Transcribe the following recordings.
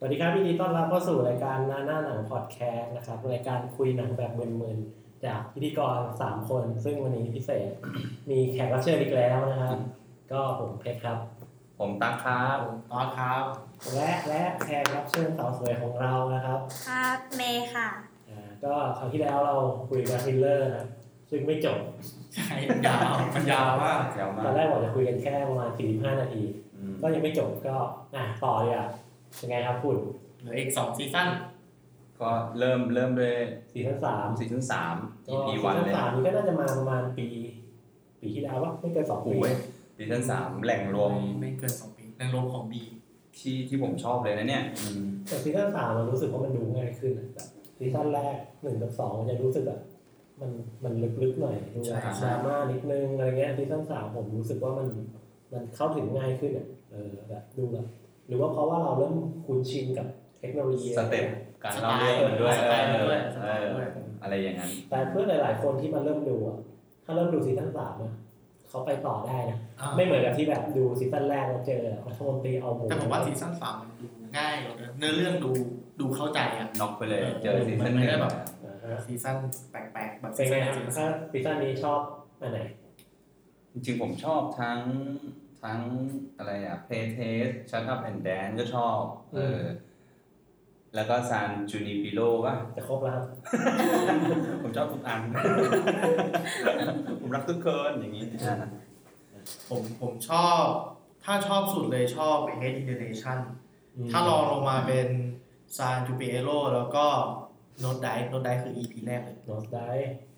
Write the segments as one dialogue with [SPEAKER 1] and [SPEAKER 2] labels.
[SPEAKER 1] วัสดีครับยินดีต้อนรับเข้าสู่รายการหน้าหน้าหนังพอดแคสต์นะครับรายการคุยหนังแบบมึนๆจากพิธีกรสามคน ซึ่งวันนี้พิเศษ มีแขกรับเชิญอีกแล้วนะครับ ก็ผมเพชรครับ
[SPEAKER 2] ผมตั๊กครับ
[SPEAKER 3] ตอนครับ
[SPEAKER 1] และและแขกรับเชิญสาวสวยของเรานะครับ
[SPEAKER 4] ครับเมย์ค่ะ
[SPEAKER 1] อ่าก็คราวที่แล้วเราคุยกันทริลเลอร์นะซึ่งไม่จบ
[SPEAKER 3] ใช่ยาวมันยาวมาก
[SPEAKER 2] แถวมา
[SPEAKER 1] ตอนแรกบอกจะคุยกันแค่ประมาณ45นาที
[SPEAKER 2] อืม
[SPEAKER 1] ก็ยังไม่จบก็อ่ะต่อเลยอ่ะเป็นไงครับคุณ
[SPEAKER 3] เหลืออีกสองซีซั่น
[SPEAKER 2] ก็เริ่มเริ่มด้วย
[SPEAKER 1] ซีซั่นสาม
[SPEAKER 2] ซีซั่นสาม
[SPEAKER 1] ก็
[SPEAKER 2] EP
[SPEAKER 1] ซี
[SPEAKER 2] วัน
[SPEAKER 1] ซั่น
[SPEAKER 2] เลย
[SPEAKER 1] สามนี่ก็น่าจะมาประมาณปี ปีที่แล้ววะไม่เกินสอง
[SPEAKER 2] โอ้
[SPEAKER 1] ปี
[SPEAKER 2] ยซีซั่นสามแหล่งรวม
[SPEAKER 3] ไม่เกินสองปีในโรงของบี
[SPEAKER 2] ที่ที่ผมชอบเลยนะเนี่ยอืม
[SPEAKER 1] แต่ซีซั่นสามเรารู้สึกว่ามันดูง่ายขึ้นอะแบบซีซั่นแรกหนึ่งกับสองมันจะรู้สึกแบบมันมันลึกๆหน่อยดูแบบดราม่านิดนึงอะไรเงี้ยซีซั่นสามผมรู้สึกว่ามันมันเข้าถึงง่ายขึ้นอ่ะเออแบบดูแบบหรือว่าเพราะว่าเราเริ่มคุ้นชินกับเทคโนโลยี
[SPEAKER 2] สเต็ปการเล่าเรื่องมันด้วย
[SPEAKER 3] สไตล์มันด้วยส
[SPEAKER 2] เอ
[SPEAKER 3] ไตล์
[SPEAKER 2] อ
[SPEAKER 3] มันด้วย
[SPEAKER 2] อะไรอย่างนั้น
[SPEAKER 1] แต่เพื่อนหลาย ๆ คนที่มาเริ่มดูอ่ะถ้าเริ่มดูซีซั่นสามอ่ะเขาไปต่อได้นะ
[SPEAKER 3] อ่า
[SPEAKER 1] ไม่เหมือนกับที่แบบดูซีซั่นแรกเราเจอรัฐมนตรีเอาหมู
[SPEAKER 3] แต่ผมว่าซีซั่นสามมันดูง่ายกว่าเดิมเนื้อเรื่องดูดูเข้าใจอ่ะ
[SPEAKER 2] น็อกไปเลย
[SPEAKER 3] เออ
[SPEAKER 2] เจอซีซั่นห
[SPEAKER 3] มันไม่
[SPEAKER 2] นึ่ง
[SPEAKER 3] ได้แบบ
[SPEAKER 1] อ่าฮะ
[SPEAKER 3] ซีซั่นแปลกๆแบบ
[SPEAKER 1] เป็
[SPEAKER 3] ซี
[SPEAKER 1] นไง
[SPEAKER 3] ซั่น
[SPEAKER 1] ครับ
[SPEAKER 3] ซี
[SPEAKER 1] ถ้านซี
[SPEAKER 3] ซั่
[SPEAKER 1] ซั่นนี้ชอบอันไหน
[SPEAKER 2] จริงๆผมชอบทั้งทั้งอะไรอ่ะ Play Test Shut Up and Dance ก็ชอบเอออแล้วก็ซานจูนิปิโลว่ะ
[SPEAKER 1] จะครบแล้วครับ
[SPEAKER 2] ผมชอบทุกอัน ผมรักทุกคนอย่างนี้
[SPEAKER 3] ผมผมชอบ ถ้าชอบสุดเลยชอบ Hate in the Nation ถ้าลองลงมาเป็นซานจูเปโรแล้วก็โนดไดโนดไดคือ EP แรกเลย
[SPEAKER 1] โนสได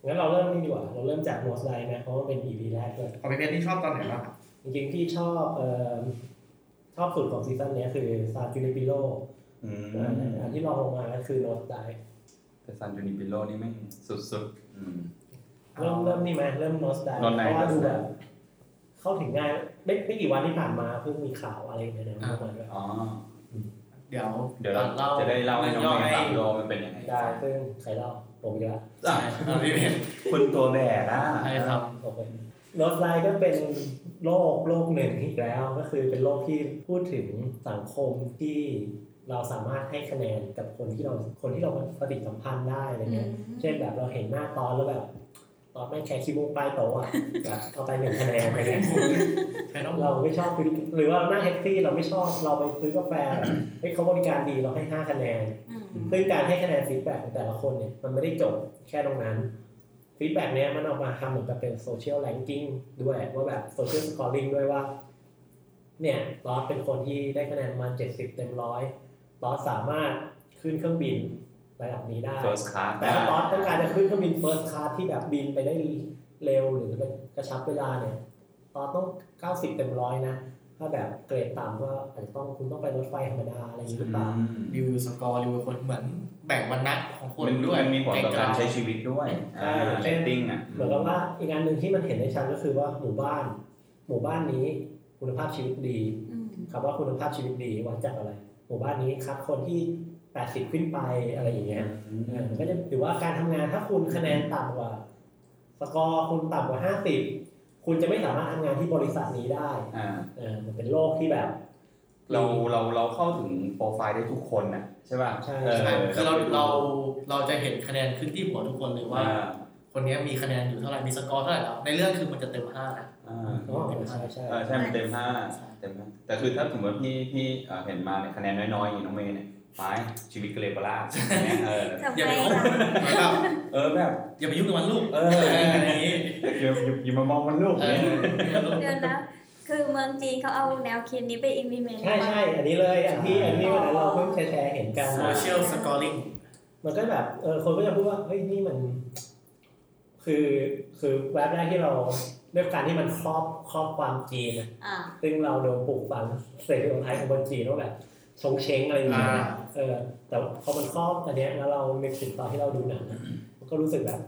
[SPEAKER 1] งั้นเราเริ่มนี่ดีกว่า เราเริ่มจากโนสไดนะเพราะว่าเป็น EP แรกเลย
[SPEAKER 3] ของเป็นเพชรที่ชอบตอนไหนบ้างอะ
[SPEAKER 1] จริงๆที่ชอบเอ่อชอบสุดของซีซั่นเนี้ยคือซาจูนิปิโล
[SPEAKER 2] อืม
[SPEAKER 1] อันที่รองลงมาก็คือโนสได
[SPEAKER 2] แต่ซานจูนิปิโลนี่ไม่งสุดๆอืม
[SPEAKER 1] เริ่มเริ่มนี่ไหมเริ่มโนสไดเพ
[SPEAKER 2] North Dive
[SPEAKER 1] ราะว่าดู
[SPEAKER 2] North
[SPEAKER 1] แบ
[SPEAKER 2] Dive
[SPEAKER 1] บเข้าถึงง่ายไม่ไม่กี่วันที่ผ่านมาเพิ่งมีข่าวอะไรในนั้นออกมาด้วย
[SPEAKER 2] อ๋อ
[SPEAKER 3] เดี๋ยว
[SPEAKER 2] เดี๋ยวเราจะได้เล่าให้น้องเมย์ฟังโลมันเป็นยังไง
[SPEAKER 1] ได้ซึ่งใครเล่าผมอีกแล้ว
[SPEAKER 3] ใช่เอาพี่เพชร
[SPEAKER 2] คุณตัวแบกอ่ะ
[SPEAKER 3] ใช่ครับ
[SPEAKER 1] โอเคโนสไลด์ก็เป็นโรคโรคหนึ่งอีกแล้วก็คือเป็นโรคที่พูดถึงสังคมที่เราสามารถให้คะแนนกับคนที่เราคนที่เราปฏิสัมพันธ์ได้อะไรเงี้ยเช่นแบบเราเห็นหน้าตอนแล้วแบบ ตอนไม่งแค่ขี้มูกปลายโต๊ะอะแบบเอาไปหนึ่งคะแนนไปเนี่ย
[SPEAKER 3] ใช่ต้อง
[SPEAKER 1] เราไม่ชอบคือหรือว่าหน้าแท็กซี่เราไม่ชอบเราไปซื้อกาแฟเฮ้ยเขาบริการดีเราให้ห้าคะแนน
[SPEAKER 4] อืม
[SPEAKER 1] ซึ่งการให้คะแนนฟีดแบ็กของแต่ละคนเนี่ยมันไม่ได้จบแค่ตรงนั้นฟีดแบ็กเนี้ยมันเออกมาทำเหมือนกับเป็นโซเชียลแ n งกิ้งด้วยว่าแบบโซเชียลสกอร์ลิงด้วยว่า เนี่ยลอสเป็นคนที่ได้คะแนนประมาณเจ็ดสิบเต็มร้อยลอสสามารถขึ้นเครื่องบินระดับนี้ได้
[SPEAKER 2] เฟิร์สคลาส
[SPEAKER 1] แต่ถ้าลอสต้องการจะขึ้นเครื่องบินเฟิร์สคลาสที่แบบบินไปได้เร็วหรือเป็นกระชับเวลาเนี่ยลอสต้องเก้าสิบเต็มร้อยนะถ้าแบบเกรดต่ำก็อาจจะต้องคุณต้องไปรถไฟธรรมดาอะไรอย่างนี้หรือเปล่า
[SPEAKER 3] รีวิวสกอร์รีวิวคนเหมือนแบ่งวรรณะของคน
[SPEAKER 2] มันด้
[SPEAKER 3] ด้
[SPEAKER 2] ว
[SPEAKER 3] วย
[SPEAKER 2] ยมันมีผลต่อการใช้
[SPEAKER 3] วิต
[SPEAKER 2] ชีวิตด้วย
[SPEAKER 1] ใช่
[SPEAKER 2] อ่าเรตติ้งอ่ะ
[SPEAKER 1] เหมือนกับว่าอีกอันหนึ่งที่มันเห็นได้ชัดก็คือว่าหมู่บ้าน หมู่บ้านนี้คุณภาพชีวิตดี
[SPEAKER 4] อืม
[SPEAKER 1] คำว่าคุณภาพชีวิตดีวัดจากอะไร หมู่บ้านนี้คัดคนที่ 80 ขึ้นไปอะไรอย่างเงี้ย
[SPEAKER 2] อื
[SPEAKER 1] เออ
[SPEAKER 2] ม
[SPEAKER 1] มันก็จะถือว่าการทำงานถ้าคุณคะแนนต่ำกว่า สกอร์คุณต่ำกว่า 50 คุณจะไม่สามารถทำงานที่บริษัทนี้ได้
[SPEAKER 2] อ่า
[SPEAKER 1] เออมันเป็นโลกที่แบบ
[SPEAKER 2] เราเราเราเข้าถึงโปรไฟล์ได้ทุกคนน่ะใช่ป่ะ
[SPEAKER 1] ใช่
[SPEAKER 2] ออ
[SPEAKER 3] ใช่คือเราเราเราจะเห็นคะแนนขึ้นที่หัวทุกคนเลยว่า
[SPEAKER 2] อ่
[SPEAKER 3] คนเนี้ยมีคะแนนอยู่เท่าไหร่มีสกอร์เท่าไหร่แล้วในเรื่องคือมันจะเต็มห้านะ
[SPEAKER 2] อ่า
[SPEAKER 1] อ๋อใช่ใช่
[SPEAKER 2] เออใช่มันเต็มห้าเต็มห้าแต่คือถ้าสมมติว่าพี่พี่เอ่อเห็นมาเนี่ยคะแนนน้อยๆอย่างน้องเมย์เนี่ยหมายชีวิตเกเรบลาด เออ
[SPEAKER 4] ทำ
[SPEAKER 3] อย่า
[SPEAKER 4] ไม
[SPEAKER 3] ไปคบ
[SPEAKER 4] ล่ะ
[SPEAKER 3] เหมือนแบบ
[SPEAKER 2] เออแบบ
[SPEAKER 3] อย่าไปยุ่งกับมันลูก
[SPEAKER 2] เอ
[SPEAKER 3] เอ
[SPEAKER 2] อ
[SPEAKER 3] ออันนี้
[SPEAKER 2] อย่าอย่าอย่ามามองมันลูก
[SPEAKER 3] เอ
[SPEAKER 2] เนี่ย
[SPEAKER 3] ออย่าลูก
[SPEAKER 4] เดือนแล้ว คือเมืองจีนเขาเอาแนวคิดนี้ไป implement
[SPEAKER 1] ใช่ใช่อันนี้เลยอันที่อันนี้วันนั้นเราเพิ่งแชร์ๆเห็นกัน
[SPEAKER 3] โซเชียลสกอร์ลิง
[SPEAKER 1] มันก็แบบเออคนก็จะพูดว่าเฮ้ยนี่มัน คือคือแวบแรกที่เราด้วยการที่มันครอบครอบความจีนอะ
[SPEAKER 4] อ่า
[SPEAKER 1] ซึ่งเราโดนปลูกฝังเสรีของไทยของคนจีนว่าแบบชงเชงอะไรอย่างเงี้ยนะเออ แต่พอมันครอบอันเนี้ยแล้วเราในถึงตอนที่เราดูหนังอะมันก็รู้สึกแบบ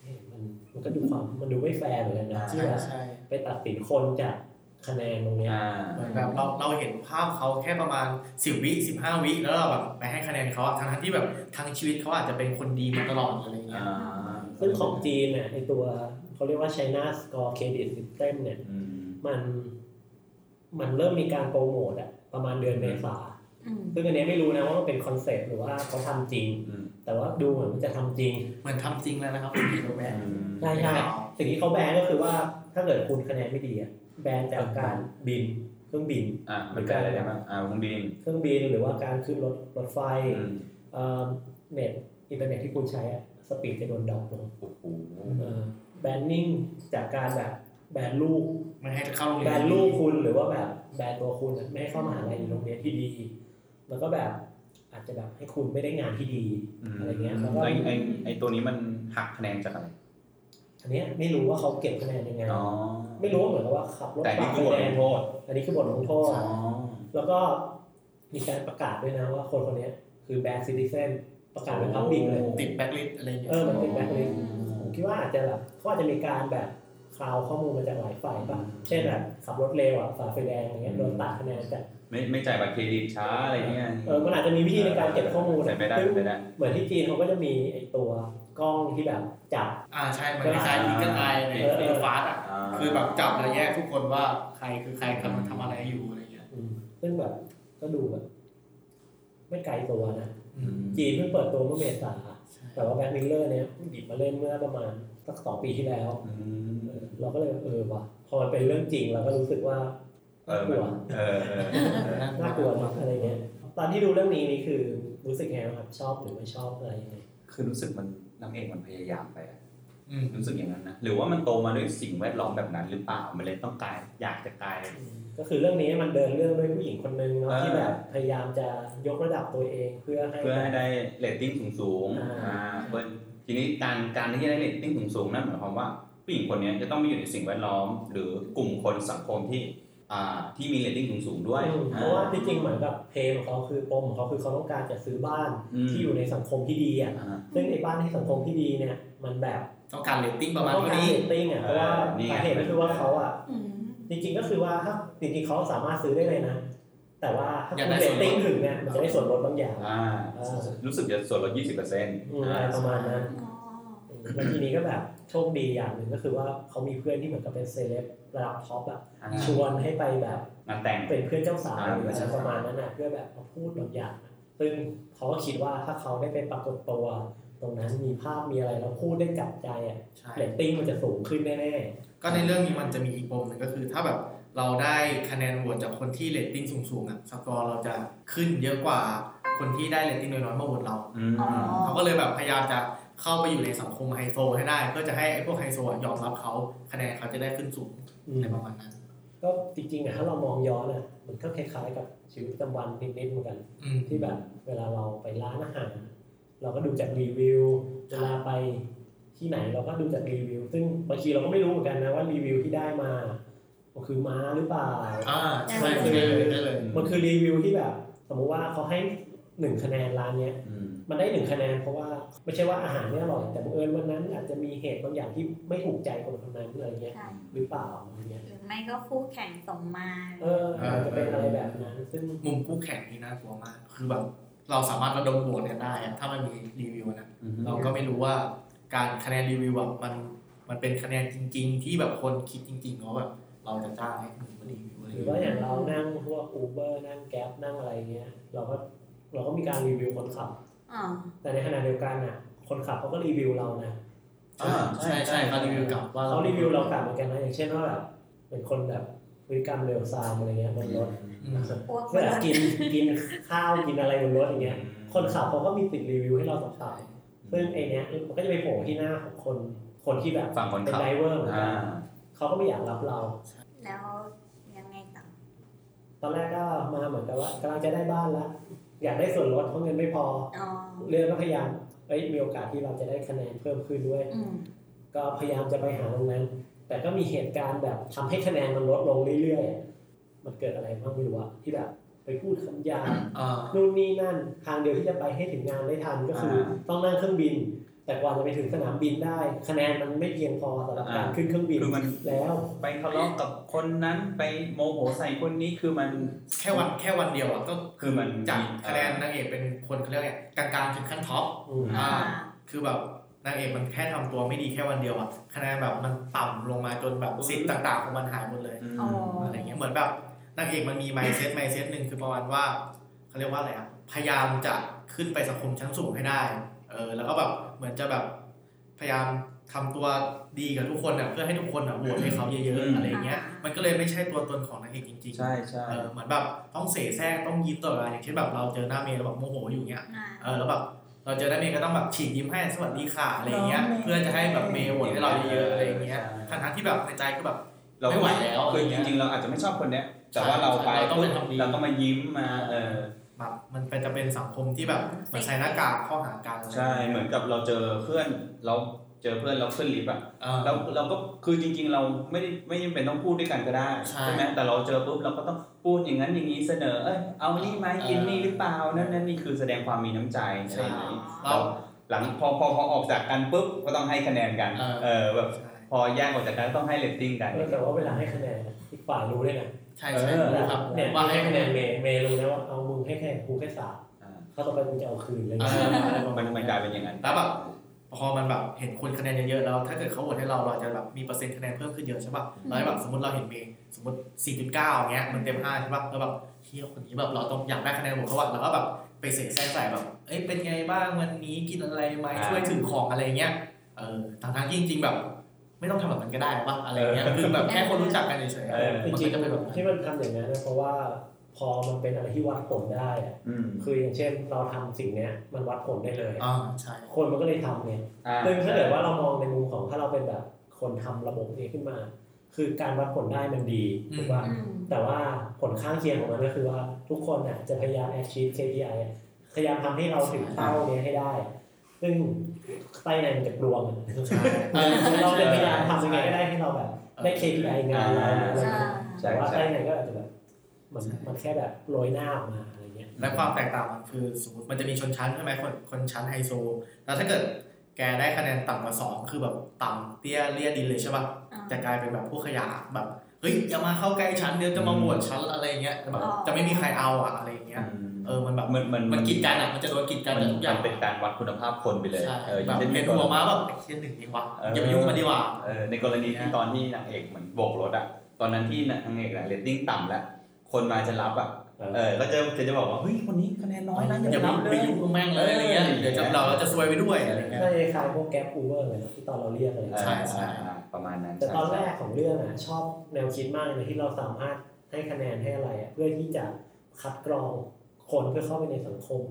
[SPEAKER 1] เฮ้ยมันมันก็ดูความมันดูไม่แฟร์เหมือนกันนะที่
[SPEAKER 3] ใช่
[SPEAKER 1] แบบ
[SPEAKER 3] ใช่
[SPEAKER 1] ไปตัดสินคนจากคะแนนตรงเนี้ย
[SPEAKER 2] อ่า
[SPEAKER 3] เหมือนแบบเราเราเห็นภาพเขาแค่ประมาณสิบวิสิบห้าวิแล้วเราแบบไปให้คะแนนเขาอะทั้งๆที่แบบทั้งชีวิตเขาอาจจะเป็นคนดีมาตลอดอะไรอย่างเงี้ย
[SPEAKER 2] อ่า
[SPEAKER 1] ซึ่งของจีนเนี่ยไอตัวเขาเรียกว่า China Score Credit System เนี่ย
[SPEAKER 2] อืม
[SPEAKER 1] มันมันเริ่มมีการโปรโมทอะประมาณเดือนเมษา
[SPEAKER 4] อืม
[SPEAKER 1] ซึ่งอันเนี้ยไม่รู้นะว่ามันเป็นคอนเซปต์หรือว่าเขาทำจริง
[SPEAKER 2] อืม
[SPEAKER 1] แต่ว่าดูเหมือนมันจะทำจริง
[SPEAKER 3] เหมือนทำจริงแล้วนะครับพี่โรแบน
[SPEAKER 1] ใช่ใช่สิ่งที่เขาแบนก็คือว่าถ้าเกิดคุณคะแนนไม่ดีอะแบนจากการบินเครื่องบิน
[SPEAKER 2] อ่ะมันก็อะไรได้บ้างอ่าเครื่องบิน
[SPEAKER 1] เครื่องบินหรือว่าการขึ้นรถรถไฟ
[SPEAKER 2] อืม
[SPEAKER 1] เอ่อเน็ตอินเทอร์เน็ตที่คุณใช้อะสปีดจะโดนดรอปลง
[SPEAKER 2] โอ้โห
[SPEAKER 1] เออแบนนิ่งจากการแบบแบนลูก
[SPEAKER 3] มันให้เข้าโรงเรี
[SPEAKER 1] แบ
[SPEAKER 3] ยน
[SPEAKER 1] นลูกคุณหรือว่าแบบแบนตัวคุณอะไม่ให้เข้ามหาลัยหรือโรงเรียนที่ดี แล้วก็แบบอาจจะแบบให้คุณไม่ได้งานที่ดี
[SPEAKER 2] ม
[SPEAKER 1] อะไรเงี้ยแล้วก็
[SPEAKER 2] ไอไอไอตัวนี้มันหักคะแนนจากอะไร
[SPEAKER 1] อันเนี้ยไม่รู้ว่าเขาเก็บคะแนนยังไง
[SPEAKER 2] อ๋อ
[SPEAKER 1] ไม่รู้ว่าเหมือนกับว่าขับรถ
[SPEAKER 2] แต่นี่
[SPEAKER 1] ปาด
[SPEAKER 2] คือบท
[SPEAKER 1] คะแน
[SPEAKER 2] ล
[SPEAKER 1] น
[SPEAKER 2] งโทษ
[SPEAKER 1] อันนี้คือบทลงโทษ
[SPEAKER 2] อ๋อ
[SPEAKER 1] แล้วก็มีการประกาศด้วยนะว่าคนคนเนี้ยคือแบนซิติเซนประกาศเป็นพับบิกเลย
[SPEAKER 3] ติดแบ็คลิสอะไรอย่างเงี้ย
[SPEAKER 1] เออมันเป็นแบ็คลิสต์ ผมคิดว่าอาจจะแบบเขาอาจจะมีการแบบคลาวข้อมูลมาจากหลายฝ่ายป่ะเช่นแบบขับรถเร็วอ่ะฝ่าไฟแดงอย่างเงี้ยโดนตัดคะแนนจาก
[SPEAKER 2] ไม่ไม่จ่ายบัตรเครดิตช้าอะไรเงี้ย
[SPEAKER 1] เออมันอาจจะมีวิธีในการเก็บข้อมูล
[SPEAKER 2] ใส่ไม่ได้
[SPEAKER 1] ซึ่ง
[SPEAKER 2] ใส่ไม่ได้
[SPEAKER 1] เหมือนที่จีนเขาก็จะมีไอตัวกล้องที่แบบจับ
[SPEAKER 3] อ่าใช่ มันคล้ายๆอีกไอใน
[SPEAKER 1] เออเออ
[SPEAKER 3] เอฟาสอ่ะ
[SPEAKER 2] อ่า
[SPEAKER 3] คือแบบจับแล้วแยกทุกคนว่าใครคือใครกำลังทำอะไรอยู่อะไรเงี้ย
[SPEAKER 1] อืมซึ่งแบบก็ดูแบบไม่ไกลตัวนะ
[SPEAKER 2] อืม
[SPEAKER 1] จีนเพิ่งเปิดตัวเมื่อเมษา
[SPEAKER 3] ใช่
[SPEAKER 1] แต่ว่าแบ็คมิลเลอร์เนี่ยหยิบมาเล่นเมื่อประมาณสักสองปีที่แล้ว
[SPEAKER 2] อืม
[SPEAKER 1] เออเราก็เลยแบบเออว่ะพอมันเป็นเรื่องจริงเราก็รู้สึกว่า
[SPEAKER 2] เอ
[SPEAKER 1] น่า
[SPEAKER 2] อก
[SPEAKER 1] ลัว
[SPEAKER 2] เออเออเออ
[SPEAKER 1] น่ากลัวนะอะไรเงี้ยตอนที่ดูเรื่องนี้นี่คือรู้สึกไงบ้างครับชอบหรือไม่ชอบอะไรยังไง
[SPEAKER 2] คือรู้สึกมันนางเอกมันพยายามไปอะ
[SPEAKER 3] อืม
[SPEAKER 2] รู้สึกอย่างนั้นนะ หรือว่ามันโตมาด้วยสิ่งแวดล้อมแบบนั้นหรือเปล่า มันเลยต้องกลายอยากจะกลาย
[SPEAKER 1] อืมก็คือเรื่องนี้มันเดินเรื่องด้วยผู้หญิงคนนึงเนาะ
[SPEAKER 2] เออ
[SPEAKER 1] ที่แบบพยายามจะยกระดับตัวเองเพื่อให้
[SPEAKER 2] เพื่อให้ได้เรตติ้งสูงสูงๆ
[SPEAKER 1] อ่า
[SPEAKER 2] อ่าเพื่อทีนี้การการที่จะได้เรตติ้งสูงสูงๆนั่นหมายความว่าผู้หญิงคนเนี้ยจะต้องไปอยู่ในสิ่งแวดล้อม หรือกลุ่มคนสังคมที่อ่าที่มีเรตติ้งสูงสูงๆด้วย
[SPEAKER 1] อืมเพราะว่าที่จริงเหมือนกับเพลงของเขาคือปมของเขาคือเขาต้องการจะซื้อบ้านที่อยู่ในสังคมที่ดีอ่ะ
[SPEAKER 2] อ่า
[SPEAKER 1] ซึ่งไอ้บ้านที่สังคมที่ดีเนี่ย มันแบบ
[SPEAKER 3] ต้องการเรตติ้งประมาณ
[SPEAKER 1] ต้องการ
[SPEAKER 3] นี้
[SPEAKER 1] เรตติ้งอ่ะเพราะว่า
[SPEAKER 2] นี่ไง
[SPEAKER 1] สาเหตุก็คือว่าเขาอ่ะ
[SPEAKER 4] อืม
[SPEAKER 1] จริงๆก็คือว่าถ้าจริงๆเขาสามารถซื้อได้เลยนะ แต่ว่าถ้า
[SPEAKER 3] อยาก
[SPEAKER 1] คุณเรต
[SPEAKER 3] ได้ส่วนลด
[SPEAKER 1] ติ้งถึงเนี่ยมันจะได้ส่วนลดบางอย่าง
[SPEAKER 2] อ่า
[SPEAKER 1] เออ
[SPEAKER 2] รู้สึกจะส่วนลดยี่สิบเปอร์เซ็นต์
[SPEAKER 1] อืมอะไรประมาณนั้น
[SPEAKER 4] อ๋อ
[SPEAKER 1] อืมแล้วทีนี้ก็แบบโชคดีอย่างหนึ่งก็คือว่าเขามีเพื่อนที่เหมือนกับเป็นเซเลบระดับท็อปอ่ะชวนให้ไปแบบ
[SPEAKER 2] งานแต่ง
[SPEAKER 1] เป็นเพื่อนเจ้าสาว
[SPEAKER 2] อ่า
[SPEAKER 1] หรืออะไรประมาณนั้นน่ะเพื่อแบบมาพูดบางอย่างน่ะซึ่งเขาก็คิดว่าถ้าเขาได้ไปปรากฏตัว ตรงนั้นมีภาพมีอะไรแล้วพูดได้จับใจอ่ะ
[SPEAKER 3] ใช่
[SPEAKER 1] เรตติ้งมันจะสูงขึ้นแน่
[SPEAKER 3] ก็ในเรื่องนี้มันจะมีอีกปมหนึ่งก็คือ ถ้าแบบเราได้คะแนนโหวตจากคนที่เรตติ้งสูงๆอ่ะสกอร์เราจะขึ้นเยอะกว่าคนที่ได้เรตติ้งน้อยๆมาโหวตเรา
[SPEAKER 2] อืม
[SPEAKER 4] อ๋อ
[SPEAKER 3] เขาก็เลยแบบพยายามจะเข้าไปอยู่ในสังคมไฮโซให้ได้เพื่อจะให้ไอ้พวกไฮโซอะยอมรับเขาคะแนนเขาจะได้ขึ้นสูง
[SPEAKER 1] ๆอื
[SPEAKER 3] ใน
[SPEAKER 1] ม
[SPEAKER 3] ประมาณนั้น
[SPEAKER 1] ก็จริงๆอ่ะถ้าเรามองย้อนอ่ะมันก็คล้ายๆกับชีวิตประจำวันนิดๆเหมือนกัน
[SPEAKER 3] อืม
[SPEAKER 1] ที่แบบเวลาเราไปร้านอาหาร เราก็ดูจากรีวิวเวลาไปที่ไหนเราก็ดูจากรีวิว ซึ่งบางทีเราก็ไม่รู้เหมือนกันนะว่ารีวิวที่ได้มามันคือม้าหรือเปล่า
[SPEAKER 3] อ่าใช่ใช่เลยได้เลย
[SPEAKER 1] มันคือรีวิวที่แบบ สมมุติว่าเขาให้หนึ่งคะแนนร้านเนี้ย
[SPEAKER 2] อืม
[SPEAKER 1] มันได้หนึ่งคะแนนเพราะว่าไม่ใช่ว่าอาหารไม่อร่อยแต่บังเอิญวันนั้นอาจจะมีเหตุบางอย่างที่ไม่ถูกใจคนคนนั้นอะไรเงี้ย
[SPEAKER 4] ใช่
[SPEAKER 1] หรือเปล่าอะไรเงี้ย
[SPEAKER 4] หรือไม่ก็คู่แข่งส่งมา
[SPEAKER 1] เอออาจจะเป็นอะไรแบบนั้น ซึ่ง
[SPEAKER 3] มุมคู่แข่งนี่น่ากลัวมาก คือแบบเราสามารถระดมโหวตกันได้อะถ้ามันมีรีวิวนะ เราก็ไม่รู้ว่าการคะแนนรีวิวแบบมันมันเป็นคะแนนจริง ๆ ที่แบบคนคิดจริงๆเนาะแบบเราจะจ้างให้คนมารีวิวอะไรอ
[SPEAKER 1] ห
[SPEAKER 3] ย่าง
[SPEAKER 1] รือว่า
[SPEAKER 3] เงี้ย
[SPEAKER 1] อย่างเรานั่งพวกอูเบอร์นั่งแก๊ปนั่งอะไรเงี้ยเราก็เราก็มีการรีวิวคนขับ
[SPEAKER 4] อ๋อ
[SPEAKER 1] แต่ในขณะเดียวกันอ่ะคนขับเขาก็รีวิวเรานะ
[SPEAKER 2] อ่าใช่
[SPEAKER 3] ใช่
[SPEAKER 2] ใช่
[SPEAKER 3] ใช่เขารีวิวกลับว่า
[SPEAKER 1] เขารีวิวเรากลับเหมือนกันนะอย่างเช่นว่าแบบเป็นคนแบบพฤติกรรมเร็วซามอะไรเงี้ยบนรถ
[SPEAKER 3] อืม
[SPEAKER 4] อ้วก
[SPEAKER 1] เวลากิน กินข้าวกินอะไรบนรถอย่างเงี้ย คนขับเขาก็มีติดรีวิวให้เราต่างๆซึ่งไอเนี้ยมันก็จะไปโผล่ที่หน้าของคน คนที่แบบ
[SPEAKER 2] ฝั่งคน
[SPEAKER 1] เป็น
[SPEAKER 2] ขับ
[SPEAKER 1] ไดรเวอร์เหมือนกั
[SPEAKER 2] อ่าน
[SPEAKER 1] เขาก็ไม่อยากรับเรา
[SPEAKER 4] แล้วยังไงต่อ
[SPEAKER 1] ตอนแรกก็มาเหมือนกับว่ากำลังจะได้บ้านละอยากได้ส่วนลดเพราะเงินไม่พอ
[SPEAKER 4] อ๋อ
[SPEAKER 1] เรื่องก็พยายามเอ้ยมีโอกาสที่เราจะได้คะแนนเพิ่มขึ้นด้วย
[SPEAKER 4] อืม
[SPEAKER 1] ก็พยายามจะไปหาตรงนั้น แต่ก็มีเหตุการณ์แบบทำให้คะแนนมันลดลงเรื่อยๆ มันเกิดอะไรบ้างไม่รู้อะที่แบบไปพูดคำหยาบ
[SPEAKER 3] อ่า
[SPEAKER 1] นู่นนี่นั่นทางเดียวที่จะไปให้ถึงงานได้ทันก็คืออา ต้องนั่งเครื่องบิน แต่กว่าจะไปถึงสนามบินได้ คะแนนมันไม่เพียงพอสำหรับ
[SPEAKER 2] อ่า
[SPEAKER 1] การขึ้นเครื่องบิน
[SPEAKER 2] คือมัน
[SPEAKER 1] แล้ว
[SPEAKER 2] ไปทะเลาะกับคนนั้นไปโมโหใส่คนนี้คือมัน
[SPEAKER 3] แค่วันแค่วันเดียวอ่ะก็
[SPEAKER 2] คือมัน
[SPEAKER 3] จากคะแนนนางเอกเป็นคนเขาเรียกไงกลางๆถึงขั้นท็อป
[SPEAKER 1] อืม
[SPEAKER 3] อ่า คือแบบนางเอกมันแค่ทำตัวไม่ดีแค่วันเดียวอะคะแนนแบบมันต่ำลงมาจนแบบสิทธิ์ต่างๆของมันหายหมดเลย
[SPEAKER 2] อืม
[SPEAKER 4] อ๋อ
[SPEAKER 3] อะไรเงี้ยเหมือนแบบนางเอกมันมีไมเซ็ตไมเซ็ตหนึ่งคือประมาณว่า เขาเรียกว่าอะไรอ่ะพยายามจะขึ้นไปสังคมชั้นสูงให้ได้เออแล้วก็แบบเหมือนจะแบบพยายามทำตัวดีกับทุกคนอ่ะเพื่อให้ทุกคนอ่ะโหวตให้เขาเยอะ
[SPEAKER 2] อืม
[SPEAKER 3] ๆอะไรอย่างเงี้ย มันก็เลยไม่ใช่ตัวตนของนางเอกจริงๆ
[SPEAKER 2] ใช่ใช่
[SPEAKER 3] เออเหมือนแบบต้องเสแสร้งต้องยิ้มตลอดเวลาอย่างเช่นแบบเราเจอหน้าเมย์เราแบบโมโหอยู่เงี้ย
[SPEAKER 4] อ่า
[SPEAKER 3] เออแล้วแบบเราเจอได้เมย์ก็ต้องแบบฉีกยิ้มให้สวัสดีค่ะอะไรอย่างเงี้ยเพื่อจะให้แบบเมย์โหวตให้เราเยอะๆอะไรอย่างเงี้ยทั้งๆที่แบบในใจก็แบบ
[SPEAKER 2] เรา
[SPEAKER 3] ไม่ไหวแล้ว
[SPEAKER 2] คือ
[SPEAKER 3] อะไร
[SPEAKER 2] จ
[SPEAKER 3] เงี้ย
[SPEAKER 2] ริง ๆ เราอาจจะไม่ชอบคนเนี้ย แต่
[SPEAKER 3] ใช่
[SPEAKER 2] ว่าเราไป
[SPEAKER 3] เราต้องไปทำดี
[SPEAKER 2] เราก็มายิ้มมาเออ
[SPEAKER 3] แบบมันเป็นจะเป็นสังคมที่แบบเหมือนใส่หน้ากากเข้าหากันอะไร
[SPEAKER 2] ใช่เหมือนกับเราเจอเพื่อนเราเจอเพื่อนเราขึ้นลิฟต์อะ
[SPEAKER 3] เออ
[SPEAKER 2] เราเราก็คือจริง ๆ เราไม่ได้ไม่จำเป็นต้องพูดด้วยกันก็ได้
[SPEAKER 3] ใช่
[SPEAKER 2] ไหมแต่เราเจอปุ๊บเราก็ต้องพูดอย่างนั้นอย่างนี้เสนอเอ้ยเอานี่ไหมกิน
[SPEAKER 3] เออ
[SPEAKER 2] นี่หรือเปล่านั่นนั่นนี่คือแสดงความมีน้ำใจอะไรอย่างนี้
[SPEAKER 3] เรา
[SPEAKER 2] หลังพอพอพอออกจากกันปุ๊บก็ต้องให้คะแนนกัน
[SPEAKER 3] เออ
[SPEAKER 2] เออแบบ
[SPEAKER 3] ใช่
[SPEAKER 2] พอแยกออกจากกันก็ต้องให้เลตติ้งกัน
[SPEAKER 1] เออแต่ว่าเวลาให้คะแนนอีกฝ่ายรู้ด้วยนะ
[SPEAKER 3] ใช่ใช่
[SPEAKER 2] เออ
[SPEAKER 3] ครับ
[SPEAKER 1] เนี่ย
[SPEAKER 3] ว่า
[SPEAKER 1] ว่า
[SPEAKER 3] ให้
[SPEAKER 1] ให้
[SPEAKER 3] คะ
[SPEAKER 1] คะ
[SPEAKER 3] แน
[SPEAKER 1] แน
[SPEAKER 3] น
[SPEAKER 1] น
[SPEAKER 3] เม
[SPEAKER 1] เม
[SPEAKER 3] ย์
[SPEAKER 1] ย์เมย์รู้นะว่าเอามึงให้คะแนนกูแค่สาม
[SPEAKER 2] อ่า
[SPEAKER 1] เข้าต่อไปมึงจะเอาคืนเลย
[SPEAKER 3] เออ
[SPEAKER 2] มันมันกลายเป็นอย่างนั้น
[SPEAKER 3] แล้วแบบ พอมันแบบเห็นคนคะแนนเยอะๆแล้ว ถ้าเกิดเขาโหวตให้เราเราจะแบบมีเปอร์เซ็นต์คะแนนเพิ่มขึ้นเยอะใช่ป่ะเราจะแบบสมมติเราเห็นเมย์สมมติ 4.9เงี้ยมันเต็ม5ใช่ป่ะแล้วแบบเฮียคนนี้แบบเราต้องอยากได้คะแนนโหวตเขาอะเราก็แบบไปเสกแซงใส่แบบเอ้ยเป็นไงบ้างวันนี้กินอะไรไหมช่วยถือของอะไรเงี้ยเออทางทางๆที่จริงๆแบบ ไม่ต้องทำแบบนั้นก็ได้ป่ะอะไรเงี้ยคือแบบแค่คนรู้จักกันเฉยๆอะ
[SPEAKER 1] จ
[SPEAKER 3] มัน
[SPEAKER 1] ริ
[SPEAKER 3] ก็
[SPEAKER 1] ง
[SPEAKER 3] จะเป็นแบบ
[SPEAKER 1] ๆ
[SPEAKER 3] นั้น
[SPEAKER 1] ที่มันทำอย่างนั้นนะเพราะว่าพอมันเป็นอะไรที่วัดผลได้อะ
[SPEAKER 2] อืม
[SPEAKER 1] คืออย่างเช่น เราทำสิ่งเนี้ยมันวัดผลได้เลย
[SPEAKER 3] อ่าใช่
[SPEAKER 1] คนมันก็เลยทำเนี่ย
[SPEAKER 2] อ่
[SPEAKER 1] ซึ่งถ้าเกิดว่าเรามองในมุมของถ้าเราเป็นแบบคนทำระบบนี้ขึ้นมา คือการวัดผลได้มันดี
[SPEAKER 3] อืม
[SPEAKER 1] ถูกป่ะ
[SPEAKER 4] อืม
[SPEAKER 1] แต่ว่าผลข้างเคียงของมันก็คือว่าทุกคนน่ะจะพยายาม achieve KPI อะพยายามทำให้เราถึงเป้าเนี้ยให้ได้ ซึ่งใต้ในมันจะกลวงอะ
[SPEAKER 3] ใช่เออใช่
[SPEAKER 1] เราจะ
[SPEAKER 3] ใช่
[SPEAKER 1] พยายามทำยังไงก็ได้ให้เราแบบได้ KPI งานเรา
[SPEAKER 4] ใช่
[SPEAKER 1] แต่ว่าใต้ในก็อาจจะแบบมันมันแค่แบบโรยหน้าออกมาอะไรเงี้ย
[SPEAKER 3] และความแตกต่างมันคือสมมติมันจะมีชนชั้นใช่ไหมคนคนชั้นไฮโซ แล้วถ้าเกิดแกได้คะแนนต่ำกว่าสองคือแบบต่ำเตี้ยเลียดินเลยใช่ป่ะ
[SPEAKER 4] อ่า
[SPEAKER 3] จะกลายเป็นแบบผู้ขยะแบบเฮ้ยอย่ามาเข้าใกล้ชั้นเดี๋ยวจะมาบวชชั้นอะไรเงี้ยแบบ
[SPEAKER 4] อ๋อ
[SPEAKER 3] จะไม่มีใครเอาอะอะไรเงี้ย
[SPEAKER 2] อืม
[SPEAKER 3] เออมันแบบ
[SPEAKER 2] มันมัน
[SPEAKER 3] มันกีดกันอะมันจะโดนกีดกัน
[SPEAKER 2] มัน
[SPEAKER 3] จากทุกอย่าง
[SPEAKER 2] มันเป็นการวัดคุณภาพคนไปเลย
[SPEAKER 3] ใช่
[SPEAKER 2] เอออ
[SPEAKER 3] แบ
[SPEAKER 2] ย่าง
[SPEAKER 3] บ
[SPEAKER 2] ช่น
[SPEAKER 3] เห็นหัวมาแบบไอ้เชี่ยหนึ่งดีกว่า
[SPEAKER 2] เออ
[SPEAKER 3] อ
[SPEAKER 2] อ
[SPEAKER 3] ย่าไปยุ่งกับมันดีกว่า
[SPEAKER 2] เออในกรณีที่ตอนที่นางเอกเหมือนโบกรถอ่ะ ตอนนั้นที่นางเอกอะเรตติ้งต่ำแล้ว คนมาจะรับอ่ะ เออ ก็จะจะจะบอกว่า เฮ้ย คนนี้คะแนนน้อยนะ
[SPEAKER 3] อ
[SPEAKER 2] อย่า
[SPEAKER 3] ย่า
[SPEAKER 2] ไปรับเล
[SPEAKER 3] ไปไป
[SPEAKER 2] ย
[SPEAKER 3] ยุ่งกับแม่งเลยอะไรเงี้ยเดี๋ยวจะเราเราจะซวยไปด้วยอะไรเงี้ย
[SPEAKER 1] น่าจะคล้ายพวกแก๊ปอูเบอร์เลยนะที่ตอนเราเรียกอะไรอย่างเงี้ย
[SPEAKER 3] ใช่ใช่
[SPEAKER 2] อ่าประมาณนั้น
[SPEAKER 1] แต่
[SPEAKER 2] ใช่
[SPEAKER 1] ตอนแรกของเรื่องอ่ะชอบแนวคิดมากเลยนะที่เราสามารถให้คะแนนให้อะไรอะเพื่อที่จะคัดกรองคนเพื่อเข้าไปในสังคม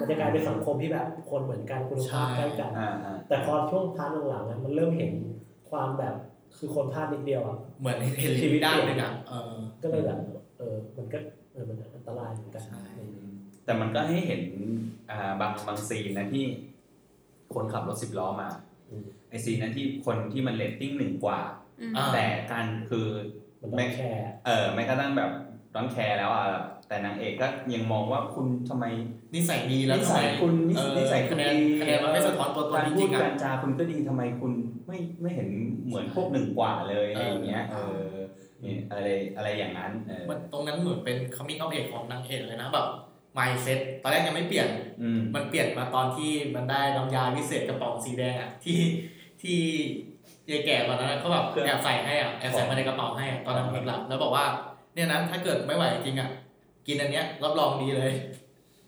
[SPEAKER 1] มันจะกลายเป็นสังคมที่แบบคนเหมือนกันคุณภาพ
[SPEAKER 3] ใช่
[SPEAKER 1] ใกล้กัน
[SPEAKER 2] อ่าอ่า
[SPEAKER 1] แต่พอช่วงพาร์ทหลังๆอะมันเริ่มเห็นความแบบคือคนพลาดนิดเดียวอ่ะ
[SPEAKER 3] เหมือนเห็นชีวิตด้านหนึ่งอะเออ
[SPEAKER 1] ก็เลยแบบเออมันก็เออมันอันตรายเหมือนกัน
[SPEAKER 3] ใช่
[SPEAKER 2] แต่มันก็ให้เห็นอ่าบางบางซีนนะที่ คนขับรถสิบล้อมา
[SPEAKER 1] อืม
[SPEAKER 2] ไอซีนนั้นที่คนที่มันเรตติ้งหนึ่งกว่า
[SPEAKER 4] อืม
[SPEAKER 3] อ่า
[SPEAKER 2] แต่การคือ
[SPEAKER 1] มันไม่แคร์
[SPEAKER 2] เออแม้กระทั่งแบบร้อนแคร์แล้วอ่ะ แต่นางเอกก็ยังมองว่าคุณทำไม
[SPEAKER 3] นิสัยดีแล้ว
[SPEAKER 2] นิสัยคุณนิส
[SPEAKER 3] เออ
[SPEAKER 2] นิสัย
[SPEAKER 3] คะแนน
[SPEAKER 2] ดี
[SPEAKER 3] คะแนนมันไม่สะท้อนตัวตน
[SPEAKER 2] การ
[SPEAKER 3] จ
[SPEAKER 2] พู
[SPEAKER 3] ริ
[SPEAKER 2] ด
[SPEAKER 3] งๆอะ
[SPEAKER 2] การจาคุณก็ดีทำไมคุณไม่ไม่เห็นเหมือนพวกหนึ่งกว่าเลยอะไรอย่างเงี้ยเออนี่อะไรอะไรอย่างนั้นเออ
[SPEAKER 3] มันตรงนั้นเหมือนเป็น coming of age ของนางเอกเลยนะแบบ mindset ตอนแรกยังไม่เปลี่ยน
[SPEAKER 2] อืม
[SPEAKER 3] มันเปลี่ยนมาตอนที่มันได้น้ำยาวิเศษกระป๋องสีแดงอะ ที่ที่ยายแก่ตอนนั้นอะเขาแบบแอบใส่ให้อะแอบใส่มาในกระเป๋าให้อะตอนนั้นเอกหลับแล้วบอกว่าเนี่ยนะถ้าเกิดไม่ไหวจริงอะกินอันเนี้ยรับรองดีเลย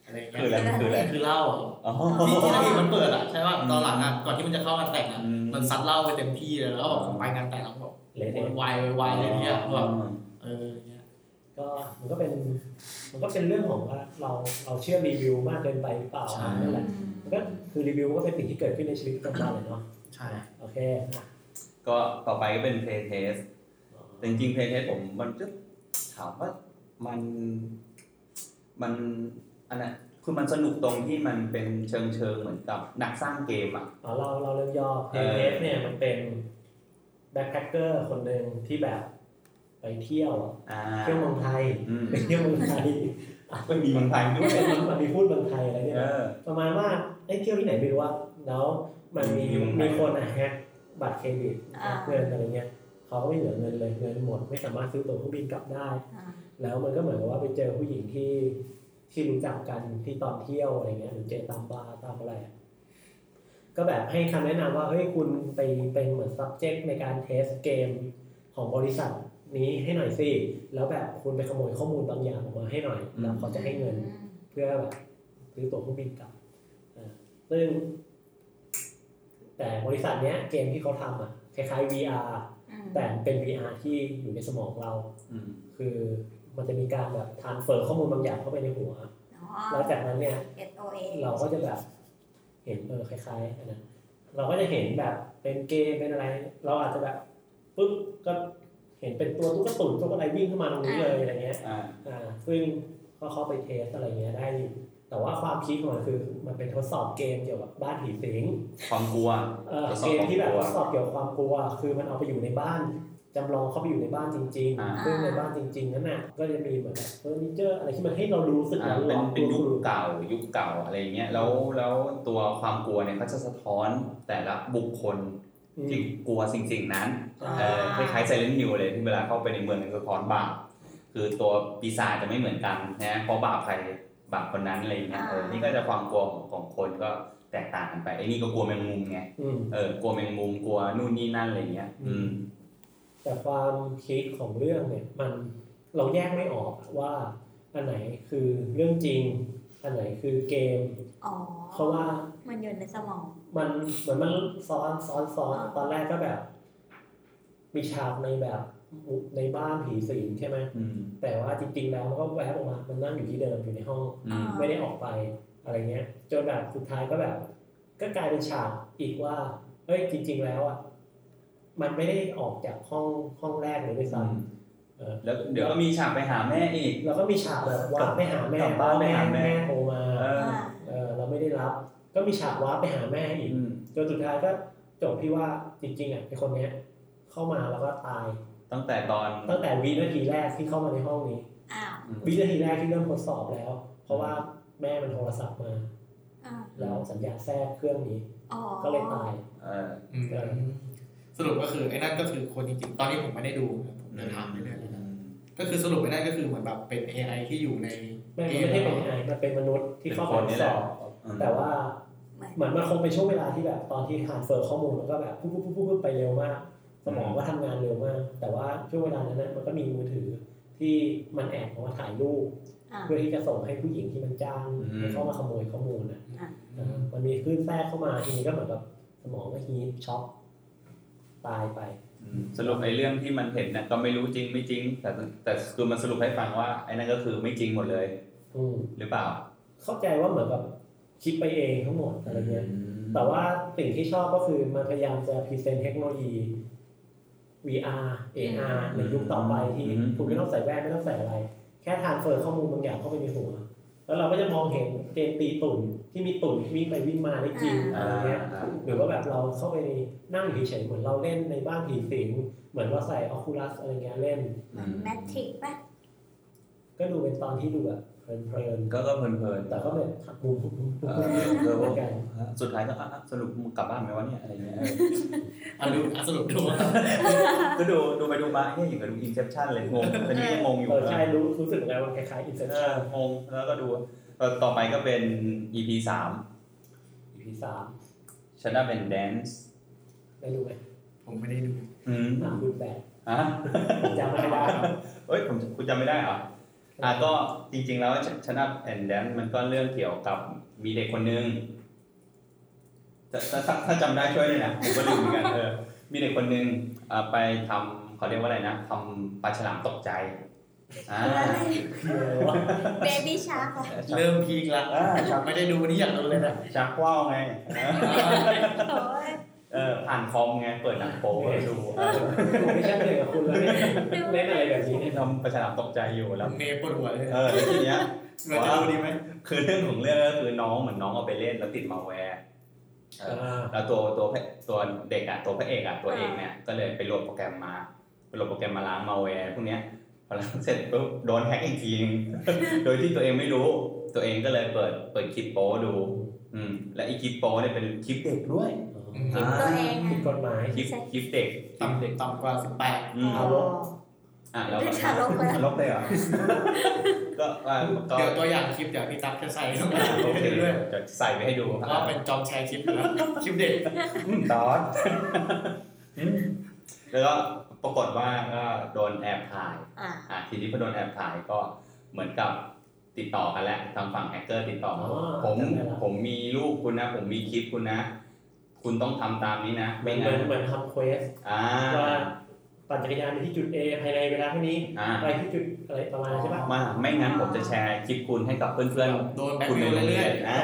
[SPEAKER 3] อะไรอย่างเงี้
[SPEAKER 2] คืออะไร
[SPEAKER 3] ย
[SPEAKER 2] มันคืออะไร
[SPEAKER 3] คือเหล้าอะ
[SPEAKER 2] อ๋อ
[SPEAKER 3] ที่ที่นางเอกมันเปิดอะใช่ป่ะตอนหลังอะก่อนที่มันจะเข้ามาแต่งอะ
[SPEAKER 2] อืม
[SPEAKER 3] มันซัดเหล้าไปเต็มที่เลยแล้วก็แบบไปงานแต่งแล้วก็บอก
[SPEAKER 1] เละ
[SPEAKER 3] วา
[SPEAKER 1] เนี่ย
[SPEAKER 3] ยวายวายอะไรเงี้ยแบบ
[SPEAKER 2] อืม
[SPEAKER 3] เออเนี่ย
[SPEAKER 1] ก็มันก็เป็นมันก็เป็นเรื่องของว่าเราเราเชื่อรีวิวมากเกินไปหรือเปล่านั่นแหละ มันก็คือรีวิวก็เป็นสิ่งที่เกิดขึ้นในชีวิตประจำวันเลยเนาะ
[SPEAKER 3] ใช่
[SPEAKER 1] โอเคอ่ะ
[SPEAKER 2] ก็ต่อไปก็เป็นเพลย์เทสจริงๆเพลย์เทสผมมันก็ถามว่ามันมันอันนั้นคือมันสนุกตรงที่มันเป็นเชิงเชิงๆเหมือนกับหนักสร้างเกมอ่ะ
[SPEAKER 1] เอาเราเราเริ่มย่อเพ
[SPEAKER 2] เออ
[SPEAKER 1] เทสเนี่ยมันเป็นแบ็คแพคเกอร์คนหนึ่งที่แบบไปเที่ยวอะ
[SPEAKER 2] อ่า
[SPEAKER 1] เที่ยวเมืองไทย
[SPEAKER 2] อืม
[SPEAKER 1] ไปเที่ยวเมืองไทย
[SPEAKER 2] ก็มีบางทางด้วย
[SPEAKER 1] มันมันมีพูดเมืองไทยอะไรเนี่ย
[SPEAKER 2] เออ
[SPEAKER 1] ประมาณว่าไอ้ยเที่ยวที่ไหนไม่รู้ว่าแล้วมันมี
[SPEAKER 2] มีเมืองไทย
[SPEAKER 1] มีคนอ่ะแฮกบัตรเครดิต
[SPEAKER 4] อ่า
[SPEAKER 1] แฮกเงินอะไรเงี้ยเขาก็ไม่เหลือเงินเลยเงินหมดไม่สามารถซื้อตั๋วเครื่องบินกลับได้
[SPEAKER 4] อ่า
[SPEAKER 1] แล้วมันก็เหมือนกับว่าไปเจอผู้หญิงที่ที่รู้จักกันที่ตอนเที่ยวอะไรเงี้ยหรือเจอตามบาร์ตามอะไรอะก็แบบให้คำแนะนำว่าเฮ้ยคุณไปเป็นเหมือน subject ในการเทสเกมของบริษัทนี้ให้หน่อยสิแล้วแบบคุณไปขโมยข้อมูลบางอย่างออกมาให้หน่อยแล้วเขาจะให้เงิน เพื่อแบบซื้อตั๋วเครื่องบินกลับอ่าซึ่ง แต่บริษัทเนี้ยเกมที่เขาทำอ่ะคล้ายๆ VR
[SPEAKER 4] อืม
[SPEAKER 1] แต่เป็น VR ที่อยู่ในสมองเรา
[SPEAKER 2] อืม
[SPEAKER 1] คือมันจะมีการแบบทานเฟอร์ข้อมูลบางอย่างเข้าไปในหัว
[SPEAKER 4] อ๋อ
[SPEAKER 1] แล้วจากนั้นเนี่ย
[SPEAKER 4] SOA
[SPEAKER 1] เราก็จะแบบเห็นเออคล้ายๆอันนั้นเราก็จะเห็นแบบเป็นเกมเป็นอะไร เราอาจจะแบบปุ๊บก็เห็นเป็นตัวตุ๊กตุ่นตุ๊กอะไรวิ่งเข้ามาตรงนี้เลยอะไรเงี้ย
[SPEAKER 2] อ่า
[SPEAKER 1] อ่าซึ่งก็เข้าไปเทสอะไรเงี้ยได้อยู่แต่ว่าความคิดของมันคือมันเป็นทดสอบเกมเกี่ยวกับบ้านผีสิง
[SPEAKER 2] ความกลัว
[SPEAKER 1] เออ
[SPEAKER 2] ทดสอ
[SPEAKER 1] เก
[SPEAKER 2] บ
[SPEAKER 1] ม
[SPEAKER 2] ความ
[SPEAKER 1] ที่แบบ
[SPEAKER 2] ก
[SPEAKER 1] ท
[SPEAKER 2] ลัว
[SPEAKER 1] ดสอบเกี่ยวกับความกลัว คือมันเอาไปอยู่ในบ้านจำลองเข้าไปอยู่ในบ้านจริง ๆ
[SPEAKER 2] อ่า
[SPEAKER 1] ซึ่งในบ้านจริงๆนั้นน่ะก็จะมีเหมือนเฟอร์นิเจอร์อะไรที่มันให้เรารู้สึก
[SPEAKER 2] อ่า
[SPEAKER 1] ร้อน
[SPEAKER 2] เป็น
[SPEAKER 1] ร้อน
[SPEAKER 2] เป็นยุคเก่ายุคเก่าอะไรอย่างเงี้ยแล้วแล้วตัวความกลัวเนี่ยเขาจะสะท้อนแต่ละบุคคลที่กลัวสิ่งสิ่งๆนั้น เออคล้ายๆไซเลนต์ฮิวเลยที่เวลาเข้าไปในเมืองก็คอนบาปคือตัวปีศาจจะไม่เหมือนกันนะเพราะบาปใครบาปคนนั้นอะไรอย่างเงี้ยเออ
[SPEAKER 4] อ่านี่
[SPEAKER 2] นี่ก็จะความกลัวของของคนก็แตกต่างกันไปไอ้นี่ก็กลัวแมงมุมไง
[SPEAKER 1] อืม
[SPEAKER 2] เออกลัวแมงมุมกลัวนู่นนี่นั่นอะไรอย่างเงี้ยอืม
[SPEAKER 1] แต่ความคิดของเรื่องเนี่ยมันเราแยกไม่ออกว่า อันไหนคือเรื่องจริง อันไหนคือเกม
[SPEAKER 4] อ๋อ
[SPEAKER 1] เพราะว่า
[SPEAKER 4] มันอยู่ในสมอง
[SPEAKER 1] มันเหมือนมันซ้อนซ้อนซ้อนตอนแรกก็แบบ มีฉากในแบบในบ้านผีสิงใช่ไหม
[SPEAKER 2] อืม
[SPEAKER 1] แต่ว่าจริงๆแล้วมันก็แวบออกมา มันนั่งอยู่ที่เดิมอยู่ในห้อง
[SPEAKER 2] อืม
[SPEAKER 4] อ่า
[SPEAKER 1] ไม่ได้ออกไปอะไรเงี้ยจนแบบสุดท้ายก็แบบ ก็กลายเป็นฉากอีกว่าเฮ้ยจริง ๆ แล้วอ่ะมันไม่ได้ออกจากห้องห้องแรกเลยด้วยซ้ำเออ
[SPEAKER 2] แล้วเดี๋ยวก็มีฉากไปหาแม่อีก
[SPEAKER 1] เราก็มีฉากแบบวาร์ปไปหาแม่
[SPEAKER 2] กลับบ้านไปหาแม่
[SPEAKER 1] แม่โทรมา
[SPEAKER 2] เออ
[SPEAKER 4] อ่า
[SPEAKER 1] เออเราไม่ได้รับ ก็มีฉากวาร์ปไปหาแม่อีก
[SPEAKER 2] อืม
[SPEAKER 1] จนสุดท้ายก็จบที่ว่าจริงๆอ่ะไอคนเนี้ยเข้ามาแล้วก็ตาย
[SPEAKER 2] ตั้งแต่ตอน
[SPEAKER 1] ตั้งแต่วินาทีแรกที่เข้ามาในห้องนี้
[SPEAKER 4] อ้าว
[SPEAKER 2] อืม
[SPEAKER 1] วินาทีแรกที่เริ่มทดสอบแล้ว เพราะว่าแม่มันโทรศัพท์มา
[SPEAKER 4] อ้าว
[SPEAKER 1] แล้วสัญญาณแทรกเครื่องนี้
[SPEAKER 4] อ๋อ
[SPEAKER 1] ก็เลยตาย
[SPEAKER 2] เออ
[SPEAKER 3] อืมสรุปก็คือไอ้นั่นก็คือคนจริงๆ ตอนนี้ผมไม่ได้ดูครับผมเดินทางไปเรื่อยเลยนะก็คือสรุปไอ้นั่นก็คือเหมือนแบบเป็น AI ที่อยู่ใน
[SPEAKER 1] แม่มันไม่ได้เป็นไอมันเป็นมนุษย์ที่
[SPEAKER 2] เป็น
[SPEAKER 1] เข้า
[SPEAKER 2] ค
[SPEAKER 1] ไปทด
[SPEAKER 2] นนี่
[SPEAKER 1] ส
[SPEAKER 2] แหละ
[SPEAKER 1] อบ
[SPEAKER 2] อืม
[SPEAKER 1] แต่ว่า
[SPEAKER 4] เหมือน
[SPEAKER 1] เหมือนมันคงเป็นช่วงเวลาที่แบบตอนที่ทานเฟอร์ข้อมูลแล้วก็แบบปุ๊บปุ๊บปุ๊บปุ๊บไปเร็วมาก สมองก็ทำงานเร็วมาก แต่ว่าช่วงเวลานั้นนะมันก็มีมือถือที่มันแอบเอามาถ่ายรูป
[SPEAKER 4] อ่า
[SPEAKER 1] เพื่อที่จะส่งให้ผู้หญิงที่มันจ้างให้เข้ามาขโมยข้อมูลนะ
[SPEAKER 3] อืม
[SPEAKER 1] มันมีคลื่นแทรกเข้ามาทีนี้ก็เหมือนกับสมองก็ฮีทช็อกตายไป
[SPEAKER 2] อืมสรุปไอ้เรื่องที่มันเห็นน่ะก็ไม่รู้จริงไม่จริง แต่แต่คือมันสรุปให้ฟังว่าไอ้นั่นก็คือไม่จริงหมดเลย
[SPEAKER 1] อืม
[SPEAKER 2] หรือเปล่า
[SPEAKER 1] เข้าใจว่าเหมือนกับคิดไปเองทั้งหมดอะไรเงี้ยแต่ว่าสิ่งที่ชอบก็คือมันพยายามจะพรีเซนต์เทคโนโลยี VR AR ในยุคต่อไปที่
[SPEAKER 2] อืม
[SPEAKER 1] คุณไม่ต้องใส่แว่นไม่ต้องใส่อะไร แค่ทานเฟอร์ข้อมูลบางอย่างเข้าไปในหัว แล้วเราก็จะมองเห็นเกมตีตุ่นที่มีตุ่นวิ่งไปวิ่งมาได้จริง
[SPEAKER 2] อ่า
[SPEAKER 1] อะไรเงี้ย
[SPEAKER 2] อ่า
[SPEAKER 1] หรือว่าแบบเราเข้าไปนั่งอยู่เฉยๆเหมือนเราเล่นในบ้านผีสิงเหมือนว่าใส่ออคูลัสอะไรเงี้ยเล่น
[SPEAKER 4] เหมือนแมทริกซ์ป่ะ
[SPEAKER 1] ก็ดูเป็นตอนที่ดูแบบเพลิน
[SPEAKER 2] ก็ก็เพลิน
[SPEAKER 1] ๆ
[SPEAKER 2] ๆ
[SPEAKER 1] แต่
[SPEAKER 2] แต่
[SPEAKER 1] ก็
[SPEAKER 2] ก็
[SPEAKER 1] แบบหักมุมทุกมุมทุกมุม
[SPEAKER 2] เออ
[SPEAKER 1] เหมือน
[SPEAKER 2] ว่า
[SPEAKER 1] กัน
[SPEAKER 2] สุดท้ายก็อ่ะอ่ะสรุปมึงกลับบ้านไหมวะเนี่ยอะไรเงี้ย
[SPEAKER 3] อ่ะดูอ่ะสรุปดู
[SPEAKER 2] ก็ดูดูไปดูมาเนี่ยอย่างกับดูอินเซปชั่นเลยงงตอนนี้ยังงงอยู่
[SPEAKER 1] เออ
[SPEAKER 2] นะ
[SPEAKER 1] ใช่รู้รู้สึกเหมือนกันว่าคล้ายๆอินเซป
[SPEAKER 2] เอ
[SPEAKER 1] ชั่
[SPEAKER 2] อน งงแล้วก็ดูเออต่อไปก็เป็น EP สาม
[SPEAKER 1] อีพีสาม
[SPEAKER 2] Shut Up and Dance
[SPEAKER 1] ได้ดูไหม
[SPEAKER 3] ผมไม่ได้ดู
[SPEAKER 2] อืม
[SPEAKER 1] หนังดูแบบ
[SPEAKER 2] อ่ะ
[SPEAKER 1] จำไม่ได้ครับ
[SPEAKER 2] เอ้ยผมคุณจำไม่ได้เหรอ อ่ะก็จริงๆแล้ว Shut Up and Dance มันก็เรื่องเกี่ยวกับมีเด็กคนนึงถ้าถ้าถ้าถ้าจำได้ช่วยด้วยนะผมก็ลืมเหมือนกันเออมีเด็กคนนึงอ่ะไปทำเขาเรียกว่าอะไรนะทำปลาฉลามตกใจ อ่า
[SPEAKER 4] เบบี้ชาร์กอ่ะ
[SPEAKER 2] ชัก
[SPEAKER 3] เริ่มพีคละ
[SPEAKER 2] อ่าชัก
[SPEAKER 3] ไม่ได้ดูนี่อยากดูเลยนะ
[SPEAKER 2] ชักว่าวไง
[SPEAKER 4] โอ้ย
[SPEAKER 2] เออผ่านคอมไงเปิดหนัง โป๊ให้ดูเออ
[SPEAKER 1] ผมไม่ใช่เลยกับคุณแล้วเนี่ยเล่นอะไรแบบนี้เนี่ย
[SPEAKER 2] ทำปลาฉลามตกใจอยู่แล้ว
[SPEAKER 3] เมย์ปวดหัวเลย
[SPEAKER 2] เออแล้วทีเนี้ย
[SPEAKER 3] เราจะดูดีไหม
[SPEAKER 2] คือเรื่องของเรื่องก็คือน้องเหมือนน้องเอาไปเล่นแล้วติดมาแวร์
[SPEAKER 1] อ่า
[SPEAKER 2] แล้วตัวตัวพระตัวเด็กอ่ะตัวพระเอกอ่ะตัวเอกเนี่ยก็เลยไปโหลดโปรแกรมมาไปโหลดโปรแกรมมาล้างมาแวร์พวกเนี้ยพอล้างเสร็จปุ๊บโดนแฮ็กอีกทีนึง โดยที่ตัวเองไม่รู้ ตัวเองก็เลยเปิดเปิดคลิปโป้ดู อืมและไอีคลิปโป้เนี่ยเป็นคลิปเด็กด้วย
[SPEAKER 4] คลิปตัวเอง
[SPEAKER 1] ผิดก
[SPEAKER 4] อ่ะ
[SPEAKER 1] ฎหมาย
[SPEAKER 2] คลิปคลิปเด็กคลิป
[SPEAKER 3] ต่ำ
[SPEAKER 2] เด็ก
[SPEAKER 3] ต่ำกว่าสิบแปด
[SPEAKER 2] อืม
[SPEAKER 4] อ๋อ
[SPEAKER 2] อ่ะแล้ว
[SPEAKER 4] เรื่องชาลกเลย
[SPEAKER 2] ลบเลยเหรอ ก็ว่าก็
[SPEAKER 3] เดี๋ยวตัวอย่างคลิปเดี๋ยวพี่ตั๊กจะใส่ลงไป
[SPEAKER 2] อ่ะโอเค
[SPEAKER 3] ด้วย
[SPEAKER 2] จะใส่ไปให้ดู
[SPEAKER 3] ว่าเป็นจอมแชร์คลิปอ ยู่แล้วคลิปเด็ก
[SPEAKER 2] ตอนแล้วก็ปรากฏว่าก็โดนแอบถ่าย
[SPEAKER 4] อ่ะ
[SPEAKER 2] อ่ะทีนี้พอโดนแอบถ่ายก็เหมือนกับ ติดต่อกันแล้วทางฝั่งแฮกเกอร์ติดต่อมา
[SPEAKER 1] อ๋อ
[SPEAKER 2] ผม
[SPEAKER 1] จำได้ละ
[SPEAKER 2] ผมมีรูปคุณนะ ผมมีคลิปคุณนะ คุณต้องทำตามนี้นะ
[SPEAKER 1] เหมื
[SPEAKER 2] ไม่
[SPEAKER 1] อนเหมือ
[SPEAKER 2] งั้
[SPEAKER 1] น
[SPEAKER 2] น
[SPEAKER 1] เหมือนทำเควส
[SPEAKER 2] อ่า
[SPEAKER 1] ว่าปั่นจักรยานไปที่จุด A ภายในเวลาเท่านี้
[SPEAKER 2] อ่า
[SPEAKER 1] ไปที่จุดอะไรประมาณนั้นใช่ปะ
[SPEAKER 2] มาไม่งั้นผมจะแชร์คลิปคุณให้กับเพื่อน
[SPEAKER 3] โดนแบ
[SPEAKER 2] ๆ
[SPEAKER 3] น
[SPEAKER 2] คุณใน
[SPEAKER 3] วิว
[SPEAKER 2] โรง
[SPEAKER 3] เรื่
[SPEAKER 2] เรี
[SPEAKER 3] อยย
[SPEAKER 2] นอ่า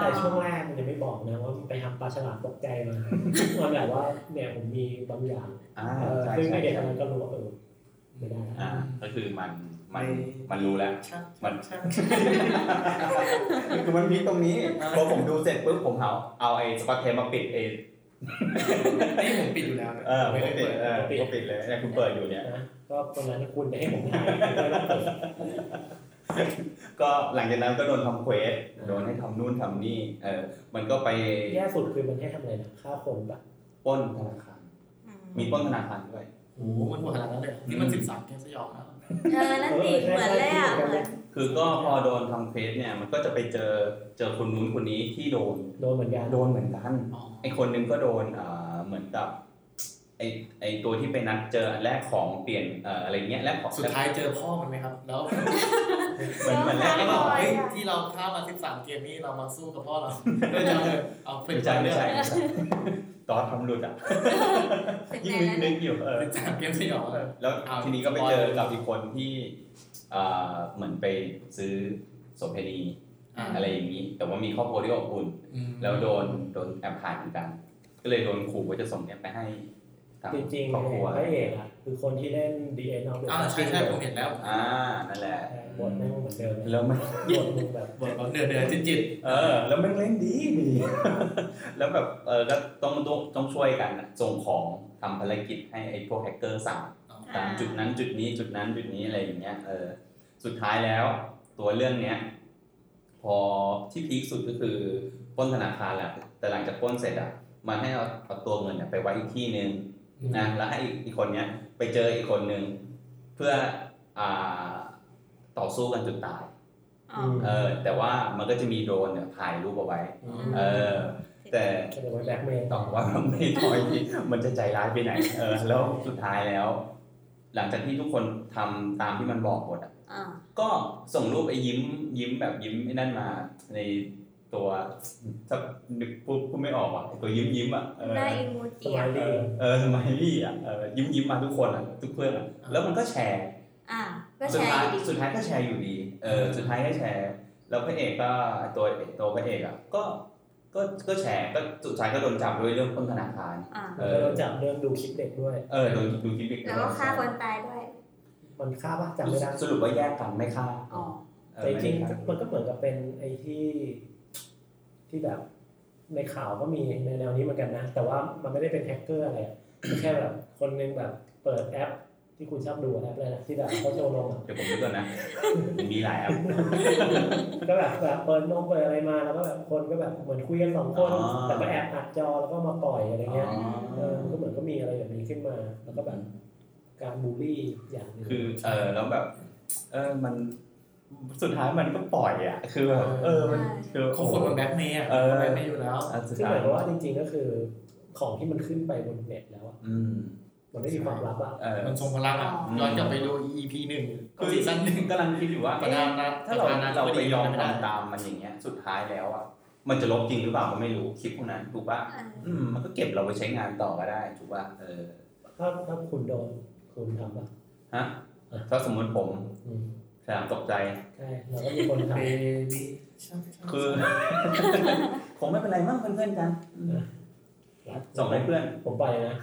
[SPEAKER 1] แต่ช่วงแรกมันยังไม่บอกนะว่าไปทำปลาฉลามตกใจมา มันแบบว่าเนี่ยผมมีบางอย่าง
[SPEAKER 2] อ่า
[SPEAKER 1] เออ
[SPEAKER 2] ใช่
[SPEAKER 1] ซึ่งไอ
[SPEAKER 2] ใช่
[SPEAKER 1] เด็กค
[SPEAKER 2] ใช่
[SPEAKER 1] นนั้นก็รู้ว่าเออไม่ได้
[SPEAKER 2] อ่าก็คือมันมันมันรู้แล้ว
[SPEAKER 3] ๆชัก
[SPEAKER 2] มัน
[SPEAKER 3] ชัก
[SPEAKER 2] คือมันพีคตรงนี้พอผมดูเสร็จปุ๊บผมเอาเอาไอ้สกอตเทปมาปิดเอง
[SPEAKER 3] นี่ผมปิดอยู่แล้วนะ
[SPEAKER 2] เออไม่ได้ปิดเออผมก็ปิดเลยเนี่ยคุณเปิดอยู่เนี่ย
[SPEAKER 1] นะก็คนนั้นคุณจะให้ผมถ่าย
[SPEAKER 2] ก็หลังจากนั้นก็โดนทำเควสโดนให้ทำนู่นทำนี่ เออ มันก็ไป
[SPEAKER 1] แย่สุดคือมันให้ทำอะไรนะฆ่าคนปะ
[SPEAKER 2] ปล้นธนาคาร มีปล้นธนาคารด้วย
[SPEAKER 1] โอ้
[SPEAKER 3] โอ้โหมันหัวขนาดนั้นเลยเหรอนี่มันสิบสามแค่สยองนะ
[SPEAKER 4] เออนั่นสิเหมือนเลยอ่ะเหมือน
[SPEAKER 2] คือก็พอโดนทำเควสเนี่ย มันก็จะไปเจอเจอคนนู้นคนนี้ที่โดน
[SPEAKER 1] โดนเหมือนกัน
[SPEAKER 2] โดนเหมือนกัน
[SPEAKER 3] อ๋อ
[SPEAKER 2] ไอคนหนึงก็โดนเอ่อเหมือนกับไอไอตัวที่ไปนัดเจออันแรกของเปลี่ยนเอ่ออะไรเงี้ยแลกของ
[SPEAKER 3] สุดท้ายเจอพ่อมันไหมครับ แล้ว
[SPEAKER 2] เหมือนเหมือนแลก
[SPEAKER 3] แล้
[SPEAKER 2] ข
[SPEAKER 3] ว
[SPEAKER 2] อง
[SPEAKER 3] บอกเฮ้ยที่เราข้ามมาสิบสามเกมนี่เรามาสู้กับพ่อเราเพื่อจะเอาเป็น
[SPEAKER 2] ไม่
[SPEAKER 3] ใจ
[SPEAKER 2] ใช่
[SPEAKER 3] เรื่
[SPEAKER 2] ไม่
[SPEAKER 3] อ
[SPEAKER 2] ใช่
[SPEAKER 3] ย
[SPEAKER 2] ไม่ใช่ตอนทำหลุดอ่ะ
[SPEAKER 4] สิบ
[SPEAKER 2] ยิ่ง
[SPEAKER 4] แปด
[SPEAKER 2] นึกนึก
[SPEAKER 4] แล้วนะ
[SPEAKER 2] อยู่เออ
[SPEAKER 3] สิบสามเกมสยองเลย
[SPEAKER 2] แล้ว
[SPEAKER 3] เอา
[SPEAKER 2] ทีนี้ก็ไปเจอกับอีกคนที่เอ่อเหมือนไปซื้อโสมเพณี
[SPEAKER 3] อ่า
[SPEAKER 2] อะไรอย่างนี้ แต่ว่ามีครอบครัวที่อบอุ่น
[SPEAKER 3] อืม
[SPEAKER 2] แล้วโดนโดนแอบถ่ายเหมือนกัน ก็เลยโดนขู่ว่าจะส่งเนี่ยไปให้ทาง
[SPEAKER 1] จริง
[SPEAKER 2] ครอบครัว
[SPEAKER 1] ๆพระเอกอะคือคนที่เล่น D N เอาเด็ก
[SPEAKER 3] อ่าใช่ใช่ผมเห็นแล้ว
[SPEAKER 2] อ่านั่นแหละ
[SPEAKER 1] บทแม่งเหมือนเดิมเลย
[SPEAKER 2] แล้วมัน
[SPEAKER 1] บทมึงแบบ
[SPEAKER 3] บทเขาเดือดเดือดจิตจิต
[SPEAKER 2] เออ แล้วมันเล่น ดีดีแล้วแบบเออก็ต้องต้องต้องช่วยกันอะส่งของทำภารกิจให้ไอ้พวกแฮกเกอร์สาม ตามจุดนั้นจุดนี้จุดนั้นจุดนี้อะไรอย่างเงี้ยเออสุดท้ายแล้ว ตัวเรื่องเนี้ย พอที่พีคสุดก็คือปล้นธนาคารแหละแต่หลังจากปล้นเสร็จอ่ะมันให้เอาเอาตัวเงินเนี่ยไปไว้อีกที่หนึ่งนะแล้วให้อีกคนเนี้ยไปเจออีกคนหนึ่งเพื่ออ่าต่อสู้กันจนตาย
[SPEAKER 4] อ๋อ
[SPEAKER 2] เออแต่ว่ามันก็จะมีโดรนเนี่ยถ่ายรูปเอาไว้เออแต่
[SPEAKER 1] จะเรียกว่าแบล็กเมย์
[SPEAKER 2] ต่อว่าไม่ถอยมันจะใจร้ายไปไหน เออ แล้วสุดท้ายแล้ว หลังจากที่ทุกคนทำตามที่มันบอกหมดอะ
[SPEAKER 4] อ๋อ
[SPEAKER 2] ก็ส่งรูปไอ้ยิ้มยิ้มแบบยิ้มไอ้นั่นมาในตัวถ้านึกพูดพูดไม่ออกอ่ะไอ้ตัวยิ้มยิ้มอ่ะเออ
[SPEAKER 4] ได้อีมู
[SPEAKER 1] ส
[SPEAKER 4] จิ
[SPEAKER 1] มั
[SPEAKER 4] อ่ะ
[SPEAKER 1] ยดี
[SPEAKER 2] เออสมัยพี่อ่ะเออยิ้มยิ้มมาทุกคนอ่ะทุกเพื่อนอ่ะแล้วมันก็แชร์
[SPEAKER 4] อ่ะก็
[SPEAKER 2] สุ
[SPEAKER 4] แช
[SPEAKER 2] ด
[SPEAKER 4] ร์
[SPEAKER 2] ท้าย
[SPEAKER 4] อยู่
[SPEAKER 2] สุด
[SPEAKER 4] ดี
[SPEAKER 2] ท้ายก็แชร์อยู่ดี เออ สุดท้ายก็แชร์ แล้วพระเอกก็ตัวตัวพระเอกอ่ะ ก็ ก็ ก็แชร์ ก็สุดท้ายก็โดนจับด้วยเรื่องต้นธนาคาร
[SPEAKER 4] อ่ะ
[SPEAKER 1] แล้วก็โดนจับเรื่องดูคลิปเด็กด้วย
[SPEAKER 2] เออโดนดูคลิปอีก
[SPEAKER 4] แล้วก็ฆ่าคนตายด้วย
[SPEAKER 1] มันฆ่าปะจำไม่ได้
[SPEAKER 2] สรุปว่าแยกกันไม่ฆ่า
[SPEAKER 4] อ๋อ
[SPEAKER 2] เออ
[SPEAKER 1] แต่จริง
[SPEAKER 2] ไม่ได้ฆ่า
[SPEAKER 1] ๆมันก็เหมือนกับเป็นไอ้ที่ ที่แบบ ในข่าวก็มีในแนวนี้เหมือนกันนะ แต่ว่ามันไม่ได้เป็นแฮกเกอร์อะไรอะมันแค่แบบ คนนึงแบบเปิดแอป ที่คุณชอบดูแอปอะไรนะที่แบบเขาโชว์นมอะ
[SPEAKER 2] เดี๋ยวผมดูก่อนนะ มันมีหลายแอป
[SPEAKER 1] ก็แบบแบบเปิดนมเปิดอะไรมาแล้วก็แบบคนก็แบบเหมือนคุยกันสองคน
[SPEAKER 2] อ๋อ
[SPEAKER 1] แต่ก็แอบอัดจอแล้วก็มาปล่อยอะไรเงี้ย
[SPEAKER 2] อ๋อ
[SPEAKER 1] เออมันก็เหมือนก็มีอะไรแบบนี้ขึ้นมา แล้วก็แบบการบูลลี่อย่างหนึง
[SPEAKER 2] คือ เออแล้วแบบ เออ มัน สุดท้ายมันก็ปล่อยอ่ะ คือแบบ เออ มันคือ
[SPEAKER 3] เขาคนมันแบ็คเมย์อ่ะ
[SPEAKER 2] เออ
[SPEAKER 3] แบ็คเมย์อยู่แล้ว
[SPEAKER 2] อ่ะสุด
[SPEAKER 1] ซึ่ง
[SPEAKER 2] ท้า
[SPEAKER 1] ห
[SPEAKER 2] ย
[SPEAKER 1] มายความว่าจริงๆก็คือของที่มันขึ้นไปบนเน็ตแล้วอะ
[SPEAKER 2] อืม
[SPEAKER 1] มันไม่มีความลับอะ
[SPEAKER 2] เออ
[SPEAKER 3] มันทรงพลังอ่ะ
[SPEAKER 2] อืม
[SPEAKER 3] ย้อนกลับไปดู EP หนึ่ง
[SPEAKER 2] คือ
[SPEAKER 3] ซีซั่นหนึ่ง
[SPEAKER 2] กำลังคิดอยู่ว่า
[SPEAKER 3] ประ
[SPEAKER 2] เอ๊ะ
[SPEAKER 3] ธานนะ
[SPEAKER 2] ถ้าเรา
[SPEAKER 3] ประธนนะ
[SPEAKER 2] เราไปยอม
[SPEAKER 3] ไม่ได้
[SPEAKER 2] ทำตามมันอย่างเงี้ย สุดท้ายแล้วอ่ะมันจะลบจริงหรือเปล่าก็ไม่รู้คลิปพวกนั้นถูกป่ะ
[SPEAKER 4] อ่ะ
[SPEAKER 2] อืมมันก็เก็บเราไปใช้งานต่อก็ได้ถูกป่ะเออ
[SPEAKER 1] ถ้าถ้าคุณโดนคุณทำปะ
[SPEAKER 2] ฮะถ้าสมมติผม
[SPEAKER 1] อืม
[SPEAKER 2] สยามตกใจ
[SPEAKER 1] ใช่เราก็มีคนท
[SPEAKER 3] เบบี้ชักชัก
[SPEAKER 2] คือ ผมไม่เป็นไรมั้งเพื่อนๆกันอืม
[SPEAKER 1] ำ
[SPEAKER 2] ส่งให้เพื่อน
[SPEAKER 1] ผมไปนะ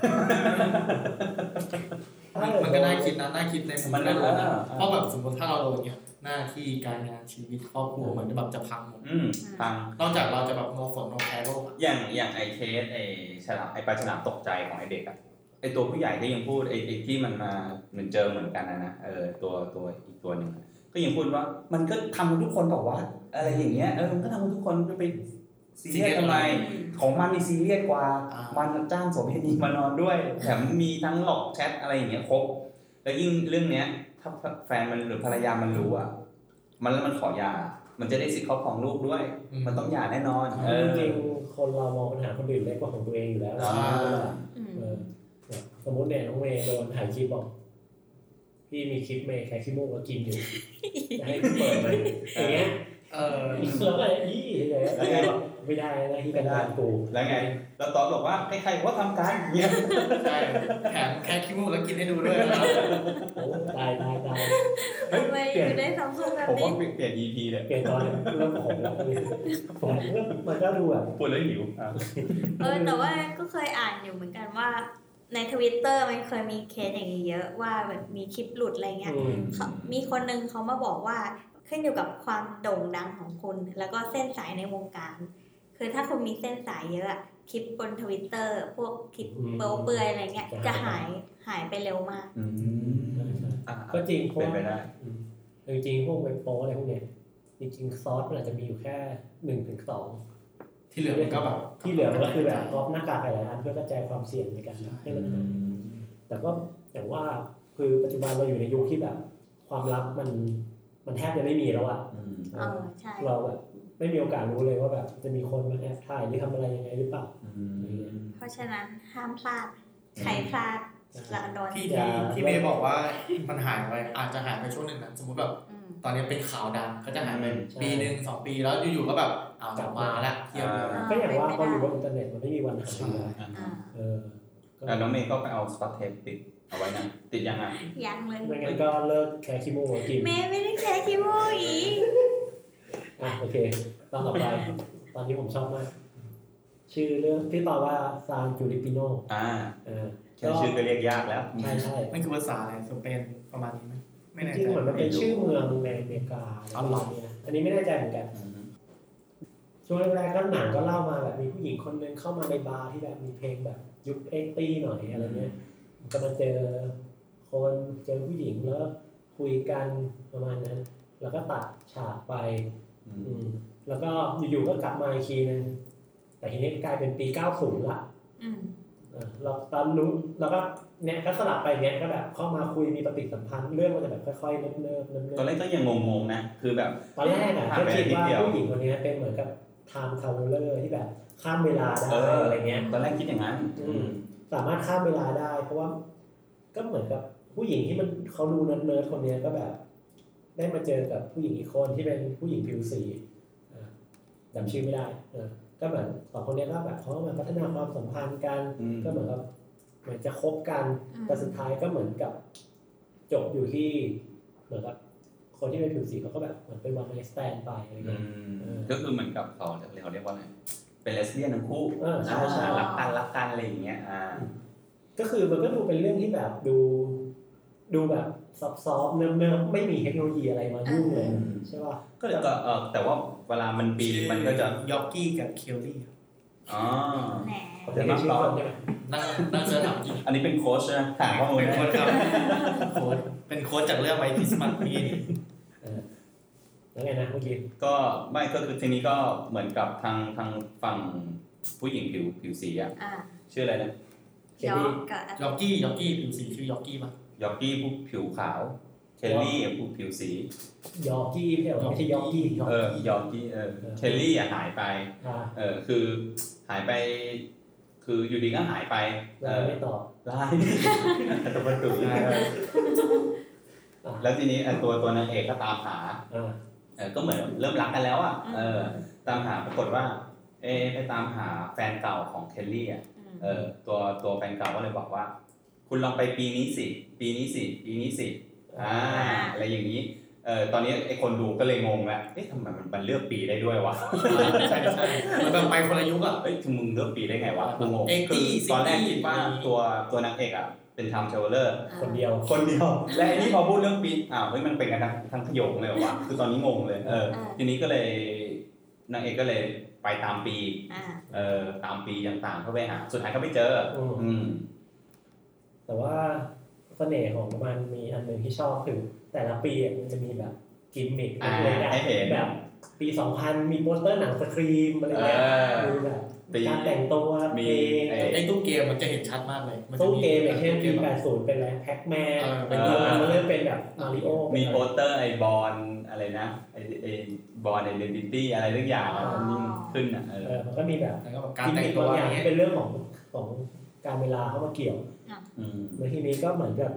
[SPEAKER 3] มันมันก็น่าคิดนะน่าคิดในมุม
[SPEAKER 2] มัน
[SPEAKER 3] นั้
[SPEAKER 2] นั่น
[SPEAKER 3] นเล
[SPEAKER 2] แล้
[SPEAKER 3] ยว นะเพราะแบบสมมติถ้าเราโดนเนี่ยหน้าที่การงานชีวิตครอบครัวเหมือนจะแบบจะพังหมด
[SPEAKER 2] อืมทาง
[SPEAKER 3] นอกจากเราจะแบบโนฝนโนแคร์โลกอ่ะ
[SPEAKER 2] อย่างอย่างไอเคสไอฉลามไอปลาฉลามตกใจของไอเด็กอ่ะไอตัวผู้ใหญ่ก็ยังพูดไอไอที่มันมาเหมือนเจอเหมือนกันนะนะเออตัวตัวอีกตัวหนึ่งอะก็ยังพูดว่า มันก็ทำกับทุกคนบอกว่าวะอะไรอย่างเงี้ยเออมันก็ทำกับทุกคนไม่ไปซีเรียสทำไม ของมันมีซีเรียสกว่า
[SPEAKER 3] อ่า
[SPEAKER 2] มันจ้างโสมเพณีมานอนด้วย แถมมีทั้งหลอกแชทอะไรอย่างเงี้ยครบ แล้วยิ่งเรื่องเนี้ย ถ้าแฟนมันหรือภรรยามันรู้อ่ะ มันแล้วมันขอหยา มันจะได้สิทธิ์ครอบครองลูกด้วย มันต้องหยาแน่นอน เออ
[SPEAKER 1] จริงๆคนเรามองปัญหาคนอื่นเล็กกว่าของตัวเองอยู่แล้ว
[SPEAKER 2] อ่า
[SPEAKER 1] เออเนี่ยสมมติเนี่ยน้องเมย์โดนถ่ายคลิปบอก พี่มีคลิปเมย์ใครขี้มูกก็กินอยู่จะให้พี่เปิดมันอย่างเงี้ย
[SPEAKER 3] เออ
[SPEAKER 1] แล้วก็อี้อย่างเงี้ยแล้วไงบอกไม่ได้นะที่กระดานกู
[SPEAKER 2] แล้วไง แล้วตอนบอกว่าใครๆว่าทำกันเนี่ย
[SPEAKER 3] ใช่แถมแค่ขี้มูกแล้วกินให้ดูด้วยนะครับ
[SPEAKER 1] โอ้ตายตายตาย
[SPEAKER 4] ทำไมอยู่ได้ทำพวกแบบ
[SPEAKER 2] ผม
[SPEAKER 4] นี้
[SPEAKER 2] ว่าเปลี่ยนเปลี่ยน EP เลย
[SPEAKER 1] เปลี่ยนตอนเรื่องผมแล้วอันนี้ผมมันก็ดูแบบ
[SPEAKER 2] ผมปวดแล้วหิวอ่ะ
[SPEAKER 4] เออแต่ว่าก็เคยอ่านอยู่เหมือนกันว่า ในทวิตเตอร์มันเคยมีเคสอย่างนี้เยอะว่าแบบมีคลิปหลุดอะไรเงี้ย
[SPEAKER 1] อืม
[SPEAKER 4] เขามีคนหนึงเขามาบอกว่าขึ้นอยู่กับความโด่งดังของคุณ แล้วก็เส้นสายในวงการ คือถ้าคุณมีเส้นสายเยอะอะคลิปบนทวิตเตอร์พวกคลิปเปเปื่อยๆอะไรเงี้ยจะหายหายไปเร็วมาก
[SPEAKER 2] อืมอ่ะ
[SPEAKER 1] ก็จริงเพราะ
[SPEAKER 2] เป็น
[SPEAKER 1] ว่า
[SPEAKER 2] ไปได้
[SPEAKER 1] อืมจริงๆพวกเว็บโป้อะไรพวกเนี้ยจริงๆซอสมันอาจจะมีอยู่แค่หนึ่งถึงสอง
[SPEAKER 3] ที่เหลือมันก็แบบ
[SPEAKER 1] ที่เหลือมันก็คือแบบก๊อปหน้ากากหลายๆอันเพื่อกระจายความเสี่ยงในการให้มัน แต่ก็แต่ว่าคือปัจจุบันเราอยู่ในยุคที่แบบ ความลับมันมันแทบจะไม่มีแล้วอะ
[SPEAKER 2] อืม
[SPEAKER 4] เออใช่
[SPEAKER 1] เราแบบไม่มีโอกาสรู้เลยว่าแบบจะมีคนมาแอบถ่ายหรือทำอะไรยังไงหรือเปล่า
[SPEAKER 2] อืม
[SPEAKER 4] เพราะฉะนั้นห้ามพลาดใครพลาดละโดน
[SPEAKER 3] ที่ที่ที่เมย์บอกว่ามันหายไปอาจจะหายไปช่วงหนึ่งนะสมมติแบบ
[SPEAKER 4] อืม
[SPEAKER 3] ตอนนี้เป็นข่าวดังก็จะหายไป
[SPEAKER 1] ใช่
[SPEAKER 3] ปีหนึ่งสองปีแล้วอยู่ๆก็แบบอ้าวกลับมาละเที่ยวเลย
[SPEAKER 4] อ่
[SPEAKER 1] ก็อย่างว่าพออยู่บนอินเทอร์เน็ตมันไม่มีวันหายไปแล้ว
[SPEAKER 4] อ่า
[SPEAKER 1] เออก็
[SPEAKER 2] แล้วน้องเมย์ก็ไปเอาสปอตเทปติดเอาไว้นะติดยังไง
[SPEAKER 4] ยังเลย
[SPEAKER 1] ไม่งั้นก็เลิกแคร์คิโมกกิน
[SPEAKER 4] เมย์ไม่ได้แค่คิโมอีก
[SPEAKER 1] อ่ะโอเค ตอนต่อไป ตอนที่ผมชอบมาก ชื่อเรื่องที่ต่อว่าซานจูริปิโน
[SPEAKER 2] อ่า
[SPEAKER 1] อ่า
[SPEAKER 2] แค่ชื่อก็เรียกยากแล้ว
[SPEAKER 1] ใช่ใช่
[SPEAKER 3] นั่นคือภาษาอะไรสเปนประมาณนี้ไหมไม่แน่
[SPEAKER 1] จริ
[SPEAKER 3] ใจ
[SPEAKER 1] งๆเหมือนมันเป็นชื่อเมืองในอเมริกา
[SPEAKER 2] อ๋อเหรอ
[SPEAKER 1] เนี้ยอันนี้ไม่แน่ใจเหมือนกัน ช่วงแรกๆก็หนังก็เล่ามาแบบมีผู้หญิงคนนึงเข้ามาในบาร์ที่แบบมีเพลงแบบยุคเอ็กตีหน่อยอะไรเงี้ยก็มาเจอคนเจอผู้หญิงแล้วคุยกันประมาณนั้น แล้วก็ตัดฉากไป
[SPEAKER 2] อื
[SPEAKER 1] อื
[SPEAKER 2] ม
[SPEAKER 1] มแล้วก็อยู่ๆก็กลับมาอีกทีนึงแต่ทีนี้กลายเป็นปี 90 ละ
[SPEAKER 4] อืม
[SPEAKER 1] อ่าเราตอนรู้แล้วก็เนี่ยก็สลับไปเนี้ยก็แบบเข้ามาคุยมีปฏิสัมพันธ์เรื่องมันจะแบบค่อยๆเนิบๆเนิบๆ
[SPEAKER 2] ตอนแรกก็ยังงงๆนะ คือแบบ
[SPEAKER 1] ตอนแรกอะ
[SPEAKER 2] ผ่าน
[SPEAKER 1] ก็
[SPEAKER 2] ไป
[SPEAKER 1] คิดว่า
[SPEAKER 2] นิดเดียว
[SPEAKER 1] ผู้หญิงคนเนี้ยเป็นเหมือนกับไทม์ทาวเลอร์ที่แบบข้ามเวลาได้อะไรเงี้ย
[SPEAKER 2] ตอนแรกคิดอย่างนั้น
[SPEAKER 1] อืม สามารถข้ามเวลาได้ เพราะว่าก็เหมือนกับผู้หญิงที่มันเขารู้เนิร์ดๆคนเนี้ยก็แบบ ได้มาเจอกับผู้หญิงอีกคนที่เป็นผู้หญิงผิวสีอ่ะจำชื่อไม่ได้เออก็เหมือนสองคนเนี้ยก็แบบเขาก็มาพัฒนาความสัมพันธ์กัน
[SPEAKER 2] อืม
[SPEAKER 1] ก็เหมือนกับเหมือนจะคบกัน
[SPEAKER 4] อืม
[SPEAKER 1] แต่สุดท้ายก็เหมือนกับจบอยู่ที่เหมือนกับคนที่เป็นผิวสีเขาก็แบบเหมือนเป็นวันไนสแตนไปอะไร
[SPEAKER 2] อื
[SPEAKER 1] เงี้ย
[SPEAKER 2] มก็คือเหมือนกับเขาเขาเรียกว่าอะไร เป็นเลสเบี้ยนทั้งคู่
[SPEAKER 1] เออใช่ใช่
[SPEAKER 2] รักกันรักกันอะไรอย่างเงี้ย อ่า
[SPEAKER 1] ก็คือมันก็ดูเป็นเรื่องที่แบบดู ดูแบบซับซ้อนเนิ่มเนิ่มๆไม่มีเทคโนโลยีอะไรมายุ่งเลย
[SPEAKER 2] อืม
[SPEAKER 1] ใช่ป่ะ
[SPEAKER 2] ก็เลยก็เออแต่ว่าเวลามันปี
[SPEAKER 3] ชื่อ
[SPEAKER 2] มันก็จะ
[SPEAKER 3] ยอกกี้กับเคลลี่ครับ
[SPEAKER 2] อ๋อ
[SPEAKER 4] แหม
[SPEAKER 1] ผมจะไม่ชื่อคนใช่ไหม
[SPEAKER 3] นั่งนั่งเจอถามจริง
[SPEAKER 2] อันนี้เป็นโค้ชนะถามว่าโอ้
[SPEAKER 3] เป็
[SPEAKER 2] ย
[SPEAKER 3] นโค้ชครับโค้ชเป็นโค้ชจากเรื่องไวท์คริสต์มาสนี่นี่
[SPEAKER 1] แล้วไงนะเมื่อกี้
[SPEAKER 2] ก็ไม่ก็คือทีนี้ก็เหมือนกับทางทางฝั่งผู้หญิงผิวผิวสีอะ
[SPEAKER 4] อ่ะ
[SPEAKER 2] ชื่ออะไรนะ
[SPEAKER 1] เค
[SPEAKER 4] ย้อ
[SPEAKER 1] ที่
[SPEAKER 4] นกับ
[SPEAKER 3] ยอกกี้ยอกกี้ผิวสีชื่อยอกกี้ป่ะ
[SPEAKER 2] ยอกกี้ผู้ผิวขาวเชลลี่ผู้ผิวสี
[SPEAKER 1] ยอร์กี้ไม่ใช่หรอไม่ใช่ยอร์กี้
[SPEAKER 2] เออยอกกี้เออเชลลี่อะหายไป
[SPEAKER 1] อ่า
[SPEAKER 2] เออคือหายไป คืออยู่ดีก็หายไป เอ
[SPEAKER 1] แล้ว
[SPEAKER 2] อ
[SPEAKER 1] ไม่ตอบ
[SPEAKER 2] ลาย ตะประตูลาย
[SPEAKER 1] อ่า
[SPEAKER 2] แล้วทีนี้เอ่อตัวตัวนางเอกก็ตามหา
[SPEAKER 1] อ่า
[SPEAKER 2] เออก็เหมือนเริ่มรักกันแล้วอ่ะเออตามหาปรากฏว่า เอะไปตามหาแฟนเก่าของเคลลี่อ่ะ
[SPEAKER 4] ม
[SPEAKER 2] เออตัวตัวแฟนเก่าก็เลยบอกว่า คุณลองไปปีนี้สิ ปีนี้สิ ปีนี้สิอ่าอะไรอย่างนี้เออตอนนี้ไอคนดูก็เลยงงแล้วเอ๊ะทำไมมันมันเลือกปีได้ด้วยวะ
[SPEAKER 3] ใช่ใช่มันแบบไปคนละยุคอ่ะ
[SPEAKER 2] เอ้ยคือมึงเลือกปีได้ไงวะกูงง
[SPEAKER 3] เอ็กซ์
[SPEAKER 2] คื
[SPEAKER 3] ตี้
[SPEAKER 2] อตอนแรก
[SPEAKER 3] ซิตี้
[SPEAKER 2] คิดว่าตัวตัวนางเอกอ่ะ เป็นไทม์ทราเวลเลอร์
[SPEAKER 4] อ่ะ
[SPEAKER 1] คนเดียว
[SPEAKER 2] คนเดียว และไอ้นี่พอพูดเรื่องปีอ้าวเฮ้ยมันเป็นกันทั้งทั้งขโยงเลยเหรอวะ คือตอนนี้งงเลย เออ
[SPEAKER 4] อ่ะ
[SPEAKER 2] ทีนี้ก็เลยนางเอกก็เลยไปตามปี
[SPEAKER 4] อ่ะ
[SPEAKER 2] เออตามปีต่างๆเข้าไปหา สุดท้ายก็ไม่เจอ
[SPEAKER 1] อืม
[SPEAKER 2] อืม
[SPEAKER 1] แต่ว่าเสน่ห์ของมันมีอันหนึ่งที่ชอบคือ แต่ละปีอ่ะมันจะมีแบบกิมมิค
[SPEAKER 2] อ่า
[SPEAKER 1] อะไรแบบ
[SPEAKER 2] ให้เห็น
[SPEAKER 1] แบบปี 2000 มีโปสเตอร์หนังสครีมอะไร
[SPEAKER 2] เอ
[SPEAKER 1] เงี้ย
[SPEAKER 2] อ
[SPEAKER 1] ดูแบบ
[SPEAKER 2] ปี
[SPEAKER 1] การแต่งตัว
[SPEAKER 2] มี
[SPEAKER 1] เพลง
[SPEAKER 2] ไอ้
[SPEAKER 3] ไอ้ตู้เกมมันจะเห็นชัดมากเลยนจะ
[SPEAKER 1] ตู้เกมอย่างเช่น
[SPEAKER 3] ตู้เก
[SPEAKER 1] ปี
[SPEAKER 3] มแบบ
[SPEAKER 1] 80 เป็นอะไรแพ็กแมน
[SPEAKER 3] เออเป็
[SPEAKER 1] เป็น
[SPEAKER 3] น
[SPEAKER 1] เริ่มเป็นแบบมาริโอ
[SPEAKER 2] มีโปสเตอร์ไอ้บอลอะไรนะ ไอ้ไอ้บอลไอเดนติตี้อะไรทุกอย่างอ่ะมันขึ้นอ่ะเอ
[SPEAKER 1] เอ
[SPEAKER 2] อ
[SPEAKER 1] อมันก็มีแบบ
[SPEAKER 3] แล้วก็แบบการแต่งตัว
[SPEAKER 1] บาง
[SPEAKER 3] อ
[SPEAKER 1] อย่า
[SPEAKER 3] ย่าง งเงี้ย
[SPEAKER 1] เป็นเรื่องของของการเวลาเข้ามาเกี่ยว
[SPEAKER 2] อืม
[SPEAKER 1] แล้วทีนี้ก็เหมือนแบบ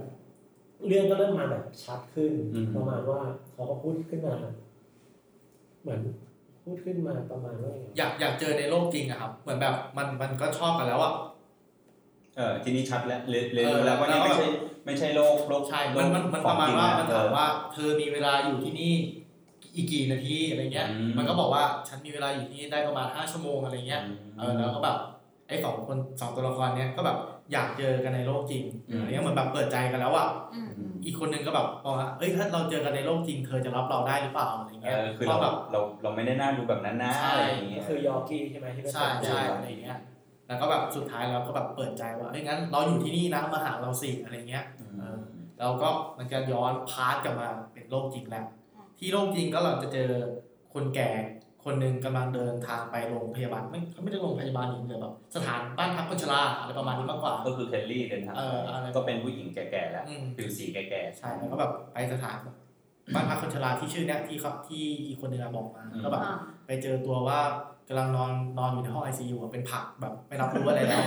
[SPEAKER 1] เรื่องก็เริ่มมาแบบชัดขึ้น
[SPEAKER 2] อืม
[SPEAKER 1] ประมาณว่าเขาก็พูดขึ้นมา เหมือนพูดขึ้นมาประมาณว่าไง
[SPEAKER 3] อยากอยากเจอในโลกจริงอะครับ เหมือนแบบมันมันก็ชอบกันแล้วอะ
[SPEAKER 2] เออทีนี้ชัดแล้วเรียนเรียน
[SPEAKER 3] เออ
[SPEAKER 2] รู้แล้วว่านี่
[SPEAKER 3] แล้
[SPEAKER 2] ไม่
[SPEAKER 3] วแบบ
[SPEAKER 2] ใช่ไม่ใช่โลกโลก
[SPEAKER 3] ใช่
[SPEAKER 2] โล
[SPEAKER 3] มัน
[SPEAKER 2] ก
[SPEAKER 3] มันมัน
[SPEAKER 2] ข
[SPEAKER 3] ป
[SPEAKER 2] อง
[SPEAKER 3] ระมาณ
[SPEAKER 2] จงแล้
[SPEAKER 3] ว่ามัน
[SPEAKER 2] เอ
[SPEAKER 3] ถาม
[SPEAKER 2] อ
[SPEAKER 3] ว่า เธอมีเวลาอยู่ที่นี่อีกกี่นาทีอะไรเงี้ย
[SPEAKER 2] อืม
[SPEAKER 3] มันก็บอกว่าฉันมีเวลาอยู่ที่นี่ได้ประมาณห้าชั่วโมงอะไรเงี้ย เออแล้วก็แบบไอ้สองคนสองตัวละครเนี้ยก็แบบอยากเจอกันในโลกจริง
[SPEAKER 2] อืม
[SPEAKER 3] อะไรเงี้ยเหมือนแบบเปิดใจกันแล้วอ่ะ
[SPEAKER 4] อืมอืม
[SPEAKER 3] อีกคนนึงก็แบบบอกว่าเอ้ยถ้าเราเจอกันในโลกจริงเธอจะรับเราได้หรือเปล่าอะไร
[SPEAKER 2] เอ
[SPEAKER 3] เงี้ย
[SPEAKER 2] อคือ
[SPEAKER 3] ก็
[SPEAKER 2] เรา
[SPEAKER 3] แบบ
[SPEAKER 2] เราเราไม่ได้น่าดูแบบนั้นนะ
[SPEAKER 3] ใช่
[SPEAKER 2] อะไรอย่างเงี้
[SPEAKER 1] ก็
[SPEAKER 2] ย
[SPEAKER 1] คือยอร์กี้ใช่ไหมที่เป็น
[SPEAKER 3] ใช่ใช่อะไรเงี้ย แล้วก็แบบสุดท้ายเราก็แบบเปิดใจว่าเอ้ยงั้นเราอยู่ที่นี่นะมาหาเราสิอะไรเงี้ย
[SPEAKER 2] อืม
[SPEAKER 3] เออ เราก็มันจะย้อนพาร์ทกลับมาเป็นโลกจริงแล้ว ที่โลกจริงก็เราจะเจอคนแก่คนหนึ่งกำลังเดินทางไปโรงพยาบาลไม่เขาไม่ได้โรงพยาบาลอย่างเดียวแบบสถานบ้านพักคนชราอะไรประมาณนี้มากกว่า
[SPEAKER 2] ก็คือเคลลี่เดินทาง
[SPEAKER 3] เอออะไร
[SPEAKER 2] ก็เป็นผู้หญิงแก่ๆแล้ว
[SPEAKER 3] อืม
[SPEAKER 2] ผิวสีแก่ๆ
[SPEAKER 3] ใช่แล้วก็แบบไปสถานแบบบ้านพักคนชราที่ชื่อเนี้ยที่เขาที่อีกคนหนึ่งอะบอกมา
[SPEAKER 2] อืม
[SPEAKER 3] ก็แบบ
[SPEAKER 4] อ่า
[SPEAKER 3] ไปเจอตัวว่ากำลังนอนนอนอยู่ในห้องไอซียูเป็นผักแบบไม่รับรู้อะไรแล้ว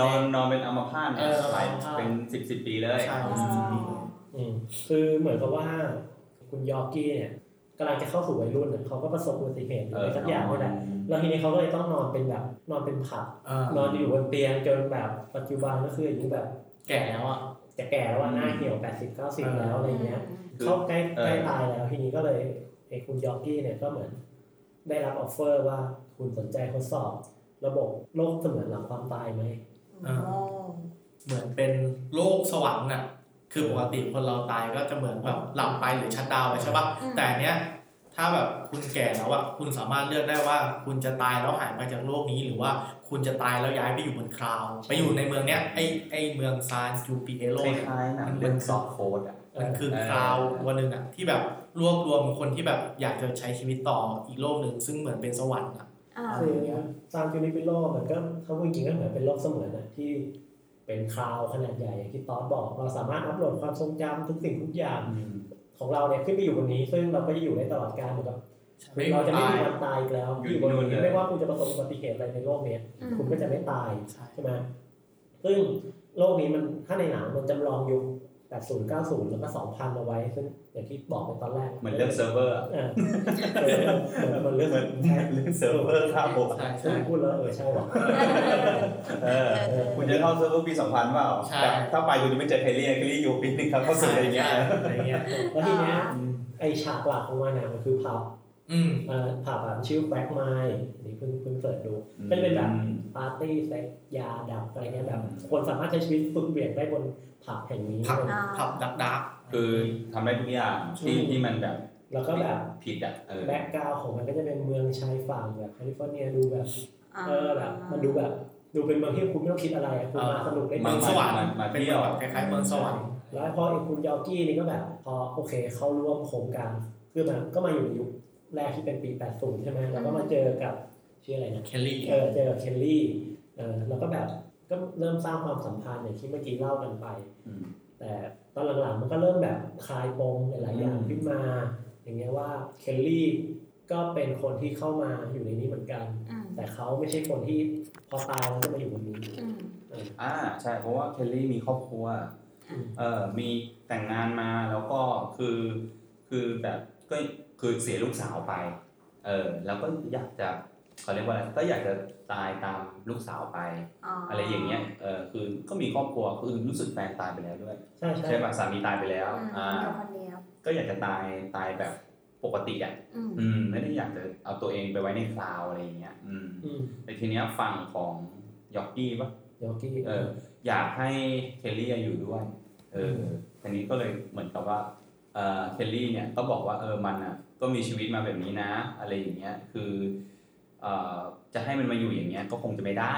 [SPEAKER 2] นอนนอนเป็นอัมพาต
[SPEAKER 3] เออ
[SPEAKER 2] หลาย
[SPEAKER 3] อัมพาต
[SPEAKER 2] เป็นสิบสิบปีเลย
[SPEAKER 3] ใช่
[SPEAKER 4] อ๋อ
[SPEAKER 1] อืมคือเหมือนกับว่า คุณยอร์กี้เนี่ยกำลังจะเข้าสู่วัยรุ่นอะเขาก็ประสบอุบัติเหตุหรืออะไรสักอย่างนี่แหละแล้วทีนี้เขาก็เลยต้องนอนเป็นแบบ นอนเป็นผัก
[SPEAKER 3] เออน
[SPEAKER 1] อนอยู่บนเตียงจนแบบปัจจุบันก็คืออายุแบบ
[SPEAKER 3] แก่แล้วอ่ะ
[SPEAKER 1] จะแก่แล้วว่าหน้าเหี่ยว 80 90 แล้วอะไรเงี้ย
[SPEAKER 2] คือ
[SPEAKER 1] เข้าใกล้
[SPEAKER 2] เออ
[SPEAKER 1] ใกล้ตายแล้วทีนี้ก็เลยไอ้คุณยอร์กี้เนี่ยก็เหมือน ได้รับออฟเฟอร์ว่าคุณสนใจทดสอบ ระบบโลกเสมือนหลังความตายไหม
[SPEAKER 3] อ่า
[SPEAKER 4] โอ้
[SPEAKER 3] เหมือนเป็นโลกสวรรค์น่ะ คือปกติคนเราตายก็จะเหมือนแบบหลับไปหรือชัดดาวน์ไปใช่ปะแต่อันเนี้ยถ้าแบบคุณแก่แล้วอะคุณสามารถเลือกได้ว่าคุณจะตายแล้วหายไปจากโลกนี้ หรือว่าคุณจะตายแล้วย้ายไปอยู่บนคลาวด์ไปอยู่ในเมืองเนี้ยไอไอเมืองซานจูปิเอโร
[SPEAKER 2] ค
[SPEAKER 3] เนี่ย
[SPEAKER 2] ล้ายๆหนังเรื่องซอฟโคดอ่ะ
[SPEAKER 3] มันคือ
[SPEAKER 2] เออ
[SPEAKER 3] คราวตัวหนึ่งอ่ะที่แบบรวบรวมคนที่แบบอยากจะใช้ชีวิตต่ออีกโลกหนึ่งซึ่งเหมือนเป็นสวรรค์อ่ะ
[SPEAKER 4] อ่า
[SPEAKER 1] คือซานจูนิปิโลมันก็ถ้าพูดจริงก็เหมือนเป็นโลกเสมือนอะที่เป็นคลาวด์ขนาดใหญ่อย่างที่ตอสบอก เราสามารถอัปโหลดความทรงจำทุกสิ่งทุกอย่างของเราเนี่ยขึ้นไปอยู่บนนี้ ซึ่งเราก็จะอยู่ได้ตลอดกาลเหมือนกับเราจะไม่มีวันตายอีกแล้ว
[SPEAKER 2] อยู่
[SPEAKER 1] อยู่บน
[SPEAKER 2] ที่นู่
[SPEAKER 1] นี้
[SPEAKER 2] นเลย
[SPEAKER 1] ไม่ว่าคุณจะประสบอุบัติเหตุอะไรในโลกเนี้ย
[SPEAKER 4] อืม
[SPEAKER 1] คุณก็จะไม่ตาย
[SPEAKER 3] ใช่
[SPEAKER 1] ใช่ไหมซึ่งโลกนี้มันถ้าในหนังมันจำลองยุค80 90 แล้วก็ 2000 เอาไว้ ซึ่งอย่างที่บอกไปตอนแรก
[SPEAKER 2] เหมือนเรื่องเซิร์ฟเวอร์อะ
[SPEAKER 1] เออเหมือนมันเรื่อง
[SPEAKER 2] เหมือน
[SPEAKER 1] ใช่
[SPEAKER 2] เรื่องเซิร์ฟเวอร์ครับผม
[SPEAKER 3] ใช่
[SPEAKER 1] ซึ่
[SPEAKER 3] ใช่
[SPEAKER 1] งพูดแล้วเออใช่ว่ะ
[SPEAKER 2] เออ
[SPEAKER 4] เออ
[SPEAKER 2] คุณจะเข้าเซิร์ฟเวอร์ปีสองพันเปล่า
[SPEAKER 3] ใช่
[SPEAKER 2] แต่ถ้าไปคุณจะไม่เจอเคลลี่เคลลี่อยู่ปีหนึงครับเข้าสู่อะไรอย่างเงี้ย
[SPEAKER 3] อะไรเงี้ย
[SPEAKER 1] แล้วทีเนี้ย
[SPEAKER 2] อืม
[SPEAKER 1] ไอฉากหลักของมันนะมันคือผับ
[SPEAKER 3] อืม
[SPEAKER 1] เอ่อผับอ่ะชื่อแบ็กไมล์นี่เพิ่งเพิ่งเปิดดู ก็จะเป็นแบบปาร์ตี้เซ็กยาดับอะไรเงี้ยแบบคนสามารถใช้ชีวิตฝึกเปลี่ยนได้บนผับแห่งนี้
[SPEAKER 3] ผับ
[SPEAKER 4] อ่า
[SPEAKER 3] ผับดักดัก
[SPEAKER 2] คือทำได้ทุกอย่างที่
[SPEAKER 1] อืม
[SPEAKER 2] ที่มันแบบ
[SPEAKER 1] แล้วก็แบบ
[SPEAKER 2] ผิดอ่ะเออ
[SPEAKER 1] แบ็กกราวของมันก็จะเป็นเมืองชายฝั่งแบบแคลิฟอร์เนียดูแบบ
[SPEAKER 4] า
[SPEAKER 1] เออแบบมันดูแบบ ดูเป็นเมืองที่คุณไม่ต้องคิดอะไรอะคุณมาสนุกได้
[SPEAKER 3] เมื
[SPEAKER 1] เต็
[SPEAKER 3] อง
[SPEAKER 1] ม
[SPEAKER 3] ส
[SPEAKER 1] ที่
[SPEAKER 3] วรรค์
[SPEAKER 2] ามา
[SPEAKER 3] เป็น
[SPEAKER 2] เที่ยว
[SPEAKER 3] แบบคล้ายๆเมืองสวรรค์
[SPEAKER 1] แล้วพอไอ้คุณยอร์กี้นี่ก็แบบพอโอเคเข้าร่วมโครงการคือมันก็มาอยู่ในยุคแรกที่เป็นปี 80 ใช่ไหมแล้วก็มาเจอกับชื่ออะไรนะ
[SPEAKER 3] เคลลี่
[SPEAKER 1] เออเจอกับเคลลี่เออแล้วก็แบบก็เริ่มสร้างความสัมพันธ์อย่างที่เมื่อกี้เล่ากันไป
[SPEAKER 2] อืม
[SPEAKER 1] แต่ตอนหลังๆมันก็เริ่มแบบคลายปมหลายๆอย่าง
[SPEAKER 2] อืม
[SPEAKER 1] ขึ้นมา อย่างเงี้ยว่าเคลลี่ก็เป็นคนที่เข้ามาอยู่ในนี้เหมือนกัน
[SPEAKER 4] อืม
[SPEAKER 1] แต่เขาไม่ใช่คนที่พอตายแล้วก็มาอยู่บนนี้
[SPEAKER 4] อืม
[SPEAKER 2] อ่าใช่เพราะว่าเคลลี่มีครอบครัว เออมีแต่งงานมาแล้วก็คือคือแบบก็คือเสียลูกสาวไป เออแล้วก็อยากจะเขาเรียกว่าอะไรก็อยากจะตายตามลูกสาวไป อะไรอย่างเงี้ยเออคือก็มีครอบครัวคือรู้สึกแฟนตายไปแล้วด้วย
[SPEAKER 1] ใช่ใช่
[SPEAKER 2] ใช่ป่ะสามีตายไปแล้ว
[SPEAKER 4] อื
[SPEAKER 2] อ่าม
[SPEAKER 4] อยู่คนเดียว
[SPEAKER 2] ก็อยากจะตายตายแบบปกติอ่ะ
[SPEAKER 4] อืม
[SPEAKER 2] อืมไม่ได้อยากจะเอาตัวเองไปไว้ในคลาวอะไรอย่างเงี้ยอืม
[SPEAKER 1] อืม
[SPEAKER 2] แต่ทีเนี้ยฝั่งของยอกกี้ป่ะ
[SPEAKER 1] ยอร์กี้
[SPEAKER 2] เอออยากให้เคลลี่อยู่ด้วย เออทีนี้ก็เลยเหมือนกับว่าเออเคลลี่เนี่ยก็บอกว่าเออมันอ่ะก็มีชีวิตมาแบบนี้นะ อะไรอย่างเงี้ย คือเออจะให้มันมาอยู่อย่างเงี้ยก็คงจะไม่ได้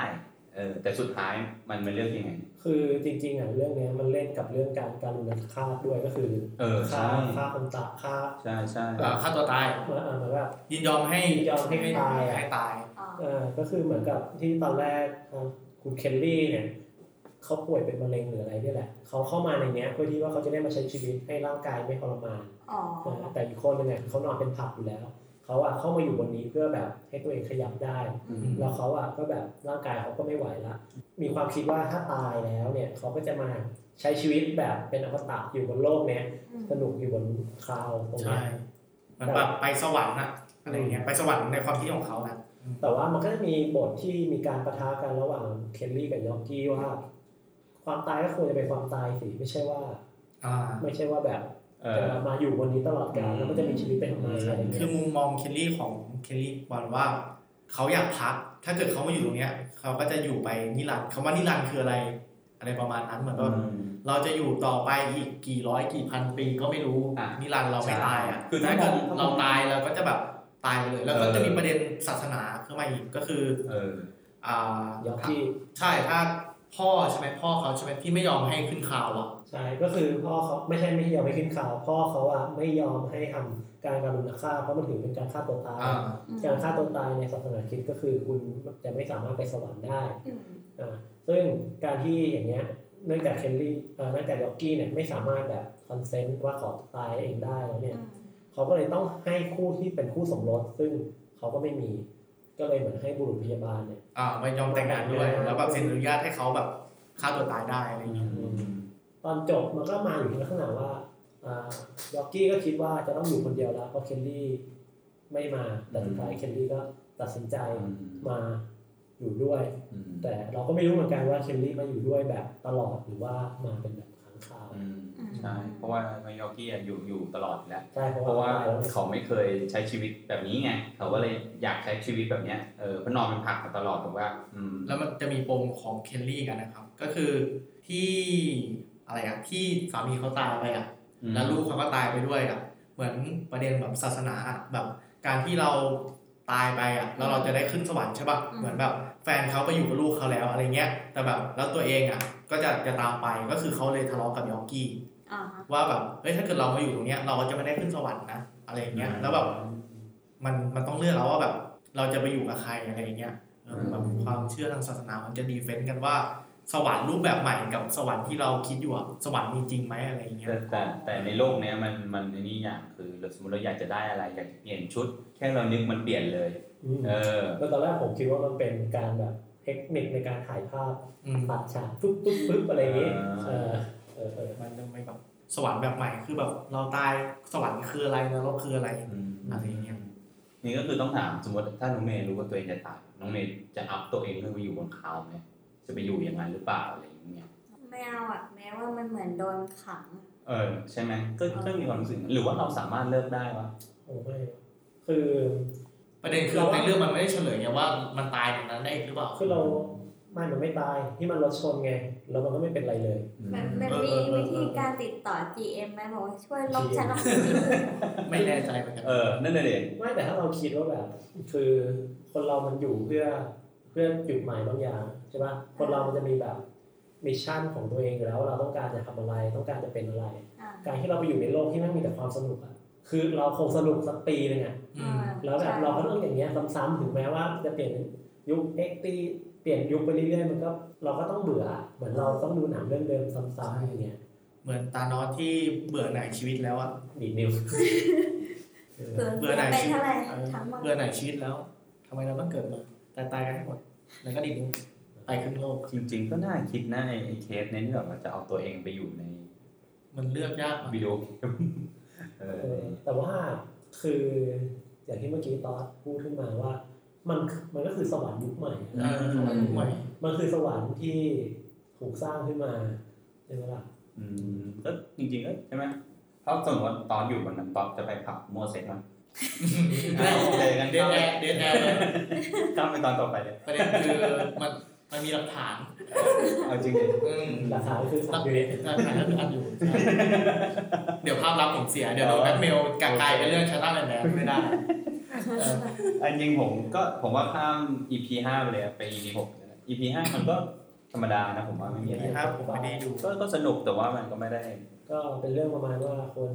[SPEAKER 2] เออแต่สุดท้ายมันมันเลือกยังไง
[SPEAKER 1] คือจริงๆอ่ะเรื่องเนี้ยมันเล่นกับเรื่องการการลุนฆาตด้วยก็คือ
[SPEAKER 2] เออ
[SPEAKER 1] ฆ่า
[SPEAKER 2] ใช่
[SPEAKER 1] ฆ่าคนตายฆ่า
[SPEAKER 2] ใช่ใช่
[SPEAKER 3] เอ่อฆ่าตัวตาย
[SPEAKER 1] เหมือนเหมือนแบบ
[SPEAKER 3] ยินยอมให้
[SPEAKER 1] ยินยอมให้ตายอะ
[SPEAKER 3] ให้ตาย
[SPEAKER 4] อ๋อ
[SPEAKER 1] เออก็คือเหมือนกับที่ตอนแรกอ่ะคุณเคลลี่เนี่ยเขาป่วยเป็นมะเร็งหรืออะไรเนี่ยแหละเขาเข้ามาในเนี้ยเพื่อที่ว่าเขาจะได้มาใช้ชีวิตให้ร่างกายไม่ทรมาน
[SPEAKER 4] อ๋อ
[SPEAKER 1] เออแต่อีกคนนึงเนี่ยเขานอนเป็นผักอยู่แล้ว เขาอะเข้ามาอยู่บนนี้เพื่อแบบให้ตัวเองขยับได้
[SPEAKER 2] อืม
[SPEAKER 1] แล้วเขาอะก็แบบร่างกายเขาก็ไม่ไหวละ มีความคิดว่าถ้าตายแล้วเนี่ยเขาก็จะมาใช้ชีวิตแบบเป็นอมตะอยู่บนโลกเนี้ย
[SPEAKER 4] อืม
[SPEAKER 1] สนุกอยู่บนคลาวตรง
[SPEAKER 3] ใช่
[SPEAKER 1] เนี้ย
[SPEAKER 3] เหมันแบบไปสวรรค์อะอะไรอย่างเงี้ยไปสวรรค์ในความคิดของเขานะ
[SPEAKER 1] แต่ว่ามันก็จะมีบทที่มีการประทะกันระหว่างเคนลี่กับยอกกี้ว่า ความตายก็ควรจะเป็นความตายสิไม่ใช่ว่า
[SPEAKER 3] อ่า
[SPEAKER 1] ไม่ใช่ว่าแบบ
[SPEAKER 2] เออ
[SPEAKER 1] จะมาอยู่บนนี้ตลอดกาลแล้วก็จะมีชีวิตเป็นของมันอะไรอย่างเงี้
[SPEAKER 3] คือย มุมมองเคลลี่ของเคลลี่วันว่าเขาอยากพัก ถ้าเกิดเขามาอยู่ตรงเนี้ยเขาก็จะอยู่ไปนิรันดร์คำว่านิรันดร์คืออะไร อะไรประมาณนั้นเหมือนว่าเราจะอยู่ต่อไปอีกกี่ร้อยกี่พันปีก็ไม่รู้
[SPEAKER 2] อ่ะ
[SPEAKER 3] นิรันดร์เราไม่ตายอ่ะ
[SPEAKER 2] ใช่คือ
[SPEAKER 3] ถ้า
[SPEAKER 2] ถ้า
[SPEAKER 3] เกิด
[SPEAKER 2] มอง
[SPEAKER 3] เราตายเราก็จะแบบตายไปเลย แล้วก็
[SPEAKER 2] เออ
[SPEAKER 3] จะมีประเด็นศาสนาขึ้นมาอีกก็คือ
[SPEAKER 2] เออ
[SPEAKER 3] อ่าย
[SPEAKER 1] อกกี้
[SPEAKER 3] ใช่ถ้าพ่อใช่ไหมพ่อเขาใช่ไหมที่ไม่ยอมให้ขึ้นข่าวหรอก
[SPEAKER 1] ใช่ก็คือพ่อเขาไม่ใช่ไม่ยอมไม่ขึ้นข่าวพ่อเขาอะไม่ยอมให้ทำการการุณฆ่าเพราะมันถือเป็นการฆ่าตัวตาย
[SPEAKER 3] อ่า
[SPEAKER 4] อืม
[SPEAKER 1] การฆ่าตัวตายในศาสนาคริสต์ก็คือคุณจะไม่สามารถไปสวรรค์ได้
[SPEAKER 4] อืม
[SPEAKER 1] อ่าซึ่งการที่อย่างเงี้ยเนื่องจากเคลลี่เอ่อเนื่องจากด็อกกี้เนี่ยไม่สามารถแบบคอนเซนต์ว่าขอตายเองได้แล้ว
[SPEAKER 4] อื
[SPEAKER 1] เนี่ย
[SPEAKER 4] ม
[SPEAKER 1] เขาก็เลยต้องให้คู่ที่เป็นคู่สมรส ซึ่งเขาก็ไม่มีก็เลยเหมือนให้บุรุษพยาบาลเนี่ย
[SPEAKER 3] อ่าไม่ยอมแต่งงานด้วย แล้วแบบเซ็นอนุญาตให้เขาแบบฆ่าตัวตายได้อะไรอย่างเงี้ย
[SPEAKER 1] ตอนจบมันก็มาอยู่ที่ลักษณะว่าอ่าด็อกกี้ก็คิดว่าจะต้องอยู่คนเดียวแล้วเพราะเคลลี่ไม่มาแต่สุดท้ายเคลลี่ก็ตัดสินใจมาอยู่ด้วย แต่เราก็ไม่รู้เหมือนกันว่าเคลลี่มาอยู่ด้วยแบบตลอดหรือว่ามาเป็นแบบครั้งคราว
[SPEAKER 2] อืมใช่เพราะว่ามายอร์กี้อะอยู่อยู่ตลอดอยู่แล้ว
[SPEAKER 1] ใช่เพราะ
[SPEAKER 2] เพราะว่า
[SPEAKER 1] ว่า
[SPEAKER 2] เขาไม่เคยใช้ชีวิตแบบนี้ไง เขาก็เลยอยากใช้ชีวิตแบบเนี้ยเออเพราะนอนเป็นผักมาตลอดผมว่า อืม
[SPEAKER 3] แล้วมันจะมีปมของเคลลี่กันนะครับ ก็คือที่อะไรอะที่สามีเขาตายไปอะแล้วลูกเขาก็ตายไปด้วยอะเหมือนประเด็นแบบศาสนาอะแบบการที่เราตายไปอะแล้วเราจะได้ขึ้นสวรรค์ใช่ปะเหมือนแบบแฟนเขาไปอยู่กับลูกเขาแล้วอะไรเงี้ย แต่แบบแล้วตัวเองอะก็จะจะตามไปก็คือเขาเลยทะเลาะกับยอกกี้
[SPEAKER 4] อ่า
[SPEAKER 3] ว่าแบบเฮ้ยถ้าเกิดเรามาอยู่ตรงเนี้ยเราก็จะไม่ได้ขึ้นสวรรค์นะอะไรอย่างเงี้ยแล้วแบบมันมันต้องเลือกแล้วว่าแบบเราจะไปอยู่กับใครอะไรอย่างเงี้ยเออแบบความเชื่อทางศาสนามันจะดีเฟนต์กันว่า สวรรค์รูปแบบใหม่กับสวรรค์ที่เราคิดอยู่อะสวรรค์มีจริงไหมอะไรอย่างเงี้ย
[SPEAKER 2] แต่แต่แต่ในโลกเนี้ยมันมันไอ้นี่อย่างคือเราสมมติเราอยากจะได้อะไรอยากจะเปลี่ยนชุด แค่เรานึกมันเปลี่ยนเลย
[SPEAKER 1] อืม
[SPEAKER 2] เออ
[SPEAKER 1] แล้วตอนแรกผมคิดว่ามันเป็นการแบบเทคนิคในการถ่ายภาพ
[SPEAKER 3] อืม
[SPEAKER 1] ตัดฉากปุ๊บปุ๊บปุ๊บอะไรอย่างงี้
[SPEAKER 2] อ่า
[SPEAKER 1] เออเออเออ
[SPEAKER 3] มันจะไม่แบบสวรรค์แบบใหม่คือแบบเราตายสวรรค์คืออะไรนรกคืออะไร
[SPEAKER 2] อืม
[SPEAKER 3] อะไรอย่างเงี้ย
[SPEAKER 2] นี่ก็คือต้องถามสมมติถ้าน้องเมย์รู้ว่าตัวเองจะตายน้องเมย์จะอัพตัวเองขึ้นไปอยู่บนคลาวด์ไหมจะไปอยู่อย่างนั้นหรือเปล่าอะไรอย่างเงี้ย
[SPEAKER 4] ไม่เอาอ่ะแม้ว่ามันเหมือนโดนขัง
[SPEAKER 2] เออใช่ไหมก็ก็มีความรู้สึกหรือว่าเราสามารถเลิกได้วะ
[SPEAKER 1] โอ้ไม่คือ
[SPEAKER 3] ประเด็นคือในเรื่องมันไม่ได้เฉลยไงว่ามันตายอย่างนั้นได้อีกหรือเปล่า
[SPEAKER 1] คือเราไม่มันไม่ตายที่มันรถชนไงแล้วมันก็ไม่เป็นไรเลย
[SPEAKER 4] มันมัน
[SPEAKER 3] เออ
[SPEAKER 4] มี
[SPEAKER 3] เออเออ
[SPEAKER 4] วิธีการติดต่อ GM ไหมบอกว่าช่วยลบฉันออก
[SPEAKER 3] ไม่แน่ใจเหมือนกัน
[SPEAKER 2] เออนั่นเลยเด็ก
[SPEAKER 1] ไม่แต่ถ้าเราคิดว่าแบบ คือคนเรามันอยู่เพื่อเพื่อจุดหมายบางอย่างใช่ป่ะคนเรามันจะมีแบบมิชชั่นของตัวเองอยู่แล้วว่าเราต้องการจะทำอะไรต้องการจะเป็นอะไร
[SPEAKER 4] อ่า
[SPEAKER 1] การที่เราไปอยู่ในโลกที่ไม่มีแต่ความสนุกอะคือเราคงสนุกสักปีหนึงอะ
[SPEAKER 3] อืม
[SPEAKER 1] แล้วแบบเราก็ต้องอย่างเงี้ยซ้ำๆถึงแม้ว่าจะเปลี่ยนยุคเอ็กตีเปลี่ยนยุคไปเรื่อยๆมันก็เราก็ต้องเบื่อเหมือนเราต้องดูหนังเรื่องเดิมซ้ำๆอย่างเงี้ย
[SPEAKER 3] เหมือนตานอสที่เบื่อหน่ายชีวิตแล้วอะ
[SPEAKER 1] ดีดนิ้ว
[SPEAKER 4] เกิน
[SPEAKER 3] เบื่อหน่าย
[SPEAKER 4] ไป
[SPEAKER 3] ชีวิต
[SPEAKER 4] เท่าไหร่
[SPEAKER 3] เออ
[SPEAKER 4] ทั้งหมด
[SPEAKER 3] เบื่อหน่ายชีวิตแล้วทำไมเราต้องเกิดมาแต่ตายกันให้หมด แล้วก็ดิ้นตายครึ่งโลก
[SPEAKER 2] จริง ๆ ก็น่าคิดนะไอ้ไอ้เคสเนี้ยที่แบบว่าจะเอาตัวเองไปอยู่ใน
[SPEAKER 3] มันเลือกยากอะ
[SPEAKER 2] วิดีโอเกมเอ
[SPEAKER 1] เอ
[SPEAKER 2] อ
[SPEAKER 1] อแต่ว่าคืออย่างที่เมื่อกี้ตอสพูดขึ้นมาว่า มันมันก็คือสวรรค์ยุคใหม่
[SPEAKER 3] เอ
[SPEAKER 1] นะ
[SPEAKER 3] อสมัยใหม่
[SPEAKER 1] มันคือสวรรค์ที่ถูกสร้างขึ้นมาใช่ไหมล่ะ
[SPEAKER 2] อืมก็จริงๆก็ใช่ไหมเพราะสมมติว่าตอนอยู่บนนั้นตอนจะไปผับมัวเซ็ตมันเจอกัน
[SPEAKER 3] เดนแอร์เดนแอร์เลย
[SPEAKER 2] ข้ามไปตอนต่อไปเลย
[SPEAKER 3] ประเด็นคือมันมันมีหลักฐาน
[SPEAKER 2] เอาจริงเลย
[SPEAKER 3] อืม
[SPEAKER 1] ราคาคือสามอยู่เนี่ย
[SPEAKER 3] หลักฐานก็คืออัดอยู่ เดี๋ยวภาพลับผมเสีย เดี๋ยวโดนแบ็คเมลกลายเป็นเรื่องชาต้าแลนด์แลนด์ไม่ได้เออ
[SPEAKER 2] อันจริงผมก็ผมว่าข้าม EP ห้าไปเลยอะไป EP หก EP ห้ามันก็ธรรมดานะผมว่าไม่มีอะไร
[SPEAKER 3] นี่ครับผมไม่ได้ดู
[SPEAKER 2] ก็ก็สนุกแต่ว่ามันก็ไม่ได้
[SPEAKER 1] ก็เป็นเรื่องประมาณว่าคน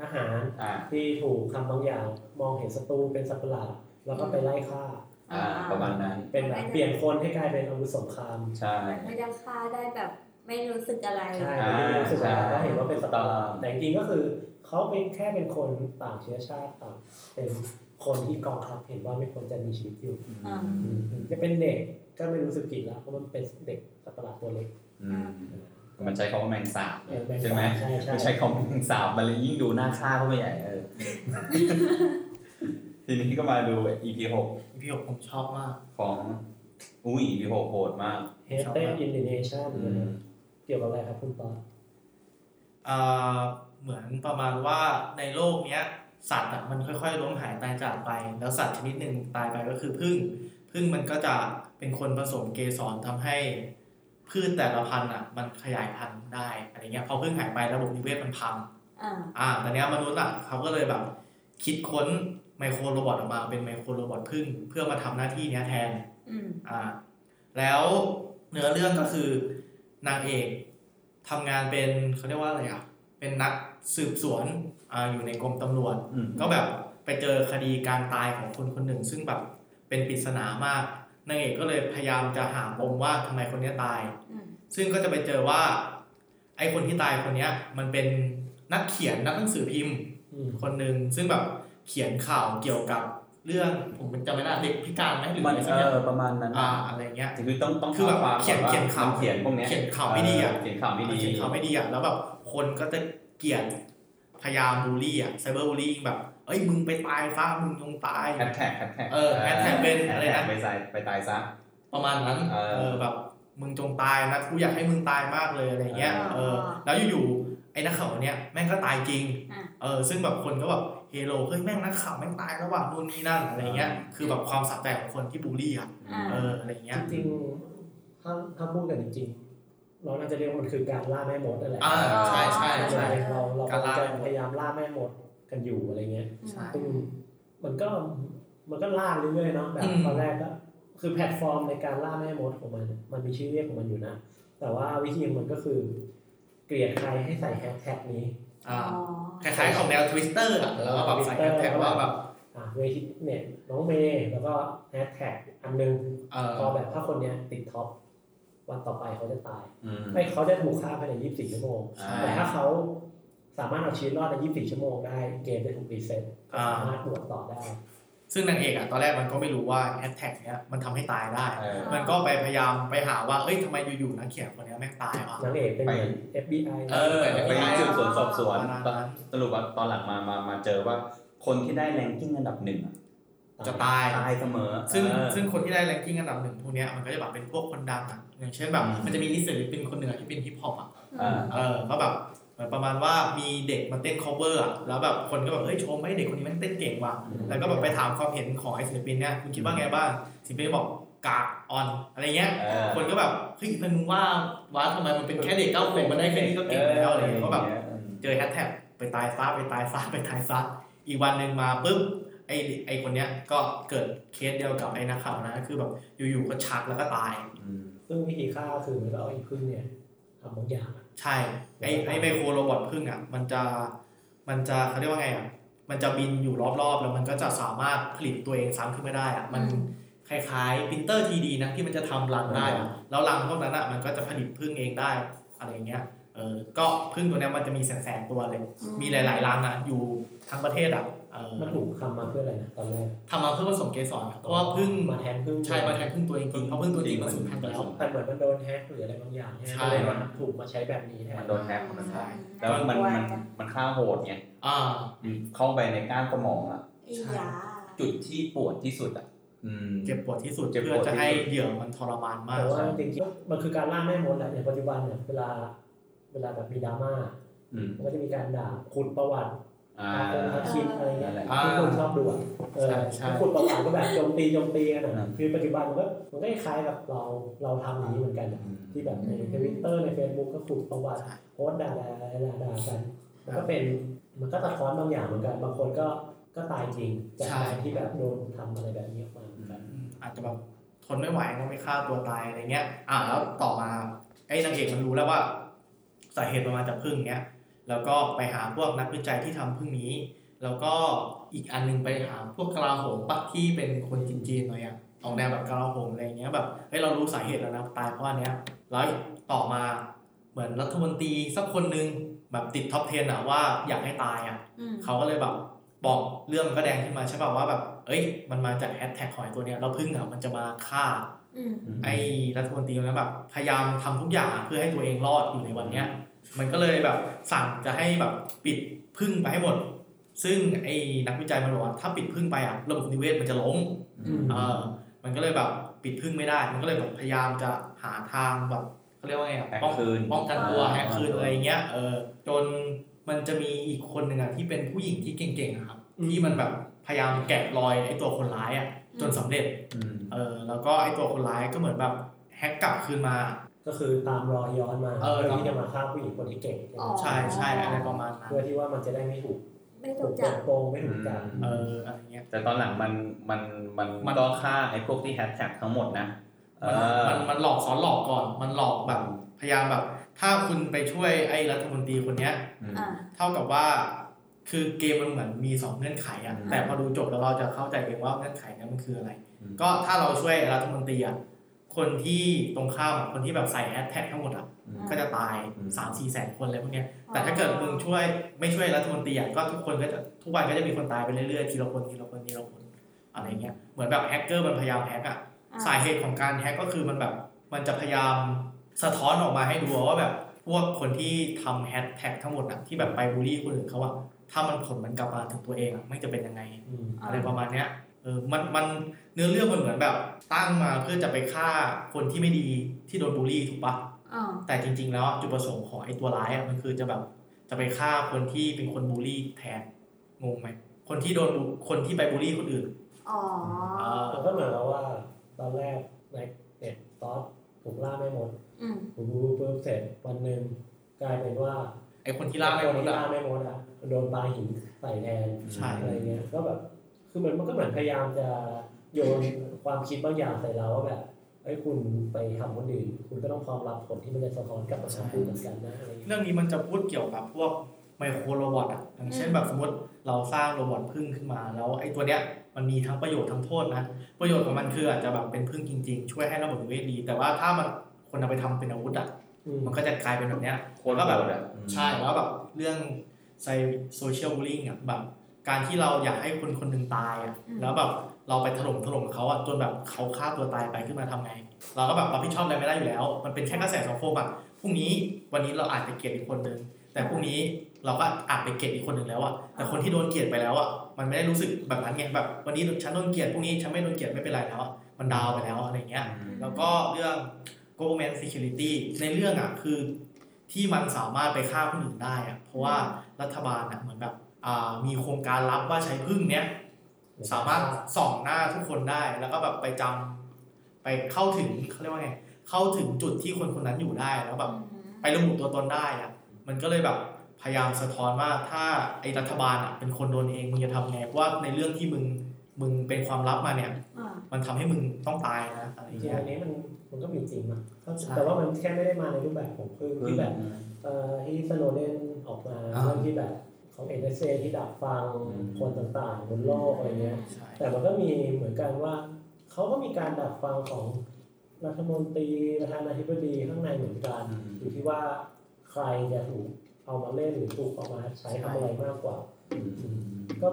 [SPEAKER 1] ทหาร
[SPEAKER 2] อ่า
[SPEAKER 1] ที่ถูกทำบางอย่างมองเห็นศัตรูเป็นสัตว์ประหลาดแล้วก็ไปไล่ฆ่า
[SPEAKER 2] อ่าประมาณนั้น
[SPEAKER 1] เป็นแบบเปลี่ยนคนให้กลายเป็นอาวุธสงคราม
[SPEAKER 2] ใช่
[SPEAKER 4] มันไม่ได้ฆ่าได้แบบไม่รู้สึกอะไร
[SPEAKER 1] ใช่รู้สึกว่าเขาเห็นว่าเป็นสัตว์ประหลาด
[SPEAKER 2] อ่า
[SPEAKER 1] แต่จริงๆก็คือเขาเป็นแค่เป็นคนต่างเชื้อชาติต่างเป็น คนที่กองทัพเห็นว่าไม่ควรจะมีชีวิตอยู่
[SPEAKER 4] อืม
[SPEAKER 1] จะเป็นเด็กก็ไม่รู้สึกผิดแล้วเพราะมันเป็นเด็กสัตว์ประหลาดตัวเล็ก
[SPEAKER 2] อืมมันใช้คำว่าแมงสาบ
[SPEAKER 1] เออแมงสาบ
[SPEAKER 2] ใช่ไหม
[SPEAKER 1] ใช่ใช่
[SPEAKER 2] มันใช้คำว่าแมงสาบมันเลยยิ่งดูน่าฆ่าเข้าไปใหญ่เออ ทีนี้ก็มาดู EP หก
[SPEAKER 3] พี่หยกผมชอบมาก
[SPEAKER 2] ของอุ้ย EP หกโหดมาก
[SPEAKER 1] Hated in the Nation
[SPEAKER 2] อืม
[SPEAKER 1] เกี่ยวกับอะไรครับคุณป๊อป
[SPEAKER 3] อ่าเหมือนประมาณว่าในโลกเนี้ย สัตว์อะมันค่อยๆล้มหายตายจากไป แล้วสัตว์ชนิดหนึ่งตายไปก็คือผึ้งผึ้งมันก็จะเป็นคนผสมเกสรทำให้พืชแต่ละพันธุ์อ่ะมันขยายพันธุ์ได้อะไรเงี้ยพอผึ้งหายไประบบนิเวศมันพัง
[SPEAKER 4] อ่า
[SPEAKER 3] อ่าตอนเนี้ยมนุษย์อ่ะเขาก็เลยแบบ คิดค้นไมโครโรบอทออกมาเป็นไมโครโรบอทผึ้งเพื่อมาทำหน้าที่เนี้ยแทน
[SPEAKER 4] อืม
[SPEAKER 3] อ่าแล้วเนื้อเรื่องก็คือนางเอกทำงานเป็นเขาเรียกว่าอะไรอ่ะ เป็นนักสืบสวนอ่าอยู่ในกรมตำรวจ
[SPEAKER 2] อืม
[SPEAKER 3] ก็แบบไปเจอคดีการตายของคนคนหนึ่ง ซึ่งแบบเป็นปริศนามากนางเอกก็เลยพยายามจะหาปมว่าทำไมคนเนี้ยตาย
[SPEAKER 4] อืม
[SPEAKER 3] ซึ่งก็จะไปเจอว่า ไอ้คนที่ตายคนเนี้ย มันเป็นนักเขียนนักหนังสือพิมพ์
[SPEAKER 1] อืม
[SPEAKER 3] คนหนึ่งซึ่งแบบเขียนข่าวเกี่ยวกับเรื่องผมจำไม่ได้เด็กพิการไหมหรือ
[SPEAKER 2] มัน
[SPEAKER 3] อะไรสัก
[SPEAKER 2] เอ
[SPEAKER 3] อย่าง
[SPEAKER 2] อประมาณนั้น
[SPEAKER 3] อ่าอะไรเงี้ย
[SPEAKER 2] คือต้องต้อง
[SPEAKER 3] คือแบบ
[SPEAKER 2] วาม
[SPEAKER 3] เขียน
[SPEAKER 2] ก่อ
[SPEAKER 3] เขียนข่าว
[SPEAKER 2] มัเขียนพวกเนี้ย
[SPEAKER 3] เขียนข่าวไม่ดีอะ
[SPEAKER 2] เเขียนข่าวไม่ดี
[SPEAKER 3] เขียนข่าวไม่ดีอ่ะแล้วแบบคนก็จะเกลียดพยายามบูลลี่อ่ะไซเบอร์บูลลี่แบบเอ้ยมึงไปตายซะมึงจงตาย
[SPEAKER 2] แฮชแท็กแฮชแท็ก
[SPEAKER 3] เออแฮชแท็กเป็นอะไรนะ
[SPEAKER 2] ไปตายไปตายซะ
[SPEAKER 3] ประมาณนั้น
[SPEAKER 2] เออ
[SPEAKER 3] เออแบบมึงจงตายนะกูอยากให้มึงตายมากเลยอะไรเงี้ยเออแล้วอยู่ๆไอ้นักข่าวเนี้ยแม่งก็ตายจริง
[SPEAKER 4] อ่า
[SPEAKER 3] เออซึ่งแบบคนก็แบบเฮโลเฮ้ยแม่งนักข่าวแม่งตายแล้วว่ะนู่นนี่นั่นอะไรเงี้ยคือแบบความสับแตกของคนที่บูลลี่อ่ะ
[SPEAKER 4] อ่า
[SPEAKER 3] เอออะไรเงี้ย
[SPEAKER 1] จริงๆถ้าถ้าพูดกันจริงๆเราน่าจะเรียกมันคือการล่าแม่มดนั่นแหละ
[SPEAKER 3] อ่าใช่ใช่ใช่
[SPEAKER 1] เราเรา
[SPEAKER 3] การล่าแม่มด
[SPEAKER 1] พยายามล่าแม่มดกันอยู่อะไรเงี้ย
[SPEAKER 4] อืม
[SPEAKER 3] ใช่
[SPEAKER 1] ซึ่งมันก็มันก็ล่าเรื่อยๆเนาะแบบ
[SPEAKER 3] อืม
[SPEAKER 1] ตอนแรกก็คือแพลตฟอร์มในการล่าแม่มดของมันมันมีชื่อเรียกของมันอยู่นะ แต่ว่าวิธีของมันก็คือ เกลียดใครให้ใส่แฮชแท็กนี้
[SPEAKER 3] อ
[SPEAKER 4] อ๋
[SPEAKER 3] ่า
[SPEAKER 4] อ
[SPEAKER 3] คล้ายๆของแนวทวิสเตอร์อะแล้วก็แบบใส่แฮชแท็กว่าแบบ
[SPEAKER 1] อ่ะเวทีเนี่ยน้องเมย์แล้วก็แฮชแท็กอันนึง
[SPEAKER 3] เออ
[SPEAKER 1] พอแบบถ้าคนเนี้ยติดท็อปวันต่อไปเขาจะตาย
[SPEAKER 2] อืม
[SPEAKER 1] ไม่เขาจะถูกฆ่าภายใน 24 ชั่วโมง
[SPEAKER 2] อ่า
[SPEAKER 1] แต่ถ้าเขาสามารถเอาชีวิตรอดใน 24 ชั่วโมงได้เกมจะถูกรีเซ็ตก็สามารถบวกต่อได้
[SPEAKER 3] ซึ่งนางเอกอะตอนแรกมันก็ไม่รู้ว่าแฮชแท็กเนี้ยมันทำให้ตายได้
[SPEAKER 2] เออ
[SPEAKER 3] มันก็ไปพยายามไปหาว่าเอ้ยทำไมอยู่ๆนักเขียนคนเนี้ยแม่งตายวะ
[SPEAKER 1] นางเอกเป็นเหมือน FBI
[SPEAKER 3] เออ
[SPEAKER 2] ไปไปสืบสวนสอบสวน
[SPEAKER 3] ประมาณนั้น
[SPEAKER 2] สรุปว่าตอนหลังมามามาเจอว่า คนที่ได้แรงกิ้งอันดับหนึ่งอะ
[SPEAKER 3] จะตาย
[SPEAKER 2] ตายเสมอ
[SPEAKER 3] ซึ่ง
[SPEAKER 2] เออ
[SPEAKER 3] ซึ่งคนที่ได้แรงกิ้งอันดับหนึ่งพวกเนี้ยมันก็จะแบบเป็นพวกคนดังอะอย่างเช่นแบบ
[SPEAKER 2] อืม
[SPEAKER 3] มันจะมีนิสศิลปินคนเหนือะที่เป็นฮิปฮอปอะ
[SPEAKER 4] อื
[SPEAKER 2] อ่า
[SPEAKER 4] ม
[SPEAKER 3] เออก็แบบเหมือนประมาณว่ามีเด็กมาเต้น cover อะแล้วแบบคนก็แบบเฮ้ยชมไอ้เด็กคนนี้แม่งเต้นเก่งว่ะ แล้วก็แบบไปถามความเห็นของไอ้ศิลปินเนี่ยคุณคิดว่าไงบ้างศิลปินก็บอกกากอ่อนอะไรเงี้ย
[SPEAKER 2] เออ
[SPEAKER 3] คนก็แบบเฮ้ยมันว่าว่าทำไมมันเป็นแค่เด็กเก้าขวบมันได้แค่นี้ก็เก่งแล้วอะไรเงี้ยก็แบบเจอแฮชแท็กไปตายซะไปตายซะไปตายซะอีกวันหนึ่งมาปุ๊บไอ้ไอ้คนเนี้ยก็เกิดเคสเดียวกับไอ้นักข่าวนะคือแบบอยู่ๆก็ชักแล้วก็ตาย
[SPEAKER 2] อืม
[SPEAKER 1] ซึ่งวิธีฆ่าคือมันก็เอาอีพึ่งเนี่ยทำบางอย่างอะ
[SPEAKER 3] ใช่ไอ้ไอ้ไมโครโรบอทพึ่งอ่ะมันจะมันจะเขาเรียกว่าไงอ่ะมันจะบินอยู่รอบๆ แล้วมันก็จะสามารถผลิตตัวเองซ้ำขึ้นมาได้อ่ะมันคล้ายๆพิมพ์เตอร์ทีดีนะที่มันจะทำรังได้อะแล้วรังพวกนั้นอ่ะมันก็จะผลิตพึ่งเองได้อะไรอย่างเงี้ยเออก็พึ่งตัวเนี้ยมันจะมีแสนๆตัวเลย มีหลายๆรังอ่ะอยู่ทั้งประเทศอ่ะเออ
[SPEAKER 1] มันถูกทำมาเพื่ออะไรนะตอนแรก
[SPEAKER 3] ทำมาเพื่อผสมเกสรอะเพราะว่าพึ่ง
[SPEAKER 1] มาแทนพึ่ง
[SPEAKER 3] ใช่มาแทนพึ่งตัวจริงๆเพราะพึ่งตัวจริงมันสูญพันธุ์ไปแล้ว
[SPEAKER 1] แต่เหมือนมันโดนแฮกหรืออะไรบางอย่างเนี่ย
[SPEAKER 3] ใช่
[SPEAKER 1] ก็เลยมันถูกมาใช้แบบนี้แท
[SPEAKER 2] มัน นโดนแฮกของมันตาย
[SPEAKER 4] า
[SPEAKER 2] แล้วมัน
[SPEAKER 4] ก
[SPEAKER 2] มันมันฆ่าโหดไง
[SPEAKER 3] อ่า
[SPEAKER 2] อืมเข้าไปในก้านสมองอะ
[SPEAKER 4] อีหยา
[SPEAKER 2] จุดที่ปวดที่สุดอะอืม
[SPEAKER 3] เจ็บปวดที่สุด
[SPEAKER 2] เจ็บปวด
[SPEAKER 3] เพื่อจะให้
[SPEAKER 2] ที่สุด
[SPEAKER 3] เหยื่อมันทรมานมาก
[SPEAKER 1] แต่ว่าจริงๆมันคือการล่าแม่มดแหละอย่างปัจจุบันเนี่ยเวลาเวลาแบบมีดราม่า
[SPEAKER 2] อืม
[SPEAKER 1] มันก็จะมีการด่าขุดประวัติ
[SPEAKER 2] อ่า
[SPEAKER 1] อาคมอาชีพอะไรเงี้ย
[SPEAKER 2] อ่
[SPEAKER 3] า
[SPEAKER 1] ที่คนชอบดูอะเออ
[SPEAKER 3] ใช่ใช่
[SPEAKER 1] ขุดประวัติก็แบบโจมตีโจมตีกัน
[SPEAKER 2] อื
[SPEAKER 1] อะ
[SPEAKER 2] ม
[SPEAKER 1] คือปัจจุบันมันก็มันก็คล้ายๆกับเราเราทำอย่างนี้เหมือนกันอะ
[SPEAKER 2] อืม
[SPEAKER 1] ที่แบบในทวิตเตอร์ใน Facebook ก็ถูกประวัติโพสต์ด่าด่าด่าด่าด่ากันมันก็เป็นมันก็สะท้อนบางอย่างเหมือนกันบางคนก็ก็ตายจริงจาก
[SPEAKER 3] ใช่
[SPEAKER 1] การที่แบบโดนทำอะไรแบบนี้ออกมาเหมือนกัน
[SPEAKER 3] อืมอาจจะแบบทนไม่ไหวต้องไปฆ่าตัวตายอะไรเงี้ย อ่าแล้วต่อมาไอ้นางเอกมันรู้แล้วว่าสาเหตุมันมาจากพึ่งเงี้ย แล้วก็ไปหาพวกนักวิจัยที่ทำพึ่งนี้ แล้วก็อีกอันหนึงไปหาพวกกลาโหมปักที่เป็นคนจีนๆหน่อยอะออกแนวแบบกลาโหมอะไรเงี้ยแบบเฮ้ยเรารู้สาเหตุแล้วนะตายเพราะอันเนี้ยแล้วต่อมาเหมือนรัฐมนตรีสักคนหนึงแบบติดท็อป10อะว่าอยากให้ตายอะ
[SPEAKER 4] อืม
[SPEAKER 3] เขาก็เลยแบบ บอกเรื่องมันก็แดงขึ้นมาใช่ป่าว่าแบบ เอ้ย มันมาจากแฮชแท็กของไอ้ตัวเนี้ยเราพึ่งอ่ะมันจะมาฆ่า
[SPEAKER 4] อืม
[SPEAKER 3] ไอ้รัฐมนตรีคนนั้นแบบพยายามทำทุกอย่างเพื่อให้ตัวเองรอดอยู่ในวันเนี้ย มันก็เลยแบบสั่งจะให้แบบปิดพึ่งไปให้หมด ซึ่งไอ้นักวิจัยมันบอกว่าถ้าปิดพึ่งไปอ่ะระบบนิเวศมันจะล้ม
[SPEAKER 1] ม
[SPEAKER 3] เออมันก็เลยแบบปิดพึ่งไม่ได้ มันก็เลยแบบพยายามจะหาทางแบบเขาเรียกว่าไงอ่ะ
[SPEAKER 2] แฮก
[SPEAKER 3] ป้อง
[SPEAKER 2] คืน
[SPEAKER 3] ป้องกันตัวแฮกคืนอะไรอย่างเงี้ยเออจนมันจะมีอีกคนหนึ่งอ่ะที่เป็นผู้หญิงที่เก่งๆอะครับที่มันแบบพยายามแกะรอยไอ้ตัวคนร้ายอ่ะจนสำเร็จ
[SPEAKER 2] อืม
[SPEAKER 3] เออแล้วก็ไอตัวคนร้ายก็เหมือนแบบแฮกกลับคืนมา
[SPEAKER 1] ก็คือตามรอยย้อนมา
[SPEAKER 3] เออ
[SPEAKER 1] เพื่อที่จะมาฆ่าผู้หญิงคนที่เก่ง
[SPEAKER 4] อ๋อ
[SPEAKER 3] ใช่ใช่อะไรประมาณนั้น
[SPEAKER 1] เพื่อที่ว่ามันจะได้ไม่ถูก
[SPEAKER 4] ไม่ถู
[SPEAKER 1] ถู
[SPEAKER 4] ก
[SPEAKER 1] ก
[SPEAKER 4] จับ
[SPEAKER 1] โกงไม่ถูกจับ
[SPEAKER 3] เอออะไรเงี้ย
[SPEAKER 2] แต่ตอนหลังมันมันมัน
[SPEAKER 3] มัน
[SPEAKER 2] ก็ฆ่าไอ้พวกที่แฮชแท็กทั้งหมดนะเอ
[SPEAKER 3] มั
[SPEAKER 2] อ
[SPEAKER 3] นมันมันหลอกซ้อนหลอกก่อน มันหลอกแบบพยายามแบบ ถ้าคุณไปช่วยไอ้รัฐมนตรีคนเนี้ย
[SPEAKER 2] อืม
[SPEAKER 4] อ่า
[SPEAKER 3] เท่ากับว่าคือเกมมันเหมือนมีสองเงื่อนไขอะ
[SPEAKER 2] อืม
[SPEAKER 3] แต่พอดูจบแล้วเราจะเข้าใจเองว่าเงื่อนไขนั้นมันคืออะไร
[SPEAKER 2] อืม
[SPEAKER 3] ก็ถ้าเราช่วยรัฐมนตรีอะคนที่ตรงข้ามอะคนที่แบบใส่แฮชแท็กทั้งหมดอะ
[SPEAKER 2] อืม
[SPEAKER 3] ก็จะตาย
[SPEAKER 2] อืม
[SPEAKER 3] สามสี่แสนคนอะไรพวกเนี้ย แต่ถ้าเกิดมึงช่วยไม่ช่วยรัฐมนตรีอ่ะก็ทุกคนก็จะทุกวันก็จะมีคนตายไปเรื่อยๆทีละคนทีละคนทีละคนอะไรเงี้ยเหมือนแบบแฮกเกอร์มันพยายามแฮกอ่ะ
[SPEAKER 4] อ่า
[SPEAKER 3] สาเหตุของการแฮกก็คือมันแบบมันจะพยายามสะท้อนออกมาให้ดูว่าแบบพวกคนที่ทำแฮชแท็กทั้งหมดอ่ะที่แบบไปบูลลี่คนอื่นเขาอ่ะถ้ามันผลมันกลับมาถึงตัวเองอ่ะไม่จะเป็นยังไง
[SPEAKER 1] อืม
[SPEAKER 3] อะไรประมาณเนี้ยเออมันมันเนื้อเรื่องมันเหมือนแบบตั้งมาเพื่อจะไปฆ่าคนที่ไม่ดีที่โดนบูลลี่ถูกปะ
[SPEAKER 4] อ่า
[SPEAKER 3] แต่จริงๆ แล้วอะจุดประสงค์ของไอ้ตัวร้ายอ่ะมันคือจะแบบจะไปฆ่าคนที่เป็นคนบูลลี่แทนงงไหมคนที่โดนบูคนที่ไปบูลลี่คนอื่น
[SPEAKER 4] อ๋อ
[SPEAKER 3] เออ
[SPEAKER 1] มันก็เหมือนกับว่าตอนแรกในเนี่ยตอสถูกล่าไม่หมด
[SPEAKER 4] อืม
[SPEAKER 1] ถูกบูเพิ่มเสร็จวันหนึ่งกลายเป็นว่า
[SPEAKER 3] ไอ้คนที่ล่าไม่
[SPEAKER 1] คน
[SPEAKER 3] รู้
[SPEAKER 1] ที่
[SPEAKER 3] อะ
[SPEAKER 1] ล่าไม่หมดอ่ะโดนปาหินใส่แทน
[SPEAKER 3] ใช่
[SPEAKER 1] อะไรเงี้ยก็แบบคือมันมันก็เหมือนพยายามจะโยนความคิดบางอย่างใส่เราว่าแบบไอ้ยคุณไปทำคนอื่นคุณก็ต้องพร้อมรับผลที่มันจะสะท้อนกลับมาหาคุณเหมือนกันนะอะไรเงี้ย
[SPEAKER 3] เรื่องนี้มันจะพูดเกี่ยวกับพวกไมโครโรบอทอ่ะอย่างเช่นแบบสมมติเราสร้างโรบอทพึ่งขึ้นมา แล้วไอ้ตัวเนี้ยมันมีทั้งประโยชน์ทั้งโทษนะ ประโยชน์ของมันคืออาจจะแบบเป็นพึ่งจริงๆ ช่วยให้ระบบนิเวศดี แต่ว่าถ้ามันคนเอาไปทำเป็นอาวุธอ่ะ
[SPEAKER 1] อืม
[SPEAKER 3] มันก็จะกลายเป็นแบบเนี้ย
[SPEAKER 2] โคตรโหดอ่ะ
[SPEAKER 3] ใช่แล้วแบบเรื่องไซโซเชียลบูลลิงอ่ะแบบการที่เราอยากให้คนคนหนึ่งตายอ่ะแล้วแบบเราไปถล่มถล่มเขาอ่ะจนแบบเขาฆ่าตัวตายไปขึ้นมาทำไง เราก็แบบรับผิดชอบอะไรไม่ได้อยู่แล้ว มันเป็นแค่กระแสสังคมอ่ะพรุ่งนี้วันนี้เราอาจจะเกลียดอีกคนนึงแต่พรุ่งนี้เราก็อาจไปเกลียดอีกคนหนึ่งแล้วอ่ะแต่คนที่โดนเกลียดไปแล้วอ่ะมันไม่ได้รู้สึกแบบนั้นไงแบบวันนี้ฉันโดนเกลียดพรุ่งนี้ฉันไม่โดนเกลียดไม่เป็นไรแล้วอะมันดาวไปแล้วอะไรเงี้ย
[SPEAKER 2] อืม
[SPEAKER 3] แล้วก็เรื่อง government security ในเรื่องอ่ะคือที่มันสามารถไปฆ่าคนอื่นได้อ่ะเพราะว่ารัฐบาลอ่ะเหมือนแบบอ่ามีโครงการรับว่าใช้พึ่งเนี้ยสามารถส่องหน้าทุกคนได้ แล้วก็แบบไปจำไปเข้าถึงเขาเรียกว่าไงเข้าถึงจุดที่คนคนนั้นอยู่ได้แล้วแบบ
[SPEAKER 4] อืม
[SPEAKER 3] ไประบุตัวตนได้อ่ะมันก็เลยแบบพยายามสะท้อนว่าถ้าไอ้รัฐบาลอ่ะเป็นคนโดนเองมึงจะทำไงเพราะว่าในเรื่องที่มึงมึงเป็นความลับมาเนี่ย
[SPEAKER 4] อ่า
[SPEAKER 3] มันทำให้มึงต้องตายนะอะไร
[SPEAKER 1] จริงๆ
[SPEAKER 3] เงี้ย
[SPEAKER 1] อันนี้มันมันก็มีจริงนะ
[SPEAKER 3] ใช่
[SPEAKER 1] แต่ว่ามันแค่ไม่ได้มาในรูปแบบของพึ่ง
[SPEAKER 2] คือ
[SPEAKER 1] ที่
[SPEAKER 2] แบ
[SPEAKER 1] แบบ บเอ่อที่สโนเดนออกมา
[SPEAKER 3] อ่า
[SPEAKER 1] เรื่องที่แบบของเอเดเซที่ดักฟัง
[SPEAKER 2] อืม
[SPEAKER 1] คนต่างๆบนโลกอะไรเงี้ย
[SPEAKER 3] ใช่
[SPEAKER 1] แต่มันก็มีเหมือนกันว่าเขาก็มีการดักฟังของรัฐมนตรีประธานาธิบดีข้างในเหมือนกัน อยู่ที่ว่าใครจะถูกเอามาเล่นหรือถูกเอามาใช้ทำอะไรมากกว่า ก็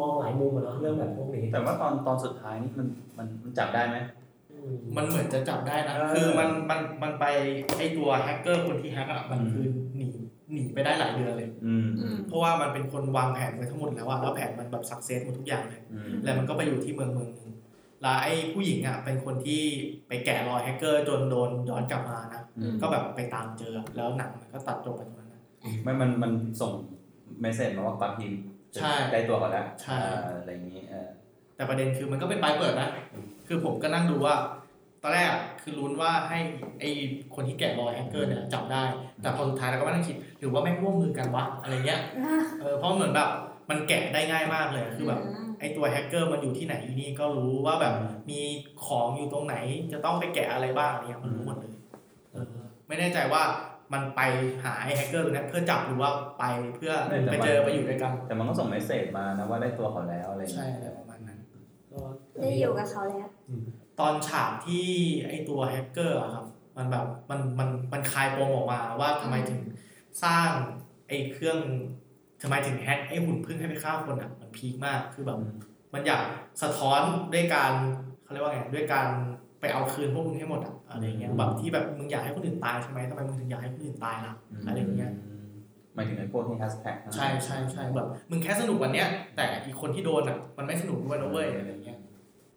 [SPEAKER 1] มองหลายมุมอะเนาะเรื่องแบบพวกนี้
[SPEAKER 2] แต่ว่าตอนตอนสุดท้ายนี่มันมันมันจับได้ไหม
[SPEAKER 1] อื
[SPEAKER 3] มันเหมือนจะจับได้นะ
[SPEAKER 2] เออ
[SPEAKER 3] คือมันมันมันไปไอตัวแฮกเกอร์คนที่แฮกอ่ะ มันคือหนีหนีไปได้หลายเดือนเลย
[SPEAKER 2] อืม
[SPEAKER 4] อืม
[SPEAKER 3] เพราะว่ามันเป็นคนวางแผนไว้ทั้งหมดแล้วอะแล้วแผนมันแบบสักเซสหมดทุกอย่างเลย
[SPEAKER 2] อืม
[SPEAKER 3] แล้วมันก็ไปอยู่ที่เมืองเมืองหนึงแล้วไอผู้หญิงอ่ะเป็นคนที่ไปแกะรอยแฮกเกอร์จนโดนย้อนกลับมานะ
[SPEAKER 2] อืม
[SPEAKER 3] ก็แบบไปตามเจอ แล้วหนังมันก็ตัดจบไปตรงนั้นนะ
[SPEAKER 2] ไม่มันมันส่งเมสเซจมาว่าปาพิมพ์
[SPEAKER 3] ใช่
[SPEAKER 2] ได้ตัวก่อนแล้ว
[SPEAKER 3] ใช่
[SPEAKER 2] เอออะไรอย่างนี้เออ
[SPEAKER 3] แต่ประเด็นคือมันก็เป็นปลายเปิดนะ คือผมก็นั่งดูว่า ตอนแรกอะคือลุ้นว่าให้ไอคนที่แกะรอยแฮกเกอร์เนี่ยจับได้ แต่พอสุดท้ายเราก็มานั่งคิด หรือว่าแม่งร่วมมือกันวะอะไรเงี้ย เออเพราะเหมือนแบบมันแกะได้ง่ายมากเลยอะคือแบบไอตัวแฮกเกอร์มันอยู่ที่ไหนอีนี่ก็รู้ว่าแบบมีของอยู่ตรงไหนจะต้องไปแกะอะไรบ้างอะไรเนี่ยมันรู้หมดเลยเออไม่แน่ใจว่ามันไปหาไอแฮกเกอร์ตัวเนี้ยเพื่อจับหรือว่าไปเพื่อ
[SPEAKER 2] ไม่แต่
[SPEAKER 3] ไป
[SPEAKER 2] ว่า
[SPEAKER 3] เจอไปอยู่ด้วยกัน
[SPEAKER 2] แต่มันก็ส่งเมสเซจมานะว่าได้ตัวเขาแล้วอะไรอย่าง
[SPEAKER 3] ใช่
[SPEAKER 2] นี้
[SPEAKER 3] อะไรประมาณนั้น
[SPEAKER 1] ก็
[SPEAKER 4] ได้อยู่กับเขาแล้ว
[SPEAKER 3] ตอนฉากที่ไอตัวแฮกเกอร์อะครับ มันแบบมันมันมันคลายปมออกมาว่าทำไมถึงสร้างไอเครื่อง ทำไมถึงแฮกไอ้หุ่นพึ่งให้ไปฆ่าคนอ่ะมันพีคมากคือแบบ มันอยากสะท้อนด้วยการเขาเรียกว่าไงด้วยการไปเอาคืนพวกมึงให้หมดอะอะไรเงี้ยแบบที่แบบมึงอยากให้คนอื่นตายใช่ไหมทำไมมึงถึงอยากให้คนอื่นตายล่ะอะไรเงี้ย
[SPEAKER 2] หมายถึงไอ้พวกที่แฮชแท็ก
[SPEAKER 3] ใช่ใช่ใช่แบบมึงแค่สนุกวันเนี้ย แต่อีกคนที่โดนอ่ะมันไม่สนุกด้วยนะเว้ยอะไรเงี้ย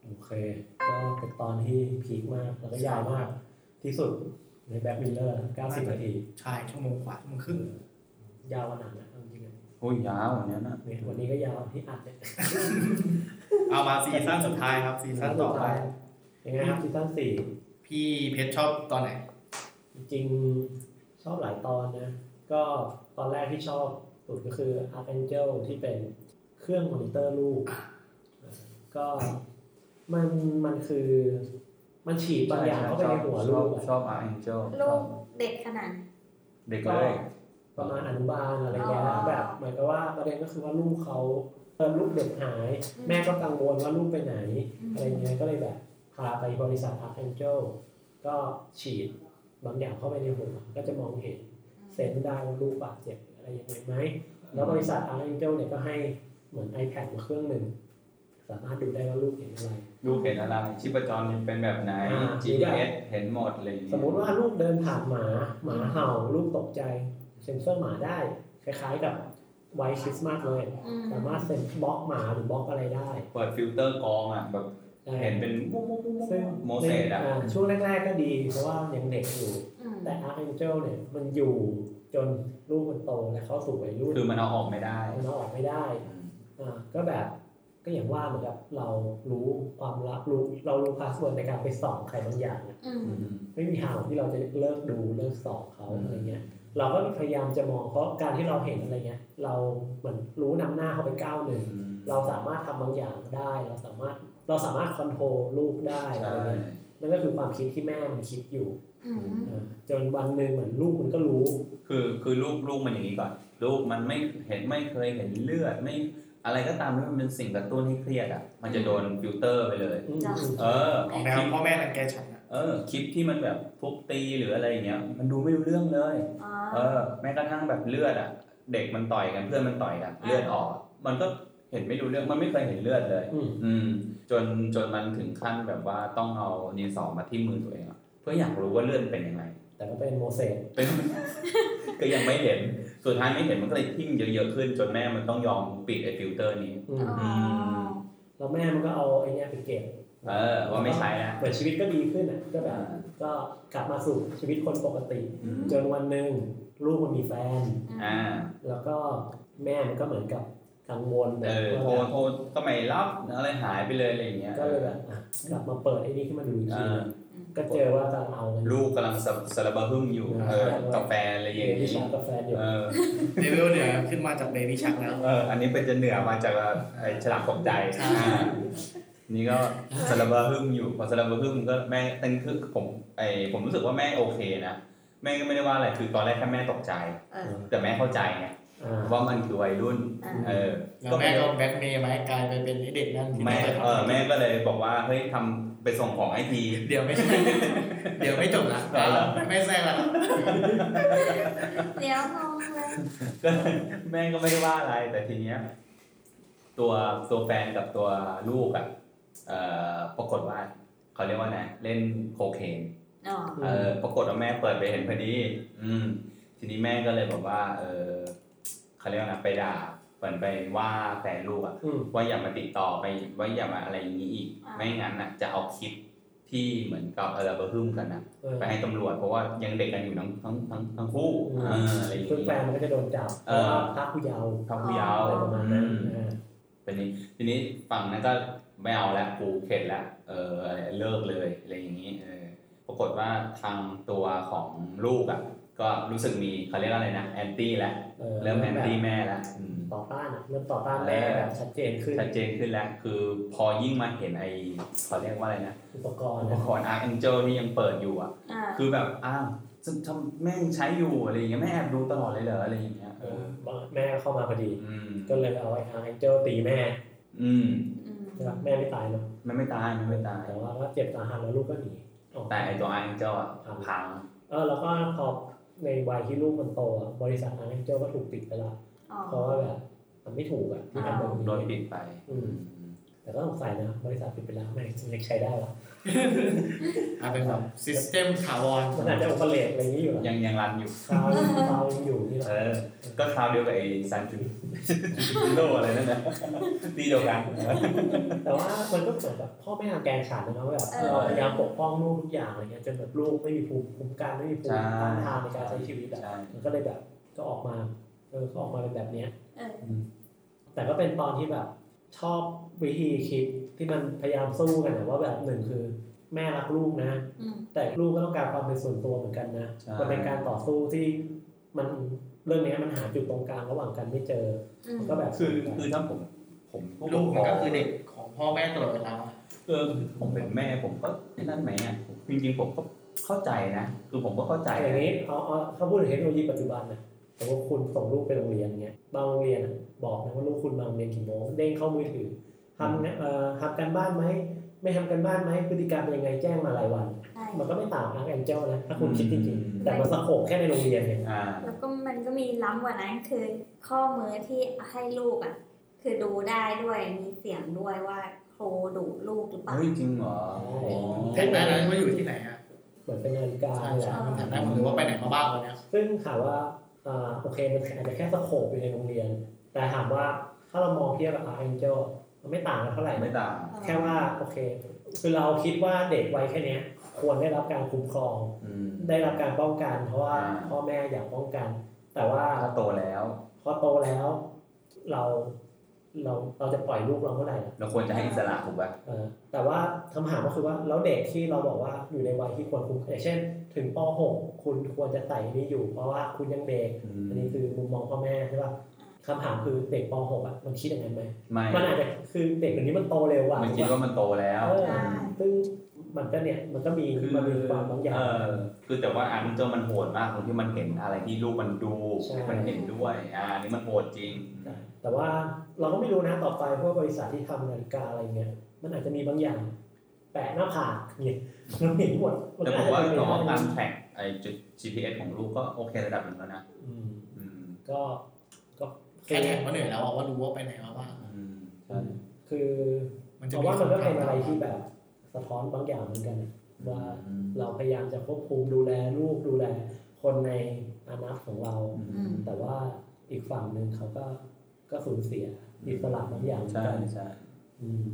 [SPEAKER 1] โอเค ก็เป็นตอนที่พีคมาก แล้วก็ยาวมาก ที่สุดในแบ็คมิลเลอร์90 นาที
[SPEAKER 3] ใช่ชั่วโมงกว่าชั่วโมงครึ่ง
[SPEAKER 1] ยาวขนาดนั้นจริงๆอะ
[SPEAKER 2] โอ้ยยาวอันเนี้ยนะ
[SPEAKER 1] เนี่ยวันนี้ก็ยาวที่อัด เนี่ย
[SPEAKER 3] เอามาซีซั่นสุดท้ายครับซีซั่นต่อไป
[SPEAKER 1] ยังไงครับซีซั่นสี่
[SPEAKER 3] พี่เพชรชอบตอนไหน
[SPEAKER 1] จริงๆชอบหลายตอนนะ ก็ตอนแรกที่ชอบสุดก็คือ Archangel ที่เป็นเครื่องมอนิเตอร์ ลูกก็มันมันคือมันฉีดบางอย่างเข้าไปในหัว
[SPEAKER 2] ช
[SPEAKER 1] ลู
[SPEAKER 2] อบ
[SPEAKER 1] กอะ
[SPEAKER 2] ชอบอาร์เอ็นเจล
[SPEAKER 4] ลูกเด็กขนาดนั้น
[SPEAKER 2] เด็กเลย
[SPEAKER 1] ประมาณอนุบาลอะไรอย่างเงี้ย
[SPEAKER 4] อ๋อ
[SPEAKER 1] แบบเหมือนกับว่าประเด็นก็คือว่าลูกเขาเออลูกเด็กหาย แม่ก็กังวลว่าลูกไปไหน อะไรเงี้ยก็เลยแบบพาไปบริษัท Archangel ก็ฉีดบางอย่างเข้าไปในหัวก็จะมองเห็น เซ็นได้ว่าลูกบาดเจ็บอะไรยังไงไหม แล้วบริษัทอาร์เอนเจลเนี่ยก็ให้เหมือน iPad มาเครื่องหนึ่ง สามารถดูได้ว่าลูกเห็นอะไร
[SPEAKER 2] ลูกเห็นอะไรชีพจรมันเป็นแบบไหน
[SPEAKER 1] อ่า
[SPEAKER 2] GPS เห็นหมดเลย
[SPEAKER 1] สมมุติว่าลูกเดินผ่านหมา หมาเห่า ลูกตกใจ เซ็นเซอร์หมาได้ คล้ายๆกับไวคริสต์มาสเลย
[SPEAKER 4] อืม
[SPEAKER 1] สามารถเซ็นบล็อกหมาหรือบล็อกอะไรได้
[SPEAKER 2] เปิดฟิลเตอร์กรองอ่ะแบบ
[SPEAKER 1] ได้
[SPEAKER 2] เห็นเป็นมุ้งมุ้งมุ้งมุ้ง
[SPEAKER 1] ซึ่ง
[SPEAKER 2] โมเสสอ่ะ
[SPEAKER 1] าช่วงแรกๆก็ดี เพราะว่ายังเด็กอยู่
[SPEAKER 4] อืม
[SPEAKER 1] แต่อาร์เอนเจลเนี่ยมันอยู่จนลูกมันโตและเข้าสู่วัยรุ่น
[SPEAKER 2] คือมันเอาออกไม่ได้
[SPEAKER 1] มันเอาออกไม่ได้ อ่าก็แบบก็อย่างว่าเหมือนกับเรารู้ความลับรู้เรารู้พาสเวิร์ดในการไปสอบใครบางอย่างเนี่ย
[SPEAKER 4] อืม
[SPEAKER 1] ไม่มีทางที่เราจะเลิกดูเลิกสอบเขา
[SPEAKER 2] อืม
[SPEAKER 1] อะไรเงี้ย เราก็พยายามจะมองเพราะการที่เราเห็นอะไรเงี้ย เราเหมือนรู้นำหน้าเขาไปก้าวหนึ่งเราสามารถทำบางอย่างได้ เราสามารถเราสามารถคอนโทรลลูกได้
[SPEAKER 2] ใช่
[SPEAKER 1] อะไรเงี้ยนั่นก็คือความคิดที่แม่มันคิดอยู่
[SPEAKER 4] อืม
[SPEAKER 1] อ่าจนวันหนึ่งเหมือนลูกมันก็รู้
[SPEAKER 2] คือคือลูกลูกมันอย่างนี้ก่อน ลูกมันไม่เห็นไม่เคยเห็นเลือดไม่อะไรก็ตามที่มันเป็นสิ่งกระตุ้นให้เครียดอ่ะมันจะโดนฟิลเตอร์ไปเลย
[SPEAKER 1] อืม
[SPEAKER 2] เออ
[SPEAKER 3] ออกแนวพ่อแม่รังแกฉันอะ
[SPEAKER 2] เออคลิปที่มันแบบทุบตีหรืออะไรอย่างเงี้ยมันดูไม่รู้เรื่องเลย
[SPEAKER 4] อ๋อ
[SPEAKER 2] เออแม้กระทั่งแบบเลือดอ่ะ เด็กมันต่อยกันเพื่อนมันต่อยกันเลือดออก มันก็เห็นไม่รู้เรื่องมันไม่เคยเห็นเลือดเลย
[SPEAKER 1] อืม
[SPEAKER 2] อืมจนจนมันถึงขั้นแบบว่าต้องเอาดินสอมาที่มือตัวเองอะเพื่ออยากรู้ว่าเลือดเป็นยังไง
[SPEAKER 1] แต่ก็เป็นโมเสส
[SPEAKER 2] เป็น ก็ยังไม่เห็น สุดท้ายไม่เห็นมันก็เลยทิ้งเยอะๆขึ้น จนแม่มันต้องยอมปิดไอ้ฟิลเตอร์นี้
[SPEAKER 1] อืม
[SPEAKER 4] อ๋ออ
[SPEAKER 2] ม
[SPEAKER 1] แล้วแม่มันก็เอาไอ้เนี้ยไปเก็บ
[SPEAKER 2] เออ ว่าไม่ใช้แล้ว
[SPEAKER 1] เหมือนชีวิตก็ดีขึ้นอ่ะก็แบบก็กลับมาสู่ชีวิตคนปกติ
[SPEAKER 2] อืม
[SPEAKER 1] จนวันหนึ่งลูกมันมีแฟน
[SPEAKER 4] อ่า
[SPEAKER 2] อ่า
[SPEAKER 1] แล้วก็แม่มันก็เหมือนกับกังวล
[SPEAKER 2] เออ โทรโทรก็ไม่รับอะไรหายไปเลยอะไรอย่างเงี้ย
[SPEAKER 1] ก็เลยแบบอ่ะกลับมาเปิดไอ้นี่ขึ้นมาดูอีกที
[SPEAKER 2] อ่า
[SPEAKER 1] ก็เจอว่ากำลังเอาเงิน
[SPEAKER 2] ลูกกำลังสะสระเบะหึ่มอยู่ เออกาแฟอะไรอย่าง
[SPEAKER 1] ที่
[SPEAKER 2] งี้
[SPEAKER 1] ชาร์จกาแฟอยู่
[SPEAKER 2] เออ
[SPEAKER 3] เลเวลเนี่ยขึ้นมาจากเบบี้ชักแล้ว
[SPEAKER 2] เออ อันนี้เป็นจะเหนือมาจากไอ้ฉลากตกใจ
[SPEAKER 3] ใช่
[SPEAKER 2] อ่านี่ก็สลับะหึ่มอยู่ พอสลับะหึ่มก็แม่ตั้งคือผมไอ้ผมรู้สึกว่าแม่โอเคนะ แม่ก็ไม่ได้ว่าอะไร คือตอนแรกแค่แม่ตกใจ
[SPEAKER 4] เออ
[SPEAKER 2] แต่แม่เข้าใจไง
[SPEAKER 1] อ่า
[SPEAKER 2] ว่ามันคือวัยรุ่น
[SPEAKER 4] อ่า
[SPEAKER 2] เออ
[SPEAKER 3] แล้วแม่ก็แบล็กเมย์มาให้กลายไปเป็นไอ้เด็กนั่นที่
[SPEAKER 2] แม่
[SPEAKER 3] ไปทำ
[SPEAKER 2] เออแม่ก็เลยบอกว่าเฮ้ยทำไปส่งของให้ที
[SPEAKER 3] เดี๋ยวไม่ใช่เดี๋ยวไม่จบนะ
[SPEAKER 2] ได้เหรอ
[SPEAKER 3] ไม่แซ่ละ
[SPEAKER 4] เดี๋ยวงงเลย
[SPEAKER 2] ก็เลยแม่ก็ไม่ได้ว่าอะไร แต่ทีเนี้ยตัวตัวแฟนกับตัวลูกอ่ะเอ่อปรากฏว่าเขาเรียกว่าไงเล่นโคเคน
[SPEAKER 4] อ๋อ
[SPEAKER 2] เออปรากฏว่าแม่เปิดไปเห็นพอดี อืม ทีนี้แม่ก็เลยบอกว่า เออเขาเรียกว่านะไปด่าเหมือนไปว่าแฟนลูกอะ
[SPEAKER 1] อืม
[SPEAKER 2] ว่าอย่ามาติดต่อไปว่าอย่ามาอะไรอย่างนี้อีก ไม่งั้นอะจะเอาคลิปที่เหมือนกับอะไรบะฮึ่มกันนะ
[SPEAKER 1] เออ
[SPEAKER 2] ไปให้ตำรวจเพราะว่ายังเด็กกันอยู่ทั้งทั้งทั้งทั้งคู่เอออะไรอย่าง
[SPEAKER 1] ซึ่งแฟน
[SPEAKER 2] เงี้ย
[SPEAKER 1] มันก็จะโดนจับเพ
[SPEAKER 2] เอ
[SPEAKER 1] ราะ
[SPEAKER 2] อ
[SPEAKER 1] ว่าพรากผู้เยาว์
[SPEAKER 2] ทั้งผู้เยาว
[SPEAKER 1] อะไรประมาณนั้นอ่า
[SPEAKER 2] ทีนี้ทีนี้ฝั่งนั้นก็ไม่เอาละกูเข็ดละเอออะไรเลิกเลยอะไรอย่างนี้เออปรากฏว่าทางตัวของลูกอะก็รู้สึกมีเขาเรียกว่าอะไรนะแอนตี้ละ
[SPEAKER 1] ออ
[SPEAKER 2] เริ่มแอนตี้แม่แล้ว
[SPEAKER 1] ต่อต้านอะเริ่มต่อต้านแม่แบบชัดเจนขึ้น
[SPEAKER 2] ชัดเจนขึ้นแล้ว คือพอยิ่งมาเห็นไอ้เขาเรียกว่าอะไรนะ
[SPEAKER 1] อุปกรณ์
[SPEAKER 2] อุป
[SPEAKER 1] นะ
[SPEAKER 2] กรณ์อาร์ n เ e นเจลนี่ยังเปิดอยู่อ่ะ
[SPEAKER 4] อ่า
[SPEAKER 2] คือแบบอ้าวซึ่งทำแม่งใช้อยู่อะไรอย่างเงี้ยแม่แอบดูตลอดเลยเหรออะไรอย่างเงี้ยเออ
[SPEAKER 1] แม่เข้ามาพอดี
[SPEAKER 2] อืม
[SPEAKER 1] ก็เลยเอาไอ้อาร์เอนเจลตีแม่
[SPEAKER 2] อืม
[SPEAKER 4] อืม
[SPEAKER 1] ใช่ปะแม่ไม่ตายเนาะ
[SPEAKER 2] มันไม่ตายมันไม่ตาย
[SPEAKER 1] แต่ว่าก็เจ็บสาหัสแล้วลูกก็หนีออกไป
[SPEAKER 2] แต่ไอ้ตัวอาร์ n เ e นเจลอะพัง
[SPEAKER 1] เออแล้วก็พอในวัยที่ลูกมันโตอะบริษัทอาร์เอนเจลก็ถูกปิดไปละ
[SPEAKER 4] อ๋อ
[SPEAKER 1] เพราะว่าแบบมันไม่ถูกอ่ะที่ทำแบบนี้
[SPEAKER 2] โดนปิดไป
[SPEAKER 1] อืม แต่ก็สงสัยนะบริษัทปิดไปแล้วมันยังใช้ได้หรอ
[SPEAKER 3] อ่ะเป็นแบบซิสเต็มถาวร
[SPEAKER 1] มันอาจจะโอเปเรตอะไรอย่างนี้อยู่หรอ
[SPEAKER 2] ยังยังรันอยู่
[SPEAKER 1] คราวคราวยังอยู่นี่หรอ
[SPEAKER 2] เออ ก็คราวเดียว กับไอ้ซันจูโดอะไร นั่นนะที่เดียวกัน
[SPEAKER 1] แต่ว่ามันก็เหมือนแบบพ่อแม่เอาแกนขาดนะเนาะแบบ
[SPEAKER 4] เออ
[SPEAKER 1] เราพยายามปกป้องลูกทุกอย่างอะไรเงี้ยจนแบบลูกไม่มีภูมิคุ้มกันไม่มีภูมิต้านทานในการใช้ชีวิตอะ
[SPEAKER 2] ใช่
[SPEAKER 1] มันก็เลยแบบก็ออกมาเออก็ออกมาเป็นแบบเนี้ย
[SPEAKER 2] อืม
[SPEAKER 1] แต่ก็เป็นตอนที่แบบชอบวิธีคิดที่มันพยายามสู้กันอะว่าแบบหนึ่งคือ แม่รักลูกนะ
[SPEAKER 4] อืม
[SPEAKER 1] แต่ลูกก็ต้องการความเป็นส่วนตัวเหมือนกันนะ
[SPEAKER 2] ใช่
[SPEAKER 1] มันเป็นการต่อสู้ที่มันเรื่องเนี้ยมันหาจุดตรงกลางระหว่างกันไม่เจอ
[SPEAKER 4] อืม
[SPEAKER 1] มันก็แบบ
[SPEAKER 2] คือคือถ้าผม ผมผู้ป
[SPEAKER 3] ลูก
[SPEAKER 2] ค
[SPEAKER 3] มั
[SPEAKER 2] ร
[SPEAKER 3] น
[SPEAKER 2] ง
[SPEAKER 3] ก็คือเด็กของพ่อแม่ตลอดเวลา
[SPEAKER 2] เออผมเป็นแม่ผมก็ไอ้นั่นไหมอ่ะจริงๆผมก็เข้าใจนะคือผมก็เข้าใจ
[SPEAKER 1] แต่อย่างนี้เอาเอาเขาพูดถึงเทคโนโลยีปัจจุบันนะแต่ว่าคุณส่งลูกไปโรงเรียนเงี้ยบางโรงเรียนอะบอกนะว่าลูกคุณมาโรงเรียนกี่โมงเด้งเข้ามือถือทำงานเอ่อทำการบ้านไหมไม่ทำการบ้านไหมพฤติกรรมเป็นยังไงแจ้งมารายวัน
[SPEAKER 4] ใช่
[SPEAKER 1] มันก็ไม่ต่างอังแองเจลนะถ้าคุณคิดจริงๆ แต่มันสะโขบแค่ในโรงเรียนเนี่ย
[SPEAKER 2] อ่า
[SPEAKER 4] แล้วก็มันก็มีล้ำกว่านั้นคือข้อมือที่ให้ลูกอ่ะ คือดูได้ด้วยมีเสียงด้วยว่าครูดุลูกหรือเปล่า
[SPEAKER 2] เฮ้ยจริงเหรอ
[SPEAKER 3] โอ้ เทคโนโลยีมันอยู่ที่ไหนฮะ
[SPEAKER 1] เหมือนเป็นนาฬิกา
[SPEAKER 3] ใช่
[SPEAKER 1] เลย
[SPEAKER 3] ใช่
[SPEAKER 1] อะ
[SPEAKER 3] มันถามได้หมดเลยว่าไปไหนมาบ้างวันเนี้ย
[SPEAKER 1] ซึ่งถามว่าอ่าโอเคมันอาจจะแค่สะโขบอยู่ในโรงเรียน แต่ถามว่าถ้าเรามองเทียบกับอังแองเจลมันไม่ต่างกันเท่าไหร่
[SPEAKER 2] ไม่
[SPEAKER 1] นะ
[SPEAKER 2] ต่าง
[SPEAKER 1] แค่ว่าโอเค คือเราคิดว่าเด็กวัยแค่เนี้ยควรได้รับการคุ้มครอง
[SPEAKER 2] อืม
[SPEAKER 1] ได้รับการป้องกัน เพราะว่า
[SPEAKER 2] อ่า
[SPEAKER 1] พ่อแม่อยากป้องกัน แต่ว่า
[SPEAKER 2] ถ้าโตแล้ว
[SPEAKER 1] พอโตแล้ว เราเราเราจะปล่อยลูกเราเมื่อไหร่
[SPEAKER 2] เราควรจะให้อิสระถูกป่ะ
[SPEAKER 1] เอ่อแต่ว่าคำถามก็คือว่าแล้วเด็กที่เราบอกว่าอยู่ในวัยที่ควรคุมอย่างเช่น ถึงป .6 คุณควรจะใส่นี่อยู่ เพราะว่าคุณยังเด็ก
[SPEAKER 2] อืม
[SPEAKER 1] อันนี้คือมุมมองพ่อแม่ใช่ป่ะคำถามคือเด็กป .6 อ่ะมันคิดอย่างนั้นไหม
[SPEAKER 2] ไม่
[SPEAKER 1] มันอาจจะคือเด็กคนนี้มันโตเร็วกว่า
[SPEAKER 2] มันคิดว่ามันโตแล้ว
[SPEAKER 1] เออ
[SPEAKER 4] ใช่
[SPEAKER 1] ซึ่งมันก็เนี่ยมันก็มี
[SPEAKER 2] คือ
[SPEAKER 1] มันมีความบางอย่าง
[SPEAKER 2] เออคือแต่ว่าอันเจ้ามันโหดมากตรงที่มันเห็นอะไรที่ลูกมันดู
[SPEAKER 1] ใช่
[SPEAKER 2] มันเห็นด้วย อ่าอันนี่มันโหดจริง
[SPEAKER 1] แต่ว่าเราก็ไม่รู้นะต่อไปพวกบริษัทที่ทำนาฬิกาอะไรเงี้ยมันอาจจะมีบางอย่าง แปะหน้าผากเนี่ยมันเห็นหมดน
[SPEAKER 2] แต่ผ
[SPEAKER 1] อจจะ
[SPEAKER 2] มว่า
[SPEAKER 1] เป็นไป
[SPEAKER 2] ต่อ
[SPEAKER 1] ได้
[SPEAKER 2] กา
[SPEAKER 1] นะ
[SPEAKER 2] รแท็กไอจุด GPS ของลูกก็โอเคระดับหนึ่งแล้วนะ
[SPEAKER 1] อืม
[SPEAKER 2] อืม
[SPEAKER 1] ก็ก็
[SPEAKER 3] แค่แท็กมาเหนื่อยแล้วอะว่ารู้ว่าไปไหนมาบ้าง
[SPEAKER 2] อืมใช่
[SPEAKER 1] คือ
[SPEAKER 3] มันจะ
[SPEAKER 1] เพราะว่ามันก็เป็นอะไรที่แบบสะท้อนบางอย่างเหมือนกันนะว่าเราพยายามจะควบคุมดูแลลูกดูแล คนในอาณาของเรา
[SPEAKER 2] อืม
[SPEAKER 4] อืม
[SPEAKER 1] แต่ว่าอีกฝั่งหนึ่งเขาก็ก็สูญเสียอิสระบางอย่างเหมือน
[SPEAKER 2] ใช่
[SPEAKER 1] กัน
[SPEAKER 2] ใช่
[SPEAKER 1] อืม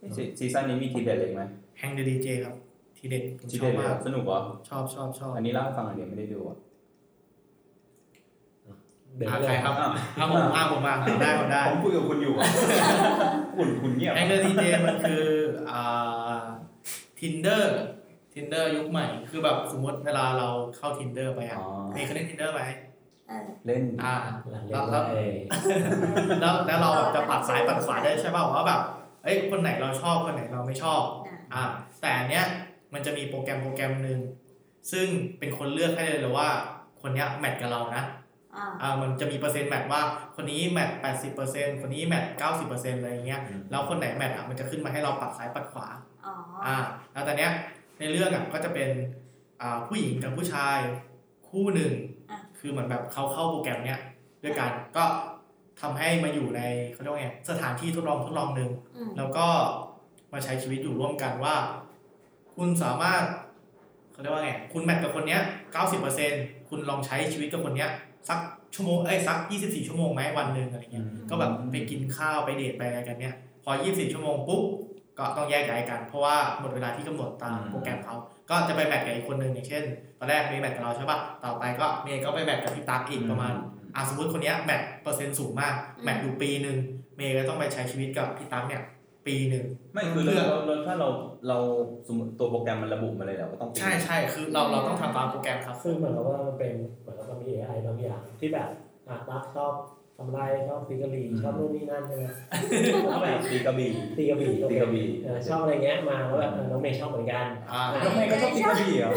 [SPEAKER 2] โอเคซีซั่นนี้มีทีเด็ดเลยไหม
[SPEAKER 3] แฮงเดดีเจครับ ทีเด็ดผม
[SPEAKER 2] ที
[SPEAKER 3] ชอ
[SPEAKER 2] เด็ด
[SPEAKER 3] บมาก
[SPEAKER 2] สนุกเหรอ
[SPEAKER 3] ชอบชอบชอบ
[SPEAKER 2] อันนี้เล่าให้ฟังหน่อยเดี๋ยวไม่ได้ดูอ่ะ
[SPEAKER 1] เดี๋ยว
[SPEAKER 3] อ่ะ
[SPEAKER 1] เล
[SPEAKER 3] ใคร
[SPEAKER 1] ย
[SPEAKER 3] ครับ
[SPEAKER 2] อ่ะ
[SPEAKER 3] เอาผมเอาผมมาผมได้ผมได้
[SPEAKER 2] ผมคุยกับคุณอยู่อ่ะ คุณคุณเงียบ
[SPEAKER 3] แองเกิลดีเจมันคืออ่า tinder tinder ยุคใหม่ คือแบบสมมติเวลาเราเข้า tinder ไปอ่ะ
[SPEAKER 2] อ๋อ
[SPEAKER 3] มีเคยเล่น tinder ไหม
[SPEAKER 4] เออ
[SPEAKER 2] เล่น
[SPEAKER 3] อ่า
[SPEAKER 1] หลังเรียนเลย
[SPEAKER 3] แล้วแล้วเราแบบจะปัดซ้ายปัดขวาได้ใช่ป่าวว่าแบบเอ้ยคนไหนเราชอบคนไหนเราไม่ชอบ
[SPEAKER 4] อ่า
[SPEAKER 3] อ่า แต่อันเนี้ยมันจะมีโปรแกรมโปรแกรมหนึ่งซึ่งเป็นคนเลือกให้เลยเลยว่า คนเนี้ยแมทกับเรานะ
[SPEAKER 4] อ่า
[SPEAKER 3] อ่ามันจะมีเปอร์เซ็นต์แมทว่าคนนี้แมทแปดสิบเปอร์เซ็นต์คนนี้แมทเก้าสิบเปอร์เซ็นต์อะไรอย่างเงี้ย
[SPEAKER 2] อืม
[SPEAKER 3] แล้วคนไหนแมทอ่ะมันจะขึ้นมาให้เราปัดซ้ายปัดขวา
[SPEAKER 4] อ๋อ
[SPEAKER 3] อ่าแล้วตอนเนี้ยในเรื่องอ่ะก็จะเป็นอ่าผู้หญิงกับผู้ชายคู่หนึ่ง
[SPEAKER 4] อ่ะ
[SPEAKER 3] คือเหมือนแบบเขาเข้าโปรแกรมเนี้ยด้วยกันก็ทำให้มาอยู่ในเขาเรียกว่าไงสถานที่ทดลองทดลองหนึ่ง
[SPEAKER 4] อืม
[SPEAKER 3] แล้วก็มาใช้ชีวิตอยู่ร่วมกันว่า คุณสามารถเขาเรียกว่าไงคุณแมทกับคนเนี้ยเก้าสิบเปอร์เซ็นคุณลองใช้ชีวิตกับคนเนี้ยสักชั่วโมงเอ้ยสักยี่สิบสี่ชั่วโมงไหมวันหนึ่งอะไรเงี้ยก็แบบไปกินข้าวไปเดทไปอะไรกันเนี้ยพอยี่สิบสี่ชั่วโมงปุ๊บก็ต้องแยกย้ายกัน เพราะว่าหมดเวลาที่กำหนดตามโปรแกรมเขาก็จะไปแมทกับอีกคนหนึ่งอย่างเช่นตอนแรกเมย์แมทกับเราใช่ปะต่อไปก็เมย์ก็ไปแมทกับพี่ตั๊กอีกประมาณ อ่ะสมมติคนเนี้ยแมทเปอร์เซ็นต์สูงมาก
[SPEAKER 4] อืม
[SPEAKER 3] แมทอยู่ปีหนึ่งเมย์ก็ต้องไปใช้ชีวิตกับพี่ตั๊กเนี่ยปีหนึ่ง
[SPEAKER 2] ไม่คือ
[SPEAKER 3] เลือก
[SPEAKER 2] เราเราถ้าเราเราสมมติตัวโปรแกรมมันระบุมาเลยเหรอว่าต้องเป็น
[SPEAKER 3] ใช่ใช่คือเราเราต้องทำตามโปรแกรมครับ
[SPEAKER 1] คือเหมือนกับว่ามันเป็นเหมือนกับมันมี AI บางอย่างที่แบบอ่ะรักชอบทำไรชอบตีกะหรี่ชอบนู่นนี่นั่นใช่ไหมแล้วแบบ
[SPEAKER 2] ตีกระบี่
[SPEAKER 1] ตีกะหรี่
[SPEAKER 2] ตีกระบี่
[SPEAKER 1] เออชอบอะไรเงี้ยมาแล้วแบบเออน้องเมย์ชอบเหมือนกัน
[SPEAKER 3] อ่า
[SPEAKER 2] ทำไมก็ชอบตีกระบี่เหรอ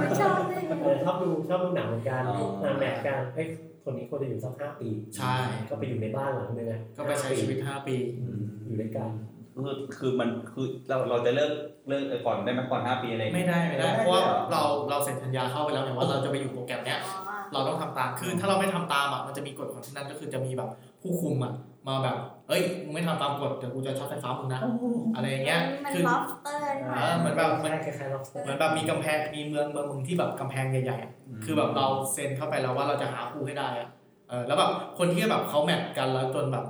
[SPEAKER 4] ไม่ชอบเลย
[SPEAKER 1] เออชอบดูชอบดูหนังเหมือนกัน
[SPEAKER 2] อ๋อ
[SPEAKER 1] หนังแมทกันเฮ้ยคนนี้ควรจะอยู่สักห้าปี
[SPEAKER 3] ใช่
[SPEAKER 1] ก็ไปอยู่ในบ้านหลังนึงอะ
[SPEAKER 3] ก็ไปใช้ชีวิต 5 ปี
[SPEAKER 1] อยู่ด้วยกัน
[SPEAKER 2] คือคือมันคือเราเราจะเลิกเลิกก่อนได้ไหมก่อนห้าปีอะไรอย่าง
[SPEAKER 3] ไม่
[SPEAKER 2] เงี้ย
[SPEAKER 3] ได้ไม่ได้
[SPEAKER 2] ไม่ได้
[SPEAKER 3] เพราะว่า
[SPEAKER 2] เหรอ
[SPEAKER 3] เราเราเซ็นสัญญาเข้าไปแล้วเนี่ยว่าเราจะไปอยู่โปรแกรมเนี้ย
[SPEAKER 4] อ๋อ
[SPEAKER 3] เราต้องทำตามคือถ้าเราไม่ทำตามอ่ะมันจะมีกฎของที่นั่นก็คือจะมีแบบผู้คุมอ่ะมาแบบเอ้ยมึงไม่ทำตามกฎเดี๋ยวกูจะช็อตไฟฟ้ามึงนะอะไรอย่างเงี้ย
[SPEAKER 4] มัน
[SPEAKER 3] คือ
[SPEAKER 4] ล็อบสเตอร์นี่หว่า
[SPEAKER 3] เออเหมือนแบบเหมือน
[SPEAKER 1] คล้ายๆล็อกสเตอร์
[SPEAKER 3] เหมือนแบบมีกำแพงมีเมืองเมืองหนึงที่แบบกำแพงใหญ่ๆอะคือแบบเราเซ็นเข้าไปแล้วว่าเราจะหาคู่ให้ได้อ่ะเออแล้วแบบคนที่แบบเขาแมทกันแล้วจนแบบ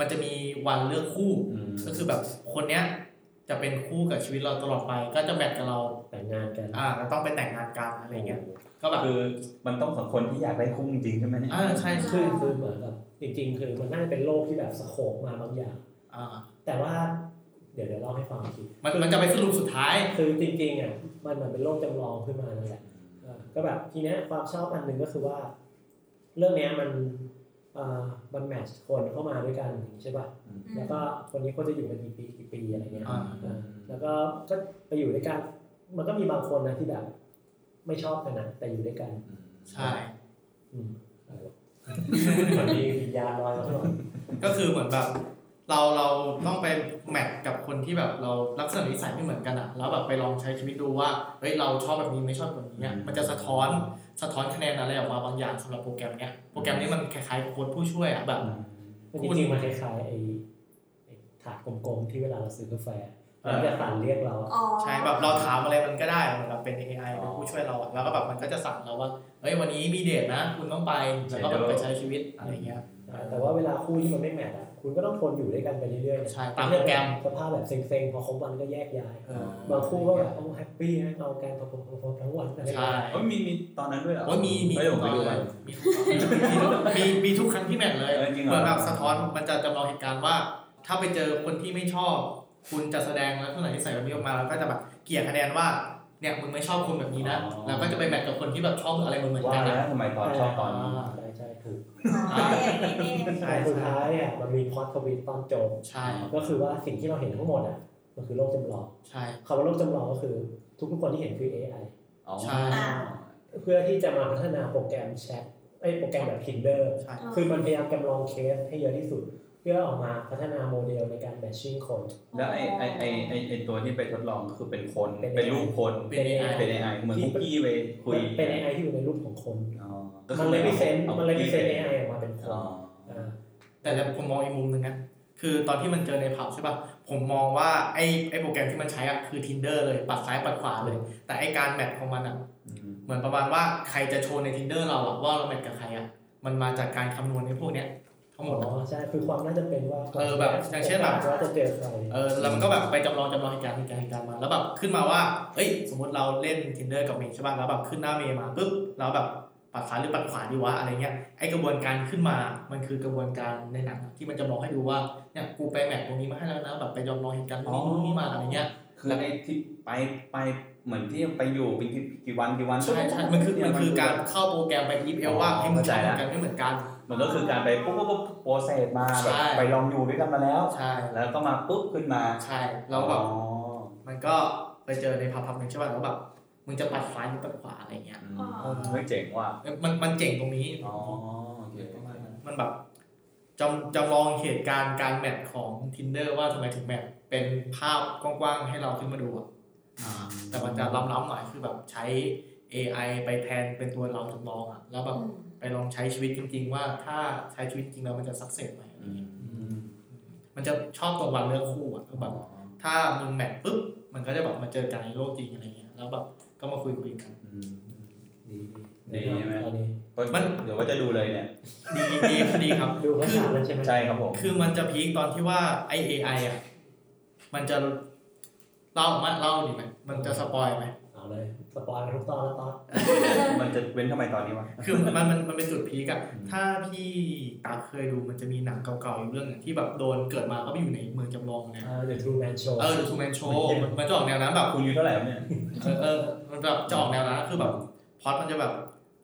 [SPEAKER 3] มันจะมีวันเลือกคู่
[SPEAKER 2] อืม
[SPEAKER 3] ก็คือแบบคนเนี้ยจะเป็นคู่กับชีวิตเราตลอดไป ก็จะแมทกับเรา
[SPEAKER 1] แต่งงานกัน
[SPEAKER 3] อ่าแล้วต้องไปแต่งงานกันอะไรเงี้ยก็แบบ
[SPEAKER 2] คือมันต้องสองคนที่อยากได้คู่จริงๆใช่ไหมเนี่ย
[SPEAKER 3] อ่าใช่ใช่
[SPEAKER 1] คือคือเหมือนแบบจริงๆ คือมันน่าจะเป็นโลกที่แบบสโคปมาบางอย่าง
[SPEAKER 3] อ่า
[SPEAKER 1] แต่ว่าเดี๋ยวเดี๋ยวเล่าให้ฟังอีกที
[SPEAKER 3] มันมันจะไปสรุปสุดท้าย
[SPEAKER 1] คือจริงๆอ่ะมันเหมือนเป็นโลกจำลองขึ้นมานั่นแหละ เอ่อก็แบบทีเนี้ยความชอบอันหนึ่งก็คือว่า เรื่องเนี้ยมันเอ่อมันแมทช์คนเข้ามาด้วยกันอย่างนี้ใช่ป่ะแล้วก็คนนี้เขาจะอยู่กันกี่ปีกี่ปีอะไรเงี้ย
[SPEAKER 3] อ่า
[SPEAKER 1] เออแล้วก็ก็ไปอยู่ด้วยกัน มันก็มีบางคนนะที่แบบ ไม่ชอบกันนะแต่อยู่ด้วยกัน
[SPEAKER 3] ใช่
[SPEAKER 1] อื มอะไรวะ เหมือนมีวิญญาณลอยมาข้างหลัง
[SPEAKER 3] ก็คือเหมือนแบบ เราเราต้องไปแมทกับคนที่แบบเราลักษณะนิสัยไม่เหมือนกันอ่ะแล้วแบบไปลองใช้ชีวิตดูว่าเฮ้ยเราชอบแบบนี้ไม่ชอบแบบนี้อะมันจะสะท้อนสะท้อนคะแนนอะไรออกมาบางอย่างสำหรับโปรแกรมเนี้ยโปรแกรมนี้มันคล้ายๆกับโค้ดผู้ช่วยอ่ะแบบ
[SPEAKER 1] มันจริงๆมันคล้ายๆไอ้ไอ้ถาดกลมๆที่เวลาเราซื้อกาแฟ
[SPEAKER 3] เออ
[SPEAKER 1] แล้วจะสั่นเรียกเรา
[SPEAKER 4] อ๋อ
[SPEAKER 3] ใช่แบบเราถามอะไรมันก็ได้เหมือนแบบเป็น AI เป็นผู้ช่วยเราอะแล้วก็แบบมันก็จะสั่งเราว่าเฮ้ยวันนี้มีเดทนะ คุณต้องไปแล้วก็แบบไปใช้ชีวิตอะไรเงี้ย
[SPEAKER 1] อ่าแต่ว่าเวลาคู่ที่มันไม่แมทอ่ะคุณก็ต้องทนอยู่ด้วยกันไปเรื่อยๆนะ
[SPEAKER 3] ใช่ตามโปรแกรม
[SPEAKER 1] สภาพแบบเซ็งๆ พอครบวันก็แยกย้าย
[SPEAKER 3] เออ
[SPEAKER 1] บางคู่ก็แบบโอ้แฮปปี้นะเอากันพอๆๆๆทั้งวันอะไรอย่าง
[SPEAKER 3] ใช่
[SPEAKER 1] เงี้ย
[SPEAKER 2] โอ้ยมีมีตอนนั้นด้วยเหรอ
[SPEAKER 3] โอ้ยมีมี
[SPEAKER 2] เฮ้ย
[SPEAKER 3] ทุ
[SPEAKER 2] ผ
[SPEAKER 3] ก
[SPEAKER 2] มไป
[SPEAKER 3] ตอน
[SPEAKER 2] ดู
[SPEAKER 3] เล
[SPEAKER 2] มั
[SPEAKER 3] ย
[SPEAKER 2] น
[SPEAKER 3] มีทุกตอนเลยมีมีทุกครั้งที่แมทเลย
[SPEAKER 2] เออจริงเหรอ
[SPEAKER 3] เหมือนแบบสะท้อนมันจะจำลองเหตุการณ์ว่า ถ้าไปเจอคนที่ไม่ชอบ คุณจะแสดงลักษณะนิสัยแบบนี้ออกมาแล้วก็จะแบบเกลี่ยคะแนนว่าเนี่ยมึงไม่ชอบคนแบบนี้นะแล้วก็จะไปแมทกับคนที่แบบชอบอะไรเหมือนๆ
[SPEAKER 2] ว่า
[SPEAKER 3] กัน
[SPEAKER 2] แล้
[SPEAKER 3] นะ
[SPEAKER 2] วทำไมตอนชอบตอนนี้
[SPEAKER 1] ใช่ใช่ถูก
[SPEAKER 4] อ๋ออย่างนี้นี่เอง
[SPEAKER 3] ใช่
[SPEAKER 1] แต่สุดท้ายอ่ะมันมีพล็อตทวิตตอนจบ
[SPEAKER 3] ใช่
[SPEAKER 1] ก็คือว่าสิ่งที่เราเห็นทั้งหมดอ่ะมันคือโลกจำลอง
[SPEAKER 3] ใช่
[SPEAKER 1] คำว่าโลกจำลองก็คือ ทุกๆคนที่เห็นคือ AI
[SPEAKER 2] อ๋อ
[SPEAKER 3] ใช่
[SPEAKER 1] เพื่อที่จะมาพัฒนาโปรแกรมแชทไอ้ยโปรแกรมแบบ Tinder
[SPEAKER 3] ใช่
[SPEAKER 1] คือมันพยายามจำลองเคสให้เยอะที่สุด เพื่อออกมาพัฒนาโมเดลในการแมทชิ่งคน
[SPEAKER 2] แล้วไอไอไอไอไอตัวที่ไปทดลองคือเป็นคน
[SPEAKER 1] เป็น
[SPEAKER 2] เป็นรูปคน
[SPEAKER 3] เป็น AI
[SPEAKER 2] เป็น AI เหมือนคุกกี้ไปคุย
[SPEAKER 1] เป็น AI ที่อยู่ในรูปของคน
[SPEAKER 2] อ๋อ
[SPEAKER 1] มันเลยพิเศษ
[SPEAKER 2] อา
[SPEAKER 1] มันเลยพิเศษ
[SPEAKER 2] ป็
[SPEAKER 1] AI ออกมาเป็นคน
[SPEAKER 2] อ๋อ
[SPEAKER 1] อ่า
[SPEAKER 3] แต่แล้วผมมองอีกมุมหนึ่งนะคือตอนที่มันเจอในผับใช่ป่ะ ผมมองว่าไอ้ไอ้โปรแกรมที่มันใช้อะคือ tinder เลย ปัดซ้ายปัดขวาเลย แต่ไอ้การแมทของมันอะ
[SPEAKER 2] อืม
[SPEAKER 3] เหมือนประมาณว่าใครจะโชว์ใน tinder เราอะว่าเราแมทกับใครอะมันมาจากการคำนวณในพวกเนี้ยทั้งหมด
[SPEAKER 1] อ๋อ
[SPEAKER 3] อะ
[SPEAKER 1] ใช่คือความน่าจะเป็นว่า
[SPEAKER 3] เออแบบอย่างเช่นแบบ
[SPEAKER 1] ว่าจะเจอใคร
[SPEAKER 3] เออแล้วมันก็แบบไปจำลองจำลองเหตุการณ์เหตุการณ์เหตุการณ์มาแล้วแบบขึ้นมาว่าเอ้ยสมมติเราเล่น tinder กับเมย์ใช่ป่ะแล้วแบบขึ้นหน้าเมย์มาปุ๊บเราแบบปัดซ้ายหรือปัดขวาดีวะอะไรเงี้ยไอ้กระบวนการขึ้นมา มันคือกระบวนการในหนังที่มันจำลองให้ดูว่าเนี่ยกูไปแมทตรงนี้มาให้แล้วนะแบบไปจำลองเหตุการณ์ตรงนี้ตรงนี้มาอะไรเงี้ย
[SPEAKER 2] คือไอที่ไปไปเหมือนที่ไปอยู่เป็นกี่กี่วันกี่วัน
[SPEAKER 3] ใช่ใช่มันคือมันคือการเข้าโปรแกรมไปอีฟเอลว่าให้มึงชอบเหมือนกันไม่เหมือนกัน
[SPEAKER 2] มันก็คือการไปปุ๊บปุ๊บปุ๊บโปรเซสมา
[SPEAKER 3] ใช่
[SPEAKER 2] แบบไปลองอยู่ด้วยกันมาแล้ว
[SPEAKER 3] ใช่แล้ว
[SPEAKER 2] แล้วก็มาปุ๊บขึ้นมา
[SPEAKER 3] ใช่แล้วแบบ
[SPEAKER 2] อ๋อ
[SPEAKER 3] มันก็ไปเจอในพับพับหนึ่งใช่ป่ะแล้วแบบมึงจะปัดซ้ายหรือปัดขวาอะไรเงี้ย
[SPEAKER 2] อืมเฮ้ยเจ๋งว่ะ
[SPEAKER 3] มันมันเจ๋งตรงนี้
[SPEAKER 2] อ๋อโอเค
[SPEAKER 3] ประมาณนั้นมันแบบจำจำลองเหตุการณ์การแมทของ tinder ว่าทำไมถึงแมทเป็นภาพกว้างๆให้เราขึ้นมาดูอะแต่มันจะล้ำๆหน่อยคือแบบใช้ AI ไปแทนเป็นตัวเราจำลองอะแล้วแบบไปลองใช้ชีวิตจริง ๆ ว่าถ้าใช้ชีวิตจริงแล้วมันจะสักเซสไหมอะไร
[SPEAKER 2] อื
[SPEAKER 3] เงี้ย
[SPEAKER 2] ม
[SPEAKER 3] มันจะชอบตรงวันเลือกคู่อ่ะคือแบบถ้ามึงแมทปุ๊บมันก็จะแบบมาเจอกันในโลกจริงอะไรเงี้ยแล้วแบบก็มาคุยคุยกัน
[SPEAKER 2] อืม
[SPEAKER 1] ดี
[SPEAKER 2] ดีไหม
[SPEAKER 1] ตอนนี้
[SPEAKER 3] มัน
[SPEAKER 2] เดี๋ยวว่าจะดูเลยเนี่ย
[SPEAKER 3] ดีดีดีครับ
[SPEAKER 1] ดูภา
[SPEAKER 3] คือ
[SPEAKER 1] ษาแล้วใช่ไหม
[SPEAKER 2] ใช่ครับผม
[SPEAKER 3] คือมันจะพีคตอนที่ว่าไอเอไออ่ะมันจะเล่ามาเล่าดิไหมมันจะสปอยไหม
[SPEAKER 1] เอาเลยสปอยล์ทุกตอนแล้วตอน
[SPEAKER 2] มันจะเว้นทำไมตอนนี้วะ
[SPEAKER 3] คือมันมันมันมันเป็นจุดพีคอะ
[SPEAKER 2] อืม
[SPEAKER 3] ถ้าพี่ตาเคยดูมันจะมีหนังเก่าๆอยู่เรื่องหนึงที่แบบโดนเกิดมาก็ไปอยู่ในเมืองจำลองเนี่ย
[SPEAKER 1] เดี๋ยวทูแมนโชว์
[SPEAKER 3] เออหรือทูแมนโชมันมันจะออกแนวนั้นแบบ
[SPEAKER 2] คุณอายู่เท่าไหร่ครับเนี่ย
[SPEAKER 3] เออเออมันแบบจะออกแนวนั้นคือแบบพล็อตมันจะแบบ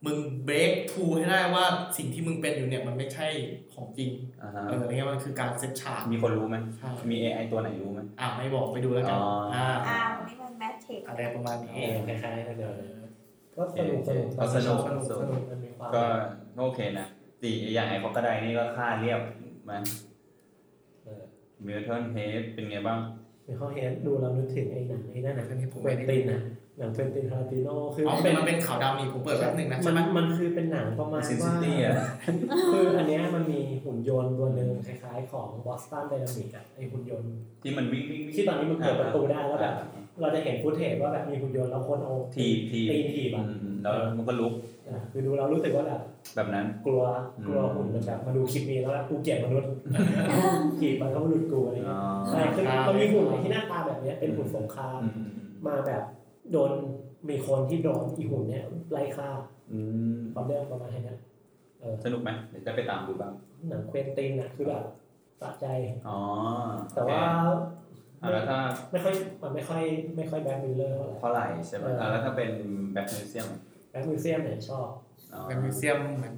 [SPEAKER 3] มึงเบรกทูให้ได้ว่าสิ่งที่มึงเป็นอยู่เนี่ยมันไม่ใช่ของจริง
[SPEAKER 2] อ่าฮะ
[SPEAKER 3] เอออะไรเงี้ยมันคือการเซตฉาก
[SPEAKER 2] มีคนรู้ไหม
[SPEAKER 3] ใช่
[SPEAKER 2] มี AI ตัวไหนรู้ไหม
[SPEAKER 3] อ่ะไม่บอกไปดูแล้วกัน
[SPEAKER 2] อ๋ออ่
[SPEAKER 3] อ่า
[SPEAKER 4] อ่านี่มันแมทเทค
[SPEAKER 3] อะไรประมาณนี้
[SPEAKER 1] เออคล้ายๆกันเล
[SPEAKER 3] เอย อ
[SPEAKER 1] ก็สนุกสนุก
[SPEAKER 2] ก็ส
[SPEAKER 1] สนุกส
[SPEAKER 2] นุก
[SPEAKER 1] นุกมันมีความ
[SPEAKER 2] ก็โอเคนะสี่อย่างไอ้เขาก็ได้นี่ก็ค่าเรียบมัน
[SPEAKER 1] เออ
[SPEAKER 2] มิลเทนเฮดเป็นไงบ้าง
[SPEAKER 1] ในข้อเฮดดูเรานึกถึงไอ้หนังไอ้นั่นนะ
[SPEAKER 3] อันนี้ผม
[SPEAKER 1] เค
[SPEAKER 3] ไม่
[SPEAKER 1] วน
[SPEAKER 3] ได้
[SPEAKER 1] ตินนะหนังเควนตินทาราติโนคือ
[SPEAKER 3] อ๋อ
[SPEAKER 1] มัน
[SPEAKER 3] เป็
[SPEAKER 1] เป็น น
[SPEAKER 3] มันเป็นขาวดำนี่ผมเปิดแป๊บหนึ่งนะ
[SPEAKER 1] มั
[SPEAKER 3] ใช่
[SPEAKER 1] น
[SPEAKER 3] ไหม
[SPEAKER 1] มันคือเป็นหนังประมาณ
[SPEAKER 2] Sin
[SPEAKER 1] ว่า
[SPEAKER 2] City อ่ะ
[SPEAKER 1] คืออันเนี้ยมันมีหุ่นยนต์ตัวหนึ่งคล้ายๆของบอสตันไดนามิกอะไอหุ่นยนต์
[SPEAKER 2] ที่มันวิ่งวิ่งวิ่ง
[SPEAKER 1] ที่ตอนนี้มันเปิดประตูได้แล้วแบบ เราจะเห็นฟุตเทจว่าแบบมีหุ่นยนต์แล้วคนเอา
[SPEAKER 2] ทีบทีบ
[SPEAKER 1] ตีทีบ
[SPEAKER 2] อื
[SPEAKER 1] อะ
[SPEAKER 2] มแล้วมันก็ลุก
[SPEAKER 1] อ่ะคือดูเรารู้สึกว่าแบบ
[SPEAKER 2] แบบนั้น
[SPEAKER 1] กลัวกลัวหุ่นมันแบบมาดูคลิปนี้แล้วแบบกูเกลียดม นุษย์ ทีบมันก็มนุษย์กูอะไรอย่างเงี้ย
[SPEAKER 2] อ๋อ
[SPEAKER 1] ใช่คือมันมีหุ่นที่หน้าตาแบบเนี้ยเป็นหุ่นสงคราม
[SPEAKER 2] อืม
[SPEAKER 1] มาแบบโดนมีคนที่โดนอีหุ่นเนี้ยไล่ฆ่า
[SPEAKER 2] อืม
[SPEAKER 1] ความเรื่องประมาณเนี้ยเออ
[SPEAKER 2] สนุกไหมเดี๋ยวจะไปตามดูบ้าง
[SPEAKER 1] หนังเควนตินนะคือแบบสะใจ
[SPEAKER 2] อ๋อ
[SPEAKER 1] แต่ว่า
[SPEAKER 2] โอเคอ่ะแล้วถ้า
[SPEAKER 1] ไม่ค่อยมันไม่ค่อยไม่ค่อยแบ็คมิลเลอร์เท่าไหร่
[SPEAKER 2] เท่าไหร่ใช่ไหม
[SPEAKER 1] เอออ่
[SPEAKER 2] ะแล้วถ้าเป็นแบ็คมิวเซียม
[SPEAKER 1] แบ็คมิลเซียมเนี่ยชอบ
[SPEAKER 2] อ๋อ
[SPEAKER 3] แบบมิวเซียมเหมือน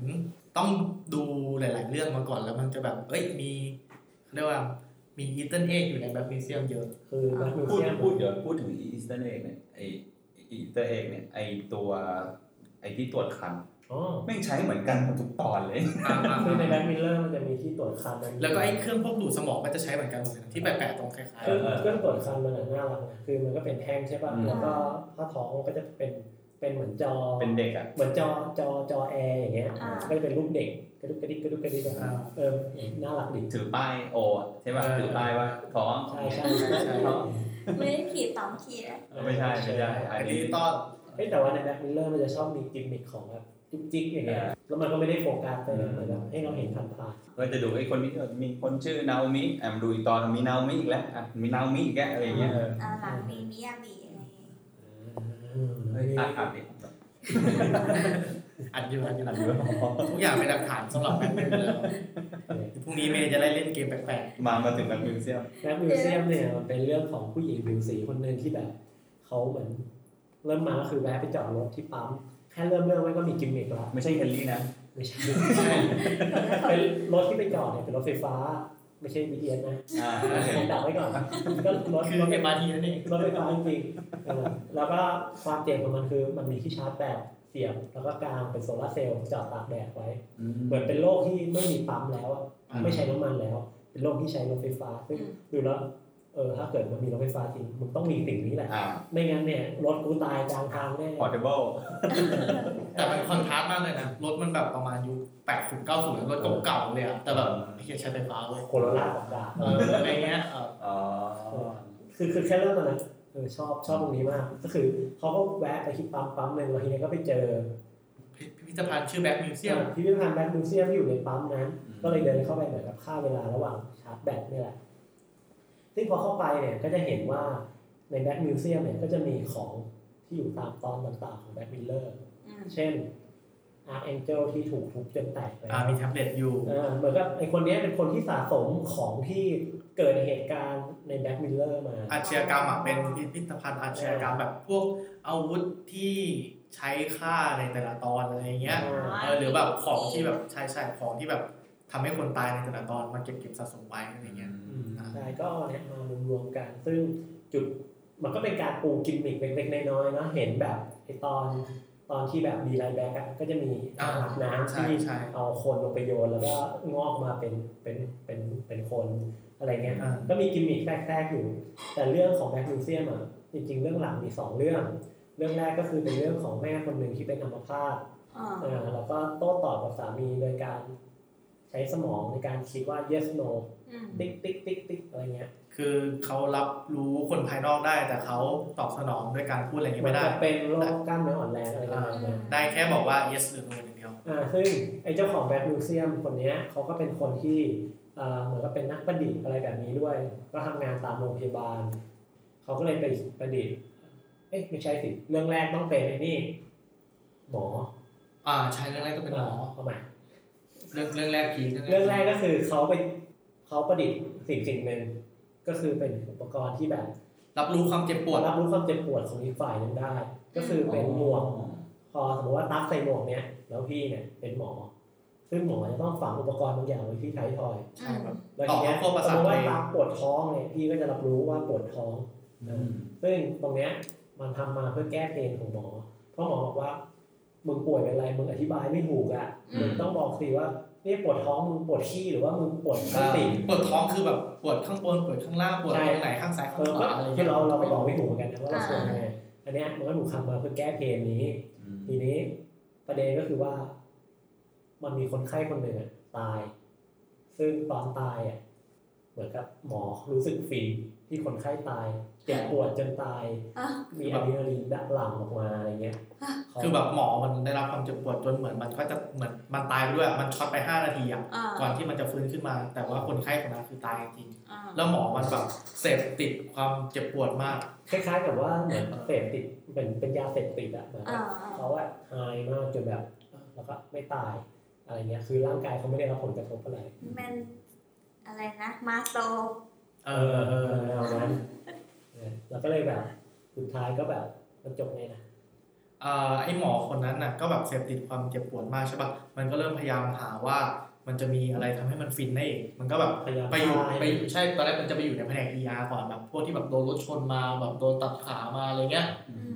[SPEAKER 3] ต้องดูหลาย ๆ เรื่องมาก่อนแล้วมันจะแบบเอ้ยมีเขาเรียกว่ามีอีเทนเอ็กอยู่ในแบบมิวเซียมเยอะ
[SPEAKER 1] คือแบ็คมิล
[SPEAKER 2] พูด
[SPEAKER 1] เซียม
[SPEAKER 2] พูดเดี๋ยวพูดถึงอีสเตอร์เอกเนี่ยไออีสเตอร์เอกเนี่ยไอตัวไอที่ตรวจคัน
[SPEAKER 1] อ๋อ
[SPEAKER 2] ไม่งใช้เหมือนกันหมดทุกตอนเลย
[SPEAKER 1] คือในแบ็คมิลเลอร์มันจะมีที่ตรวจคันมัน
[SPEAKER 3] แล้วก็ไอ้เครื่องพวกดูดสมองก็จะใช้เหมือนกันหมดเลยนะที่แปะๆตรงคล้าย
[SPEAKER 1] คือเครื่องตรวจคันมันอะน่ารักนะคือมันก็เป็นแท่งใช่ป่ะ
[SPEAKER 2] อืม
[SPEAKER 1] แล้วก็ผ้าท้องมันก็จะเป็นเป็นเหมือนจอ
[SPEAKER 2] เป็นเด็กอ่ะ
[SPEAKER 1] เหมือนจอจอจอแอร์อย่างเงี้ย
[SPEAKER 4] อ่า
[SPEAKER 1] ก็จะเป็นรูปเด็กกระดุกกระดิกกระดุกกระดิกอะ
[SPEAKER 2] อ่า
[SPEAKER 1] เออน่ารักดี
[SPEAKER 2] ถือป้ายโออะใช่ป่ะถือป้ายว่าท้อง
[SPEAKER 1] ใช่ใช่ใช่ใช่
[SPEAKER 4] ไม่ได้ขีดสองขีดอะ
[SPEAKER 2] เออไม่ใช่ไม่ใช่
[SPEAKER 3] ๆ
[SPEAKER 2] อัน
[SPEAKER 3] เป็นดิ
[SPEAKER 2] นี้
[SPEAKER 3] จิตอล
[SPEAKER 1] เฮ้ยแต่ว่าในแบ็คมิลเลอร์มันจะชอบมีกิมมิคของแบบจุ๊กจิ๊กอย่างเงี้ยแล้วมันก็ไม่ได้โฟกัสไปเลย
[SPEAKER 2] อืม
[SPEAKER 1] เหมือนแบบให้เราเห็นผ่านผ่าน
[SPEAKER 2] ก็จะดูไอ้คนนี้มีคนชื่อนาโอมิอ่ะดูอีกตอนมีนาโอมิอีกแล้วอ่ะมีนาโอมิอีกแล้วอะไรอย่างเงี้ยเออ
[SPEAKER 4] อ่าหลังมีมิยาบิอะไรอย่างเงี้ย
[SPEAKER 2] เฮ้ยอัดอัดดิ
[SPEAKER 3] อัดอยู่อัดอยู่
[SPEAKER 2] อัดด้วย
[SPEAKER 3] ทุกอย่างเป็นหลักฐานสำหรับแบงค์เป็นแล้วพรุ่งนี้เมย์จะได้เล่นเกมแปลก
[SPEAKER 2] มามาถึงแบ็คมิวเซียม
[SPEAKER 1] แบ็คมิวเซียมเนี่ยมันเป็นเรื่องของผู้หญิงผิวสีคนหนึ่งที่แบบเขาเหมือน เริ่มมาก็คือแวะไปจอดรถที่ปั๊มแค่เริ่มเรื่องมันก็มีกิมมิคละ
[SPEAKER 2] ไม่ใช่เฮนรี่นะ
[SPEAKER 1] ไม่ใช่เป็นรถที่ไปจอดเนี่ยเป็นรถไฟฟ้า ไม่ใช่บีเอ็นนะ
[SPEAKER 2] อ่า
[SPEAKER 1] ดักไว้ก่อนก็รถ
[SPEAKER 3] ๆคือเอ็มอาร์ทีนั่นเอง
[SPEAKER 1] รถไฟฟ้าจริงๆเออแล้วก็ความเจ๋งของมันคือมันมีที่ชาร์จแบตเสียบ แล้วก็กางเป็นโซลาร์เซลล์จอดตากแดดไว้ เหมือนเป็นโลกที่ไม่มีปั๊มแล้วอะ
[SPEAKER 2] อืม
[SPEAKER 1] ไม่ใช้น้ำมันแล้ว เป็นโลกที่ใช้รถไฟฟ้าซึ่งดูแล้วเออถ้าเกิดมันมีรถไฟฟ้าจริงมันต้องมีสิ่งนี้แหละ
[SPEAKER 2] อ่า
[SPEAKER 1] ไม่งั้นเนี่ยรถกูตายกลางทางแน่
[SPEAKER 2] portable
[SPEAKER 3] แต่มันคอนทราสต์มากเลยนะ รถมันแบบประมาณยุค80 90รถเก่าๆเลยอะแต่แบบไอ้เหี้ยใช้ไฟฟ้าเว้ย
[SPEAKER 1] โคโรล่าของดาบ
[SPEAKER 3] เอออะไรเงี้ยเออ
[SPEAKER 2] อ๋อ
[SPEAKER 1] คือคือแค่เริ่มตอนนั้นเออชอบชอบตรงนี้มาก ก็คือเขาก็แวะไปที่ปั๊มปั๊มหนึ่งแล้วทีเนี้ยก็ไปเจอ
[SPEAKER 3] พิพิธภัณฑ์ชื่อแบ็คมิวเซียม
[SPEAKER 1] พิพิธภัณฑ์แบงค์มิวเซียมที่อยู่ในปั๊มนั้น ก็เลยเดินเข้าไปเหมือนกับฆ่าเวลาระหว่างชาร์จแบตเนี่ยแหละ ซึ่งพอเข้าไปเนี่ยก็จะเห็นว่าในแบ็กมิวเซียมเนี่ยก็จะมีของที่อยู่ตามตอนต่างๆของแบ็กมิลเลอร์
[SPEAKER 4] อืม
[SPEAKER 1] เช่นอาร์ n องเจลที่ถูกทุบจนแตกไป
[SPEAKER 3] อ่ามีแท็บเล็ตอยู่
[SPEAKER 1] เออเหมือนกับไอคนเนี้ยเป็นคนที่สะสมของที่เกิดในเหตุการณ์ในแบ็กมิลเลอร์มา
[SPEAKER 3] อาชญากรรมอะเป็นพิพิธภัณฑ์อาชญากรรมแบบพวกอาวุธที่ใช้ฆ่าในแต่ละตอนอะไรเงี้ย เออหรือแบบของที่แบบใช่ใช่ของที่แบบทำให้คนตายในแต่ละตอนมาเก็บเก็บสะสมไว้อะไรเงี้ย
[SPEAKER 1] อืมใช่ก็เอาเนี่ยมารวมๆกัน ซึ่งจุดมันก็เป็นการปูกิมมิกเล็กๆน้อยๆเนาะเห็นแบบไอตอนตอนที่แบบดีไลแบ็กอะก็จะมีอ่างอาบน้ำ
[SPEAKER 3] ใช่
[SPEAKER 1] ที่
[SPEAKER 3] ใช่
[SPEAKER 1] เอาคนลงไปโยนแล้วก็งอกมาเป็นเป็นเป็นเป็นคนอะไรเงี้ย
[SPEAKER 3] อ่า
[SPEAKER 1] ก็มีกิมมิกแทรกๆอยู่ แต่เรื่องของแบ็กมิวเซียมอะจริงๆ เรื่องหลังมีสองเรื่อง เรื่องแรกก็คือเป็นเรื่องของแม่คนหนึ่งที่เป็นอัมพาต
[SPEAKER 4] อ่า
[SPEAKER 1] อ่าแล้วก็โต้ตอบกับสามีโดยการใช้สมองในการคิดว่า yes no
[SPEAKER 4] อืม
[SPEAKER 1] ติ๊กติ๊กติ๊กติ๊กอะไรเงี้ย
[SPEAKER 3] คือเขารับรู้คนภายนอกได้แต่เขาตอบสนองด้วยการพูดอะไรเงี้ยไม่ได้
[SPEAKER 1] นจะเป็นโรคกล้ามเนื้ออ่อนแรงอะไรประมาณนั้น
[SPEAKER 3] ได้แค่บอกว่า yes หรือ no อย่างเดียว
[SPEAKER 1] อ่าซึ่งไอ้เจ้าของแบ็กมิวเซียมคนเนี้ยเขาก็เป็นคนที่อ่าเหมือนกับเป็นนักประดิษฐ์อะไรแบบนี้ด้วย ก็ทำงานตามโรงพยาบาล เขาก็เลยไปประดิษฐ์ เอ๊ะไม่ใช่สิ เรื่องแรกต้องเป็นไอ้นี่ หมอ
[SPEAKER 3] อ่าใช่เรื่องแรกต้องเป็นหมอ
[SPEAKER 1] เข้ามา
[SPEAKER 3] เรื่องเรื่องแรกพีค
[SPEAKER 1] เรื่องแรกก็คือเขาไปเขาประดิษฐ์สิ่งสิ่งหนึ่งก็คือเป็นอุปกรณ์ที่แบบ
[SPEAKER 3] รับรู้ความเจ็บปวด
[SPEAKER 1] รับรู้ความเจ็บปวดของอีกฝ่ายหนึงได้ ก็คือเป็นหมวก พอสมมติว่าตั๊กใส่หมวกเนี้ยแล้วพี่เนี่ยเป็นหมอ ซึ่งหมอจะต้องฝังอุปกรณ์บางอย่างไว้ที่ไทายทอย
[SPEAKER 3] ใช่ครับ
[SPEAKER 1] แล้วทีเนี้ย
[SPEAKER 3] ต่อเข้าประ
[SPEAKER 1] สม
[SPEAKER 3] สาท
[SPEAKER 1] มติว่า
[SPEAKER 3] เลย
[SPEAKER 1] ตั๊กปวดท้องเนี่ยพี่ก็จะรับรู้ว่าปวดท้อง ซึ่งตรงเนี้ยมันทำมาเพื่อแก้เพนของหมอ เพราะหมอบอกว่ามึงป่วยเป็นอะไรมึงอธิบายไม่ถูกอ่ะ
[SPEAKER 2] อืม
[SPEAKER 1] มึงต้องบอกสิว่านี่ปวดท้องมึงปวดขี้หรือว่ามึงปวดสติ
[SPEAKER 3] ปวดท้องคือแบบ ปวดข้างบนปวดข้างล่างปวด
[SPEAKER 1] ใช่
[SPEAKER 3] ตรงไหนข้างซ้าย
[SPEAKER 1] เอ
[SPEAKER 3] ข้าง
[SPEAKER 1] อ
[SPEAKER 3] ขวาอะไร
[SPEAKER 1] ที่
[SPEAKER 3] เงี้ย
[SPEAKER 1] เราเราไปบอกไม่ถูกเหมือนกันนะว่าเราชวนยังไงอันเนี้ยมันก็ถูกทำมาเพื่อแก้เพนนี้
[SPEAKER 2] อืม
[SPEAKER 1] ทีนี้ประเด็นก็คือว่า มันมีคนไข้คนหนึ่งอะตาย ซึ่งตอนตายอ่ะเหมือนกับหมอรู้สึกฟินที่คนไข้ตายเจ็บปวดจนตาย
[SPEAKER 4] อ่ะ
[SPEAKER 1] มีอะดรีนาลีนดักหลั่งออกมาอะไรเงี้ย
[SPEAKER 3] คือแบบหมอมันได้รับความเจ็บปวดจนเหมือนมันก็จะเหมือนมันตายไปด้วยอะมันช็อตไปห้านาทีอ่ะ
[SPEAKER 4] อ่า
[SPEAKER 3] ก่อนที่มันจะฟื้นขึ้นมา แต่ว่าคนไข้คนนั้นคือตายจริง
[SPEAKER 4] อ่า
[SPEAKER 3] ๆแล้วหมอมันแบบเสพติดความเจ็บปวดมาก
[SPEAKER 1] คล้ายๆกับว่าเหมือนเสพติดเหมือนเป็นยาเสพติดอะเหมือนแบ
[SPEAKER 4] อ่า
[SPEAKER 1] บเขาอะหายมากจนแบบเออแล้วก็ไม่ตายอะไรเงี้ย คือร่างกายเขาไม่ได้รับผลกระทบอะไร
[SPEAKER 4] มันอะไรนะ มาโซ
[SPEAKER 3] เออเออเออ
[SPEAKER 1] เอานั้นเออเราก็เลยแบบสุดท้ายก็แบบมันจบไงนะ
[SPEAKER 3] เอ่อไอหมอคนนั้นน่ะก็แบบเสพติดความเจ็บปวดมากใช่ปะมันก็เริ่มพยายามหาว่ามันจะมีอะไรทำให้มันฟินได้อีกมันก็แบบ
[SPEAKER 1] พยายาม
[SPEAKER 3] ไปอยู่
[SPEAKER 1] ฆ่าให้
[SPEAKER 3] ไปอยู่ใช่ตอนแรกมันจะไปอยู่ในแผนก ER ก่อนแบบพวกที่แบบโดนรถชนมาแบบโดนตัดขามาอะไรเงี้ย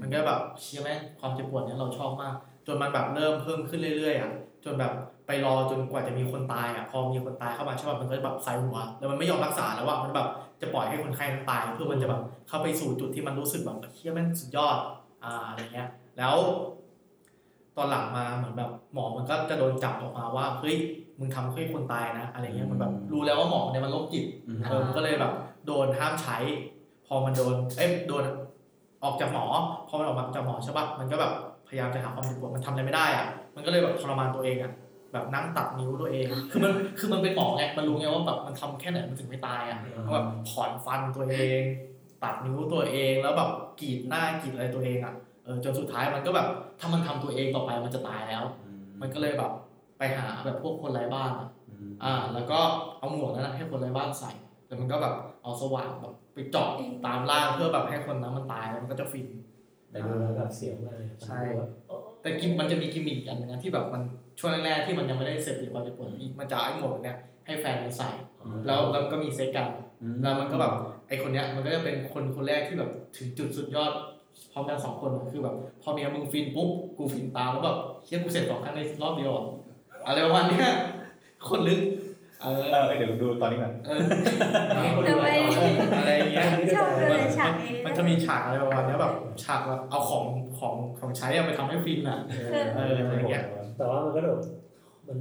[SPEAKER 3] มันก็แบบเชื่อไหมความเจ็บปวดเนี้ยเราชอบมาก จนมันแบบเริ่มเพิ่มขึ้นเรื่อยๆอ่ะจนแบบไปรอจนกว่าจะมีคนตายอ่ะพอมีคนตายเข้ามาใช่ป่ะมันก็แบบใส่หัวแล้วมันไม่ยอมรักษาแล้วอ่ะมันแบบจะปล่อยให้คนไข้มันตายเพื่อมันจะแบบเข้าไปสู่จุดที่มันรู้สึกแบบเชื่อแม่งสุดยอดอ่าอะไรเงี้ย แล้ว ตอนหลังมาเหมือนแบบหมอมันก็จะโดนจับออกมาว่าเฮ้ยมึงทำให้คนตายนะ อะไรเงี้ยมันแบบรู้แล้วว่าหมอเนี่ยมันโรคจิต
[SPEAKER 2] อืม
[SPEAKER 3] เออมันก็เลยแบบโดนห้ามใช้ พอมันโดน เอ้ยโดนออกจากหมอ พอมันออกมาจากหมอใช่ปะมันก็แบบพยายามจะหาความเจ็บปวดมันทำอะไรไม่ได้อะมันก็เลยแบบทรมานตัวเองอะแบบนั่งตัดนิ้วตัวเอง คือมันคือมันเป็นหมอไงมันรู้ไงว่าแบบมันทำแค่ไหนมันถึงไม่ตายอะมันแบบถอนฟันตัวเอง ตัดนิ้วตัวเองแล้วแบบกรีดหน้ากรีดอะไรตัวเองอะเออจนสุดท้ายมันก็แบบถ้ามันทำตัวเองต่อไปมันจะตายแล้ว
[SPEAKER 2] อื
[SPEAKER 3] มันก็เลยแบบไปหาแบบพวกคนไร้บ้านอะ
[SPEAKER 2] อืม
[SPEAKER 3] อ่าแล้วก็เอาหมวกนั้นนะให้คนไร้บ้านใส่ แต่มันก็แบบเอาสว่านแบบไปเจาะตามล่างเพื่อแบบให้คนนั้นมันตายแล้วมันก็จะฟิน
[SPEAKER 1] แต่ดูแล้วแบบเสียวมากเลย
[SPEAKER 3] ใช่
[SPEAKER 1] ดูแล้ว
[SPEAKER 3] แต่กิมมันจะมีกิมมิคอีกอันหนึงนะที่แบบมันช่วงแรกๆที่มันยังไม่ได้เสพติดความเจ็บปวดอีกมันจะเอาไอ้หมวกเนี่ยให้แฟนมันใส่ แล้วแล้วมันก็มีเซ็กกัน
[SPEAKER 2] อืม
[SPEAKER 3] แล้วมันก็แบบไอ้คนเนี้ยมันก็จะเป็นคนคนแรกที่แบบถึงจุดสุดยอดพร้อมกันสองคนอะคือแบบพอเมียมึงฟินปุ๊บกูฟินตามแล้วแบบเชี่ยกูเสร็จสองครั้งในรอบเดียวอะอะไรประมาณเนี้ยคนลึกเออ
[SPEAKER 2] เออเดี๋ยวดูตอนนี้ก่อน
[SPEAKER 3] เอออะไรอย่างเงี้ย
[SPEAKER 4] ชอบดูเลยฉากนี้
[SPEAKER 3] มันจะมีฉากอะไรประมาณเนี้ยแบบฉากแบบเอาของของของใช้อะไปทำให้ฟินอ่ะ เอออะไรเงี้ย
[SPEAKER 1] แต่ว่ามันก็แบบมัน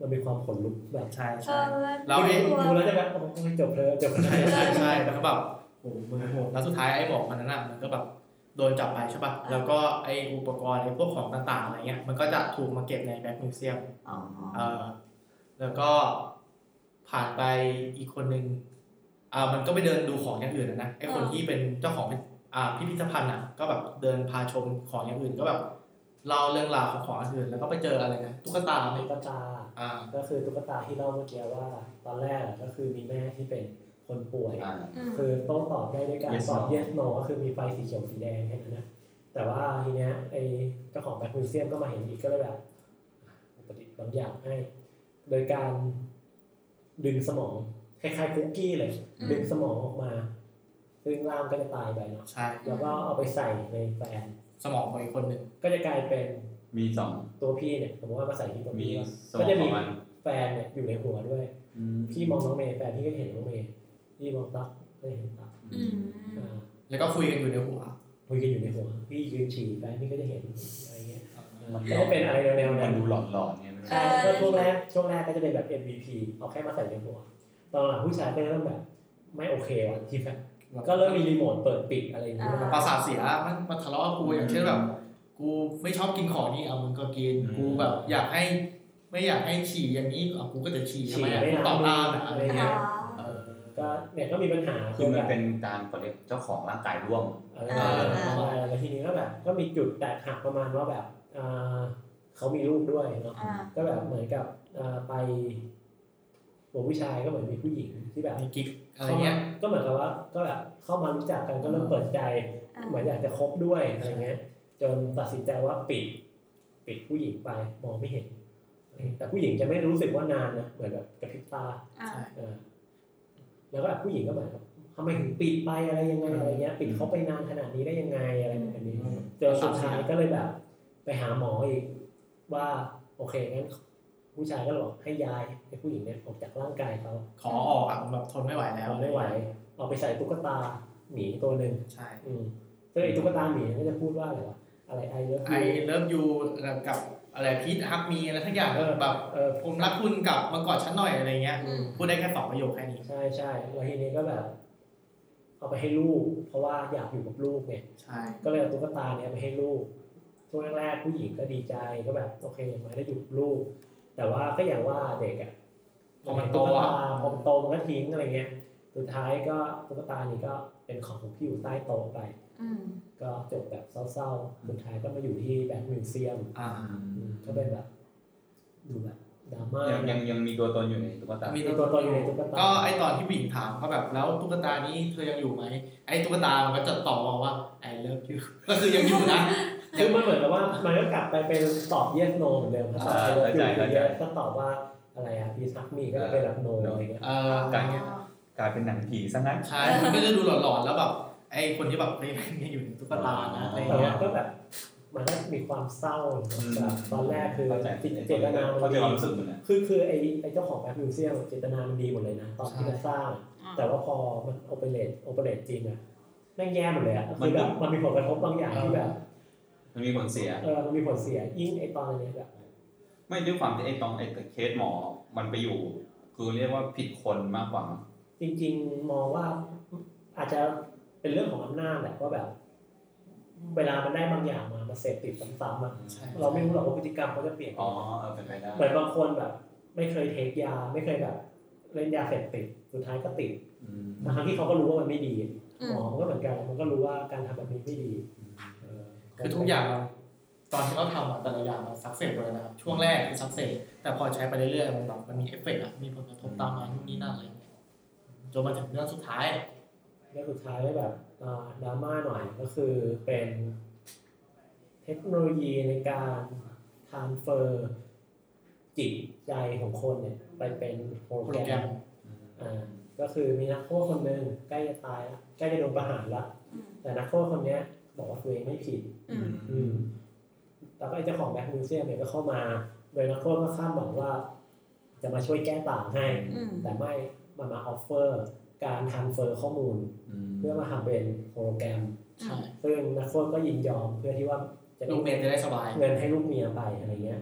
[SPEAKER 1] มันมีความขนลุกแบบ
[SPEAKER 3] ใช่
[SPEAKER 4] เอ
[SPEAKER 3] ใช่
[SPEAKER 4] อมัน
[SPEAKER 3] แล้วไอ้
[SPEAKER 4] กลัว
[SPEAKER 1] ดูแล้วจะแบบโอ้ยจบเลยจบเล
[SPEAKER 3] ใช่
[SPEAKER 1] ย
[SPEAKER 3] ใช่ใช่แล้วก็แบบโอ้โหมึงโหดแล้วสุดท้ายไอ้หมอกมันนั้นอ่ะมันก็แบบโดนจับไปใช่ป่ะ แล้วก็ไอ้อุปกรณ์ไอ้พวกของต่างๆอะไรเงี้ยมันก็จะถูกมาเก็บในแบ็คมิวเซียม
[SPEAKER 4] อ๋อ
[SPEAKER 3] เออแล้วก็ผ่านไปอีกคนนึงอ่ามันก็ไปเดินดูของอย่างอื่นอะนะไอคนที่เป็นเจ้าของอ่าพิพิธภัณฑ์อ่ะก็แบบเดินพาชมของอย่างอื่นก็แบบเล่าเรื่องราวของของอันอื่น แล้วก็ไปเจออะไรนะตุ๊กตาไหม
[SPEAKER 1] ตุ๊กตา
[SPEAKER 3] อ่า
[SPEAKER 1] ก็คือตุ๊กตาที่เล่าเมื่อกี้ว่า ตอนแรกก็คือมีแม่ที่เป็นคนป่วย
[SPEAKER 2] อ่า
[SPEAKER 4] อืม
[SPEAKER 1] คือโต้ตอบได้ด้วยการ
[SPEAKER 2] Yes
[SPEAKER 1] ตอบ
[SPEAKER 2] no
[SPEAKER 1] yes no ก็คือมีไฟสีเขียวสีแดงแค่นั้นนะแต่ว่าทีเนี้ยไอเจ้าของแบ็คมิวเซียมก็มาเห็นอีกก็เลยแบบประดิษฐ์บางอย่างให้ โดยการดึงสมองคล้ายๆคุกกี้เลย ดึงสมองออกมาซึ่งล่างก็จะตายไปเนาะ
[SPEAKER 3] ใช่
[SPEAKER 1] แล้วก็เอาไปใส่ในแฟน
[SPEAKER 3] สมองของอีกคนหนึ่ง
[SPEAKER 1] ก็จะกลายเป็น
[SPEAKER 2] มีสอง
[SPEAKER 1] ตัวพี่เนี่ยสมมติว่ามาใส่ที่ตัว
[SPEAKER 2] มี
[SPEAKER 1] พี่ว่า
[SPEAKER 2] สอง
[SPEAKER 1] ก็จะมี
[SPEAKER 2] ของมัน
[SPEAKER 1] แฟนเนี่ยอยู่ในหัวด้วย
[SPEAKER 2] อืม
[SPEAKER 1] พี่มองน้องเมย์แฟนพี่ก็เห็นน้องเมย์พี่มองตั๊กก็เห็นตั๊ก
[SPEAKER 4] อืม
[SPEAKER 1] อ่า
[SPEAKER 3] แล้วก็คุยกันอยู่ในหัว
[SPEAKER 1] คุยกันอยู่ในหัวพี่ยืนฉี่ไปพี่ก็จะเห็นอะไรเงี้ยก็เป็นอะไรแนวๆ
[SPEAKER 2] มั
[SPEAKER 1] นั้น น
[SPEAKER 2] ดูหลอนๆเนี่ยมัน
[SPEAKER 1] ใช่ก็ช่วงแรกช่วงแรกก็จะเป็นแบบ MVP เอาแค่มาใส่ในหัว ตอนหลังผู้ชายก็เริ่มแบบ ไม่โอเคว่ะที่แบบก็เริ่มมีรีโมทเปิดปิดอะไรอย่างเงี้ย
[SPEAKER 3] ประสาทเสียมันมาทะเลาะกับกูอย่างเช่นแบบ กูไม่ชอบกินของนี่เอามึงก็กินกูแบบอยากให้ ไม่อยากให้ฉี่อย่างนี้เอากูก็จะฉี่ทำ
[SPEAKER 1] ฉี่
[SPEAKER 3] ไมอะ
[SPEAKER 1] ไม่
[SPEAKER 3] กู
[SPEAKER 1] ได้
[SPEAKER 3] ตอบตามอะ
[SPEAKER 1] อะ
[SPEAKER 3] อะไร
[SPEAKER 1] ไร
[SPEAKER 3] เงี้
[SPEAKER 1] เงี้
[SPEAKER 3] ย
[SPEAKER 1] ย
[SPEAKER 3] เออ
[SPEAKER 1] ก็เนี่ยก็มีปัญหา
[SPEAKER 2] คือมัน
[SPEAKER 1] แบบ
[SPEAKER 2] เป็นการเขาเรียกเจ้าของร่างกายร่วม
[SPEAKER 1] อะไรแล้วทีนี้ก็แบบ ก็มีจุดแตกหักประมาณว่าแบบอ่าเขามีลูกด้วยเนาะ
[SPEAKER 4] อ่า
[SPEAKER 1] ก็แบบเหมือนกับอ่าไปหัวผู้ชายก็เหมือนมีผู้หญิงที่แบบ
[SPEAKER 3] มีกิ๊กอะไรเงี้ย
[SPEAKER 1] ก็เหมือนกับว่าก็แบบเข้ามารู้จักกันก็เริ่มเปิดใจ
[SPEAKER 4] อ่า
[SPEAKER 1] เหมือนอยากจะคบด้วยอะไรเงี้ย จนตัดสินใจว่าปิด ปิดผู้หญิงไปมองไม่เห็น แต่ผู้หญิงจะไม่รู้สึกว่านานนะเหมือนแบบกระพริบตา
[SPEAKER 4] อ่า
[SPEAKER 1] เออแล้วก็แบบผู้หญิงก็เหมือนกับทำไมถึงปิดไปอะไรยังไงอะไรเงี้ย ปิดเขาไปนานขนาดนี้ได้ยังไงอะไรแบบนี้ จนสุดท้ายก็เลยแบบ ไปหาหมออีกว่า โอเคงั้น ผู้ชายก็เลยบอกให้ย้ายให้ผู้หญิงเนี่ยออกจากร่างกายเขา
[SPEAKER 3] ขอออกอ่ะผมแบบทนไม่ไหวแล้ว
[SPEAKER 1] เราไม่ไหวเอาไปใส่ตุ๊กตาหมีตัวหนึ่ง
[SPEAKER 3] ใช่
[SPEAKER 1] อืมซึ่งไอ้ตุ๊กตาหมีเนี่ยมันจะพูดว่าอะไรวะอะไรไอเลิฟ
[SPEAKER 3] ไอเลิฟยูกับอะไรพีทฮักมีอะไรทักอย่างเออแบบ
[SPEAKER 1] เออ
[SPEAKER 3] ผมรักคุณกลับมากอดฉันหน่อยอะไรเงี้ย
[SPEAKER 1] อืม
[SPEAKER 3] พูดได้แค่สองประโยคแค่นี้
[SPEAKER 1] ใช่ใช่แล้วทีนี้ก็แบบ เอาไปให้ลูก เพราะว่าอยากอยู่กับลูกเนี่ย
[SPEAKER 3] ใช่
[SPEAKER 1] ก็เลยเอาตุ๊กตาเนี่ยไปให้ลูกช่วงแรกๆผู้หญิงก็ดีใจก็แบบโอเคอย่างน้อยได้อยู่กับลูก แต่ว่าก็อย่างว่าเด็กอ่ะ
[SPEAKER 3] พอมันโต
[SPEAKER 1] ตุ๊ก
[SPEAKER 3] อ่ะ
[SPEAKER 1] ตาพอมันโตมันก็ทิ้งอะไรเงี้ยสุดท้ายก็ตุ๊กตานี่ก็เป็นของที่อยู่ใต้โต๊ะไป
[SPEAKER 4] อืม
[SPEAKER 1] ก็จบแบบเศร้าๆสุดท้ายก็มาอยู่ที่แบงค์มิวเซียม
[SPEAKER 3] อ่า
[SPEAKER 1] ก็เป็นแบบดูแบบดราม่า
[SPEAKER 2] ยังยังยังมีตัวตนอยู่ในตุ๊กตา
[SPEAKER 1] มีตัวตนอยู่ในตุ๊กตา
[SPEAKER 3] ก็ไอตอนที่ผู้หญิงถามก็แบบแล้วตุ๊กตานี้เธอยังอยู่ไหมไอตุ๊กตามันก็จะตอบมาว่า I love you ก็คือยังอยู่นะ
[SPEAKER 1] คือมันเหมือนกับว่ามันก็กลับไปเป็นตอบ yes no เหมือนเดิมครับก็ตอบว่าอะไรอะพีซักมีก็เป็นแบบ no อะไรเงี้ย
[SPEAKER 3] เออ
[SPEAKER 2] กลายเป็นหนังผีซะงั้น
[SPEAKER 3] ใช่มันก็จะดูหลอนๆ แล้วแบบไอ้คนที่แบบเฮ้ยแม่งยังอยู่ในตุ๊กตานะอะไร
[SPEAKER 1] แต่
[SPEAKER 3] เงี้
[SPEAKER 1] ว่าย ก็แบบมันก็มีความเศร้า
[SPEAKER 2] อืม
[SPEAKER 1] แบบตอนแรกคือ
[SPEAKER 2] เข้าใจ
[SPEAKER 1] เจตนา
[SPEAKER 2] เข้า
[SPEAKER 1] มัน
[SPEAKER 2] ใจ
[SPEAKER 1] ดี
[SPEAKER 2] ความรู้สึกมันนะ
[SPEAKER 1] คือคือไอไอเจ้าของแบ็คมิวเซียมเจตนามันดีหมดเลยนะตอนที่มันสร้าง แต่ว่าพอมันโอเปเรตโอเปเรตจริงอะแม่งแย่หมดเลยอะคือแบบมันมีผลกระทบบางอย่างที่แบบ
[SPEAKER 2] มันมีผลเสีย
[SPEAKER 1] เออมันมีผลเสียยิ่งไอตอนนี้แบบ
[SPEAKER 2] ไม่ด้วยความที่ไอ้ตองไอ้เคสหมอมันไปอยู่ คือเรียกว่าผิดคนมากกว่ามั้ง
[SPEAKER 1] จริงๆมองว่าอาจจะเป็นเรื่องของอำนาจแหละว่าแบบ เวลามันได้บางอย่างมามาเสพติดซ้ำๆอะ
[SPEAKER 3] ใช่
[SPEAKER 1] เราไม่รู้หรอกว่าพฤติกรรมเขาจะเปลี่ยน
[SPEAKER 2] อ๋อเออเป็นไปได้
[SPEAKER 1] เหมือนบางคนแบบ ไม่เคยเทคยาไม่เคยแบบ เล่นยาเสพติดสุดท้ายก็ติด
[SPEAKER 2] อืม
[SPEAKER 1] ทั้งที่เขาก็รู้ว่ามันไม่ดี
[SPEAKER 4] อื
[SPEAKER 1] หม
[SPEAKER 4] ม
[SPEAKER 1] อมันก็เหมือนกันมันก็รู้ว่าการทำแบบนี้ไม่ดีเออ
[SPEAKER 3] คือทุกอย่างเราตอนที่เราทำอะแต่ละอย่างมันซักเซสหมดเลยนะครับ ช่วงแรกคือซักเซสแต่พอใช้ไปเรื่อยๆ มันแบบมันมีเอฟเฟกต์อะมีผลกระทบตามมาทุกนี้นั่นอะไรเงี้ยจนมาถึงเรื่องสุดท้าย
[SPEAKER 1] แล้วสุดท้ายก็แบบอ่าดราม่าหน่อยก็คือเป็นเทคโนโลยีในการทานเฟอร์จิตใจของคนเนี่ย ไปเป็นโปร
[SPEAKER 3] โปร
[SPEAKER 1] แก
[SPEAKER 3] แก
[SPEAKER 1] ร
[SPEAKER 3] ร
[SPEAKER 1] ม
[SPEAKER 3] ม
[SPEAKER 1] อ่าก็คือมีนักโทษคนหนึ่งใกล้จะตายละใกล้จะโดนประหารละ
[SPEAKER 4] อืม
[SPEAKER 1] แต่นักโทษคนเนี้ย บอกว่าตัวเองไม่ผิด
[SPEAKER 4] อืม
[SPEAKER 1] อืมแล้วก็ไอ้เจ้าของแบ็คมิวเซียมเนี่ยก็เข้ามา โดยนักโทษก็คาดหวังว่า จะมาช่วยแก้ต่างให้
[SPEAKER 4] อืม
[SPEAKER 1] แต่ไม่มันมาออฟเฟอร์ การทานเฟอร์ข้อมูล เพื่อมาทำเป็นโปรแกรม
[SPEAKER 3] ใช่
[SPEAKER 1] ซึ่งนักโทษก็ยินยอมเพื่อที่ว่าจะได้
[SPEAKER 3] ลูกเมนจะได้สบาย
[SPEAKER 1] เงินให้ลูกเมียไปอะไรเงี้ย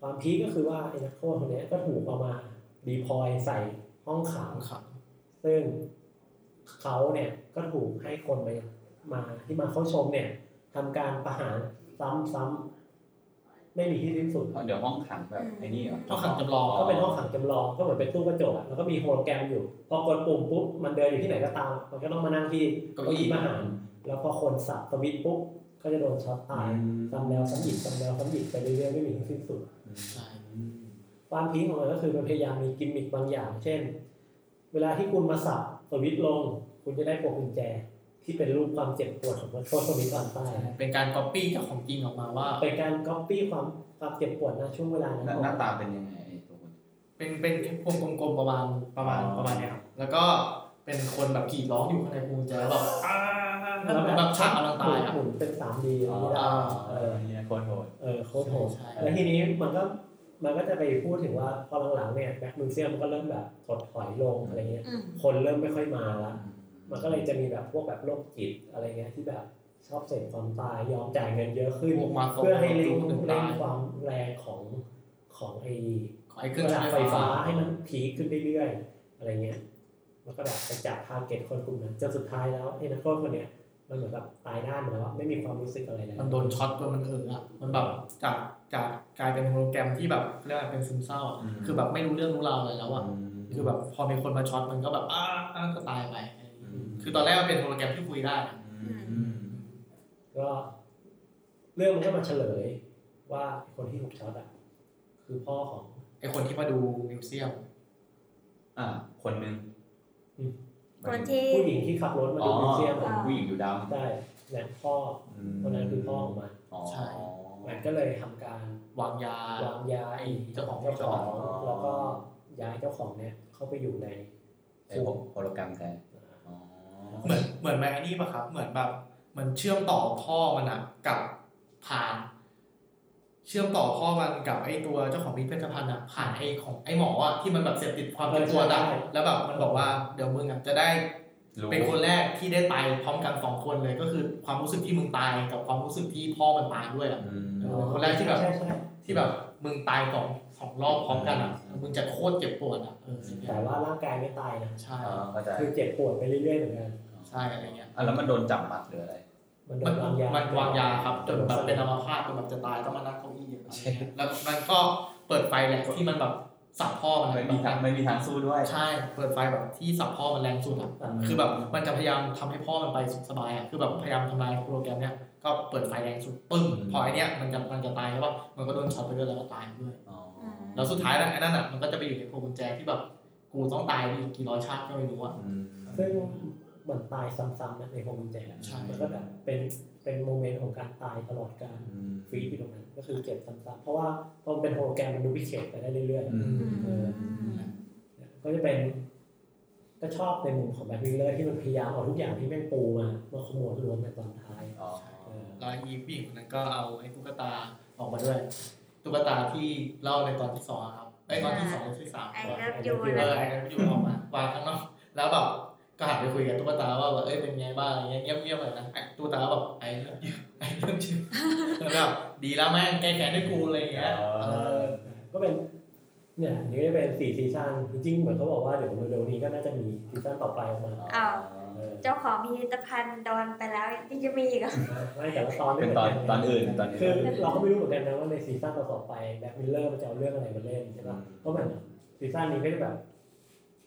[SPEAKER 1] ความพีคก็คือว่าไอ้นักโทษคนเนี้ยก็ถูกเอามาดีพอยใส่ห้องขัง
[SPEAKER 3] ครับ
[SPEAKER 1] ซึ่งเขาเนี่ยก็ถูกให้คนไปมาที่มาเข้าชมเนี่ยทำการประหารซ้ำๆไม่มีที่สิ้นสุด
[SPEAKER 2] เดี๋ยวห้องขังแบบไอ้นี่เหรอ
[SPEAKER 3] ห้องขังจำลอง
[SPEAKER 1] ก็เป็นห้องขังจำลองก็เหมือนเป็นตู้กระจกอะแล้วก็มีโฮโลแกรมอยู่ พอกดปุ่มปุ๊บมันเดินอยู่ที่ไหนก็ตาม มันก็ต้องมานั่งที่
[SPEAKER 2] เก้า
[SPEAKER 1] เก้า
[SPEAKER 2] อี้
[SPEAKER 1] อี้ประหาร แล้วพอคนสับสวิตช์ปุ๊บก็จะโดนช็อตตายซ้ำแล้วซ้ำอีกซ้ำแล้วซ้ำอีกไปเรื่อยๆไม่มีที่สิ้นสุด
[SPEAKER 3] ใช่
[SPEAKER 1] ความพีคของมันก็คือมันพยายามมีกิมมิคบางอย่าง เช่น เวลาที่คุณมาสับสวิตช์ลง คุณจะได้พวงกุญแจ ที่เป็นรูปความเจ็บปวดของนักโทษสวิตช์ตอนตาย
[SPEAKER 3] เป็นการก๊อปปี้จากของจริงออกมาว่า
[SPEAKER 1] เป็นการก๊อปปี้ความความเจ็บปวดนะช่วงเวลานั้น
[SPEAKER 2] หน้า
[SPEAKER 1] ออ
[SPEAKER 2] หน้าก ตาเป็นยังไงไอ้ตัวคน
[SPEAKER 3] เป็นเป็นพวงกลมๆประมาณประมาณ
[SPEAKER 2] อ๋อ
[SPEAKER 3] ประมาณเนี้ยครับแล้วก็เป็นคนแบบกรีดร้องอยู่ข้างในพวงกุญแจแล้วแบบอ่าแล้ว
[SPEAKER 1] ล้ว
[SPEAKER 3] แบบฉากอลังการอะ
[SPEAKER 1] หมุนเป็นสามดีอะไรอย่างเงี้ย
[SPEAKER 2] เออ
[SPEAKER 3] า
[SPEAKER 2] เนี่ยโคตรโหด
[SPEAKER 1] เออโคตรโหด
[SPEAKER 3] ใช่
[SPEAKER 1] แล้วทีนี้มันก็มันก็จะไปพูดถึงว่าพอหลังๆเนี่ยแบ็คมิวเซียมก็เริ่มแบบถดถอยลงอะไรเงี้ย
[SPEAKER 4] อืม
[SPEAKER 1] คนเริ่มไม่ค่อยมาละ มันก็เลยจะมีแบบพวกแบบโรคจิตอะไรเงี้ยที่แบบชอบเสพความตายยอมจ่ายเงินเยอะขึ้น
[SPEAKER 3] พวกมาส่ง
[SPEAKER 1] เพื่อให้เล่ง
[SPEAKER 3] ถึง
[SPEAKER 1] เล่
[SPEAKER 3] ตาง ย
[SPEAKER 1] ความแรงของของไอ้
[SPEAKER 3] ของไอ้เค
[SPEAKER 1] เค
[SPEAKER 3] รื่
[SPEAKER 1] รื่
[SPEAKER 3] อ
[SPEAKER 1] อง งดั
[SPEAKER 3] ใช้
[SPEAKER 1] บไฟ
[SPEAKER 3] ไฟฟ้า
[SPEAKER 1] ฟ้าให้มันพีคขึ้นเรื่อยๆอะไรเงี้ยมันก็แบบไปจับทาร์เก็ตคนกลุ่มนั้นจนสุดท้ายแล้วไอ้นักโทษคนเนี้ยมันเหมือนแบบตายด้านไปแล้วอะไม่มีความรู้สึกอะไรแล้ว
[SPEAKER 3] มันโดนช็อตจนมันเอออะมันแบบจากจากกลายเป็นโปรแกรมที่แบบเรียกว่าเป็นซึมเศร้าอะคือแบบไม่รู้เรื่องรู้ราวอะไรแล้วอ่ะคือแบบพอมีคนมาช็อตมันก็แบบอ้าอ้าก็ตายไปคือตอนแรกมันเป็นโปรแกรมที่คุยได้
[SPEAKER 1] ก็เรื่องมันก็มาเฉลย ว่าคนที่ถูกช็อตอะคือพ่อของ
[SPEAKER 3] ไอ้คนที่มาดูมิวเซียม
[SPEAKER 2] อ่าคนหนึ่ง
[SPEAKER 1] อืม
[SPEAKER 4] คนที่
[SPEAKER 1] ผู้หญิงที่ขับรถมา
[SPEAKER 2] อ๋อ
[SPEAKER 1] ดูมิวเซียมอะ
[SPEAKER 2] ผู้หญิงอยู่ด
[SPEAKER 1] ใช่เนี่ยพ่อ
[SPEAKER 2] ำ
[SPEAKER 1] คนนั้นคือพ่อของมัน
[SPEAKER 2] อ๋อ
[SPEAKER 1] มันก็เลยทำการ
[SPEAKER 3] วางยา
[SPEAKER 1] วางยาไอ้เจ้าของ
[SPEAKER 3] เจ้า
[SPEAKER 1] เจ้า
[SPEAKER 3] ข
[SPEAKER 1] ข
[SPEAKER 3] อ
[SPEAKER 1] อง ง แล้วก็ย้ายเจ้าของเนี่ยเข้าไปอยู่ใน
[SPEAKER 2] ไอ้โปรแกรมแทนอ๋อ
[SPEAKER 3] เหมือนเหมือนแมนนี่ปะครับ เหมือนแบบเหมือนเชื่อมต่อพ่อมันอะกับผ่าน เชื่อมต่อข้อมันกับไอ้ตัวเจ้าของพิพิธภัณฑ์อะผ่านไอ้ของไอ้หมออะที่มันแบบเสพติดความเป็นตัวดั
[SPEAKER 1] ใช่
[SPEAKER 3] แล้วแบบมันบอกว่าเดี๋ยวมึงอะจะได้
[SPEAKER 2] รู้
[SPEAKER 3] เป็นคนแรกที่ได้ตายพร้อมกันสองคนเลยก็คือความรู้สึกที่มึงตายกับความรู้สึกที่พ่อมันตายด้วยอะ
[SPEAKER 2] อืม
[SPEAKER 3] เออคนแรกที่แบบ
[SPEAKER 1] ใช่ใช่
[SPEAKER 3] ที่แบบมึงตายสองสองรอบพร้อมกันอะมึงจะโคตรเจ็บปวดอะเออ
[SPEAKER 1] แต่ว่าร่างกายไม่ตายนะ
[SPEAKER 3] ใช่
[SPEAKER 2] อ๋อเข้าใจ
[SPEAKER 1] คือเจ็บปวดไปเรื่อยๆเหมือนกัน
[SPEAKER 3] ใช่อะไรเงี้ย
[SPEAKER 2] อ่ะแล้วมันโดนจับมัดหรืออะไร
[SPEAKER 1] มันโด
[SPEAKER 3] มัน
[SPEAKER 1] นวางยามั
[SPEAKER 3] มันวางยาครับจนแบบเป็นอัมพาตจนแบบจะตายต้องมานั่งเก้าอี้อย่าง
[SPEAKER 2] ใช่
[SPEAKER 3] เงี้ยแล้วมันก็เปิดไฟแหละที่มันแบบสับพ่อมัน
[SPEAKER 2] ไม่มีทางไม่มีทางสู้ด้วย
[SPEAKER 3] ใช่ เปิดไฟแบบที่สับพ่อมันแรงสุดอ่ะ
[SPEAKER 1] อืม
[SPEAKER 3] คือแบบมันจะพยายามทำให้พ่อมันไปสุขสบายอ่ะคือแบบพยายามทำลายโปรแกรมเนี้ยก็เปิดไฟแรงสุดปึ้ง
[SPEAKER 2] อืม
[SPEAKER 3] พอไอเนี้ยมันจะมันจะตายแล้วว่ามันก็โดนช็อตไปด้วยแล้วก็ตายด้วย
[SPEAKER 2] อ๋อ
[SPEAKER 3] แล้วสุดท้ายนะไอ้นั่นอ่ะมันก็จะไปอยู่ในพวงกุญแจที่แบบกูต้องตายอีกกี่ร้อยชาติก็ไม่รู้อ่ะ
[SPEAKER 2] อืม
[SPEAKER 1] ซึ่งเหมือนตายซ้ำๆนะในโฮมเจ
[SPEAKER 3] ใช่
[SPEAKER 1] มันก็แบบเป็นเป็นโมเมนต์ของการตายตลอดการฟรีที่ตรงนั้น ก็คือเจ็บซ้ำๆเพราะว่าพอมันเป็นโฮโลแกรมมันดูพิเคตไปได้เรื่อย
[SPEAKER 2] อืม
[SPEAKER 4] อืม
[SPEAKER 1] ๆ ก็จะเป็น ก็ชอบในมุมของแบทวิลเลอร์ที่มันพยายามเอาทุกอย่างที่แม่งปูมามาขโมยรวมในตอนท้าย
[SPEAKER 2] อ๋อ
[SPEAKER 1] เออ
[SPEAKER 3] แล้วอีผู้หญิงคนนั้นก็เอาไอ้ตุ๊กตาออกมาด้วย ตุ๊กตาที่เล่าในตอนที่สองอะครับไอ้ตอนที่สองหรือที่สาม
[SPEAKER 4] ไอ้เลิฟยู
[SPEAKER 3] เอ
[SPEAKER 4] นะ
[SPEAKER 3] อไอ้นั้นอยู่ออกมาวางข้างนอกแล้วแบบก็หันไปคุยกับตุ๊กตาว่าแบบเอ้ยเป็นไงบ้างอะไรเงี้ยเงียบๆเลยนะไอ้ตุ๊กตาก็บอกไอ้เลิฟยูไอ้เลิฟยูแล้ว แบบดีแล้วแม่งแก้แค้นด้วยกูอะไรเงี้ยเออ
[SPEAKER 1] ก็เป็น เนี่ยอันนี่ก็เป็นสี่ซีซั่นจริงๆเหมือนเขาบอกว่าเดี๋ยวเร็วๆนี้ก็น่าจะมีซีซั่นต่อไปออกมา
[SPEAKER 4] อ้าว
[SPEAKER 1] เออ
[SPEAKER 4] เจ้าของพิพิธภัณฑ์โดนไปแล้วยังจะมีอีกเหรอ
[SPEAKER 1] ไม่แต่ละตอนไม่
[SPEAKER 2] เป็น
[SPEAKER 1] เหมื
[SPEAKER 2] ตอน
[SPEAKER 1] กั
[SPEAKER 2] ตอนอื่นตอน
[SPEAKER 1] คือ
[SPEAKER 2] อื่น
[SPEAKER 1] เราก็ไม่รู้เหมือนกันนะว่าในซีซั่นต่อๆไปแบ็คมิลเลอร์มันจะเอาเรื่องอะไรมาเล่นใช่ป่ะเพราะเหมือนซีซั่นนี้ก็จะแบบ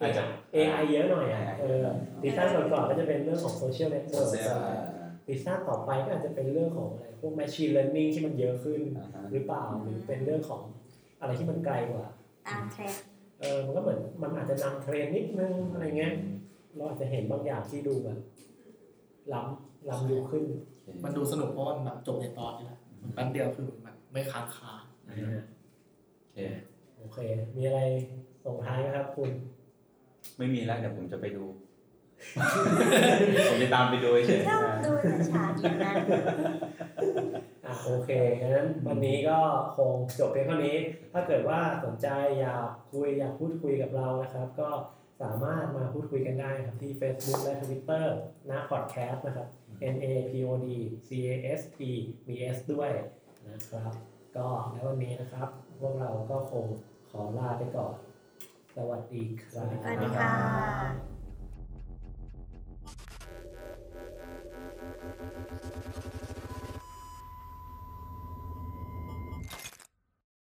[SPEAKER 2] อาจจะ
[SPEAKER 1] AI เยอะหน่อยอ่ะเออซีซั่นก่อนๆก็จะเป็นเรื่องของโซเชียลเน็ตเวิร์ก
[SPEAKER 2] เซลล์อ่า
[SPEAKER 1] ซีซั่นต่อไปก็อาจจะเป็นเรื่องของอะไรพวกแมชชีนเล a ร์น i ิ่งที่มันเยอะขึ้น
[SPEAKER 2] อ่าฮะ
[SPEAKER 1] หรือเปล่าหรือเป็นเรื่องของอะไรที่มันไกลกว่า
[SPEAKER 4] ตามเทรนด์
[SPEAKER 1] เออมันก็เหมือนมันอาจจะนำเทรนด์นิดนึงอะไรเงี้ยเราอาจจะเห็นบางอย่างที่ดูแบบล้ำล้ำยุคขึ้น
[SPEAKER 3] มันดูสนุกเพราะมันแบบจบในตอนนี้แหละมันแป๊บเดียวคือมันไม่ค้างคา
[SPEAKER 2] อืม
[SPEAKER 1] นะฮะ
[SPEAKER 2] โอเค
[SPEAKER 1] โอเค มีอะไรส่งท้ายไหมครับคุณ
[SPEAKER 2] ไม่มีแล้วเดี๋ยวผมจะไปดู ผมจะตามไปดูเฉยๆ
[SPEAKER 4] ชอบ
[SPEAKER 2] อ่า
[SPEAKER 4] ดูฉากอย่างนั้น
[SPEAKER 1] อ่ะโอเคงั้นวันนี้ก็คงจบเพียงเท่านี้ ถ้าเกิดว่าสนใจอยากคุยอยากพูดคุยกับเรานะครับ ก็สามารถมาพูดคุยกันได้นะครับที่ Facebook และ Twitter นะพอดแคสต์นะครับ N A P O D C A S T มี S ด้วยนะครับ ก็แล้ววันนี้นะครับ พวกเราก็คงขอลาไปก่อน สวัสดีครับ
[SPEAKER 4] สวัสดีค่ะ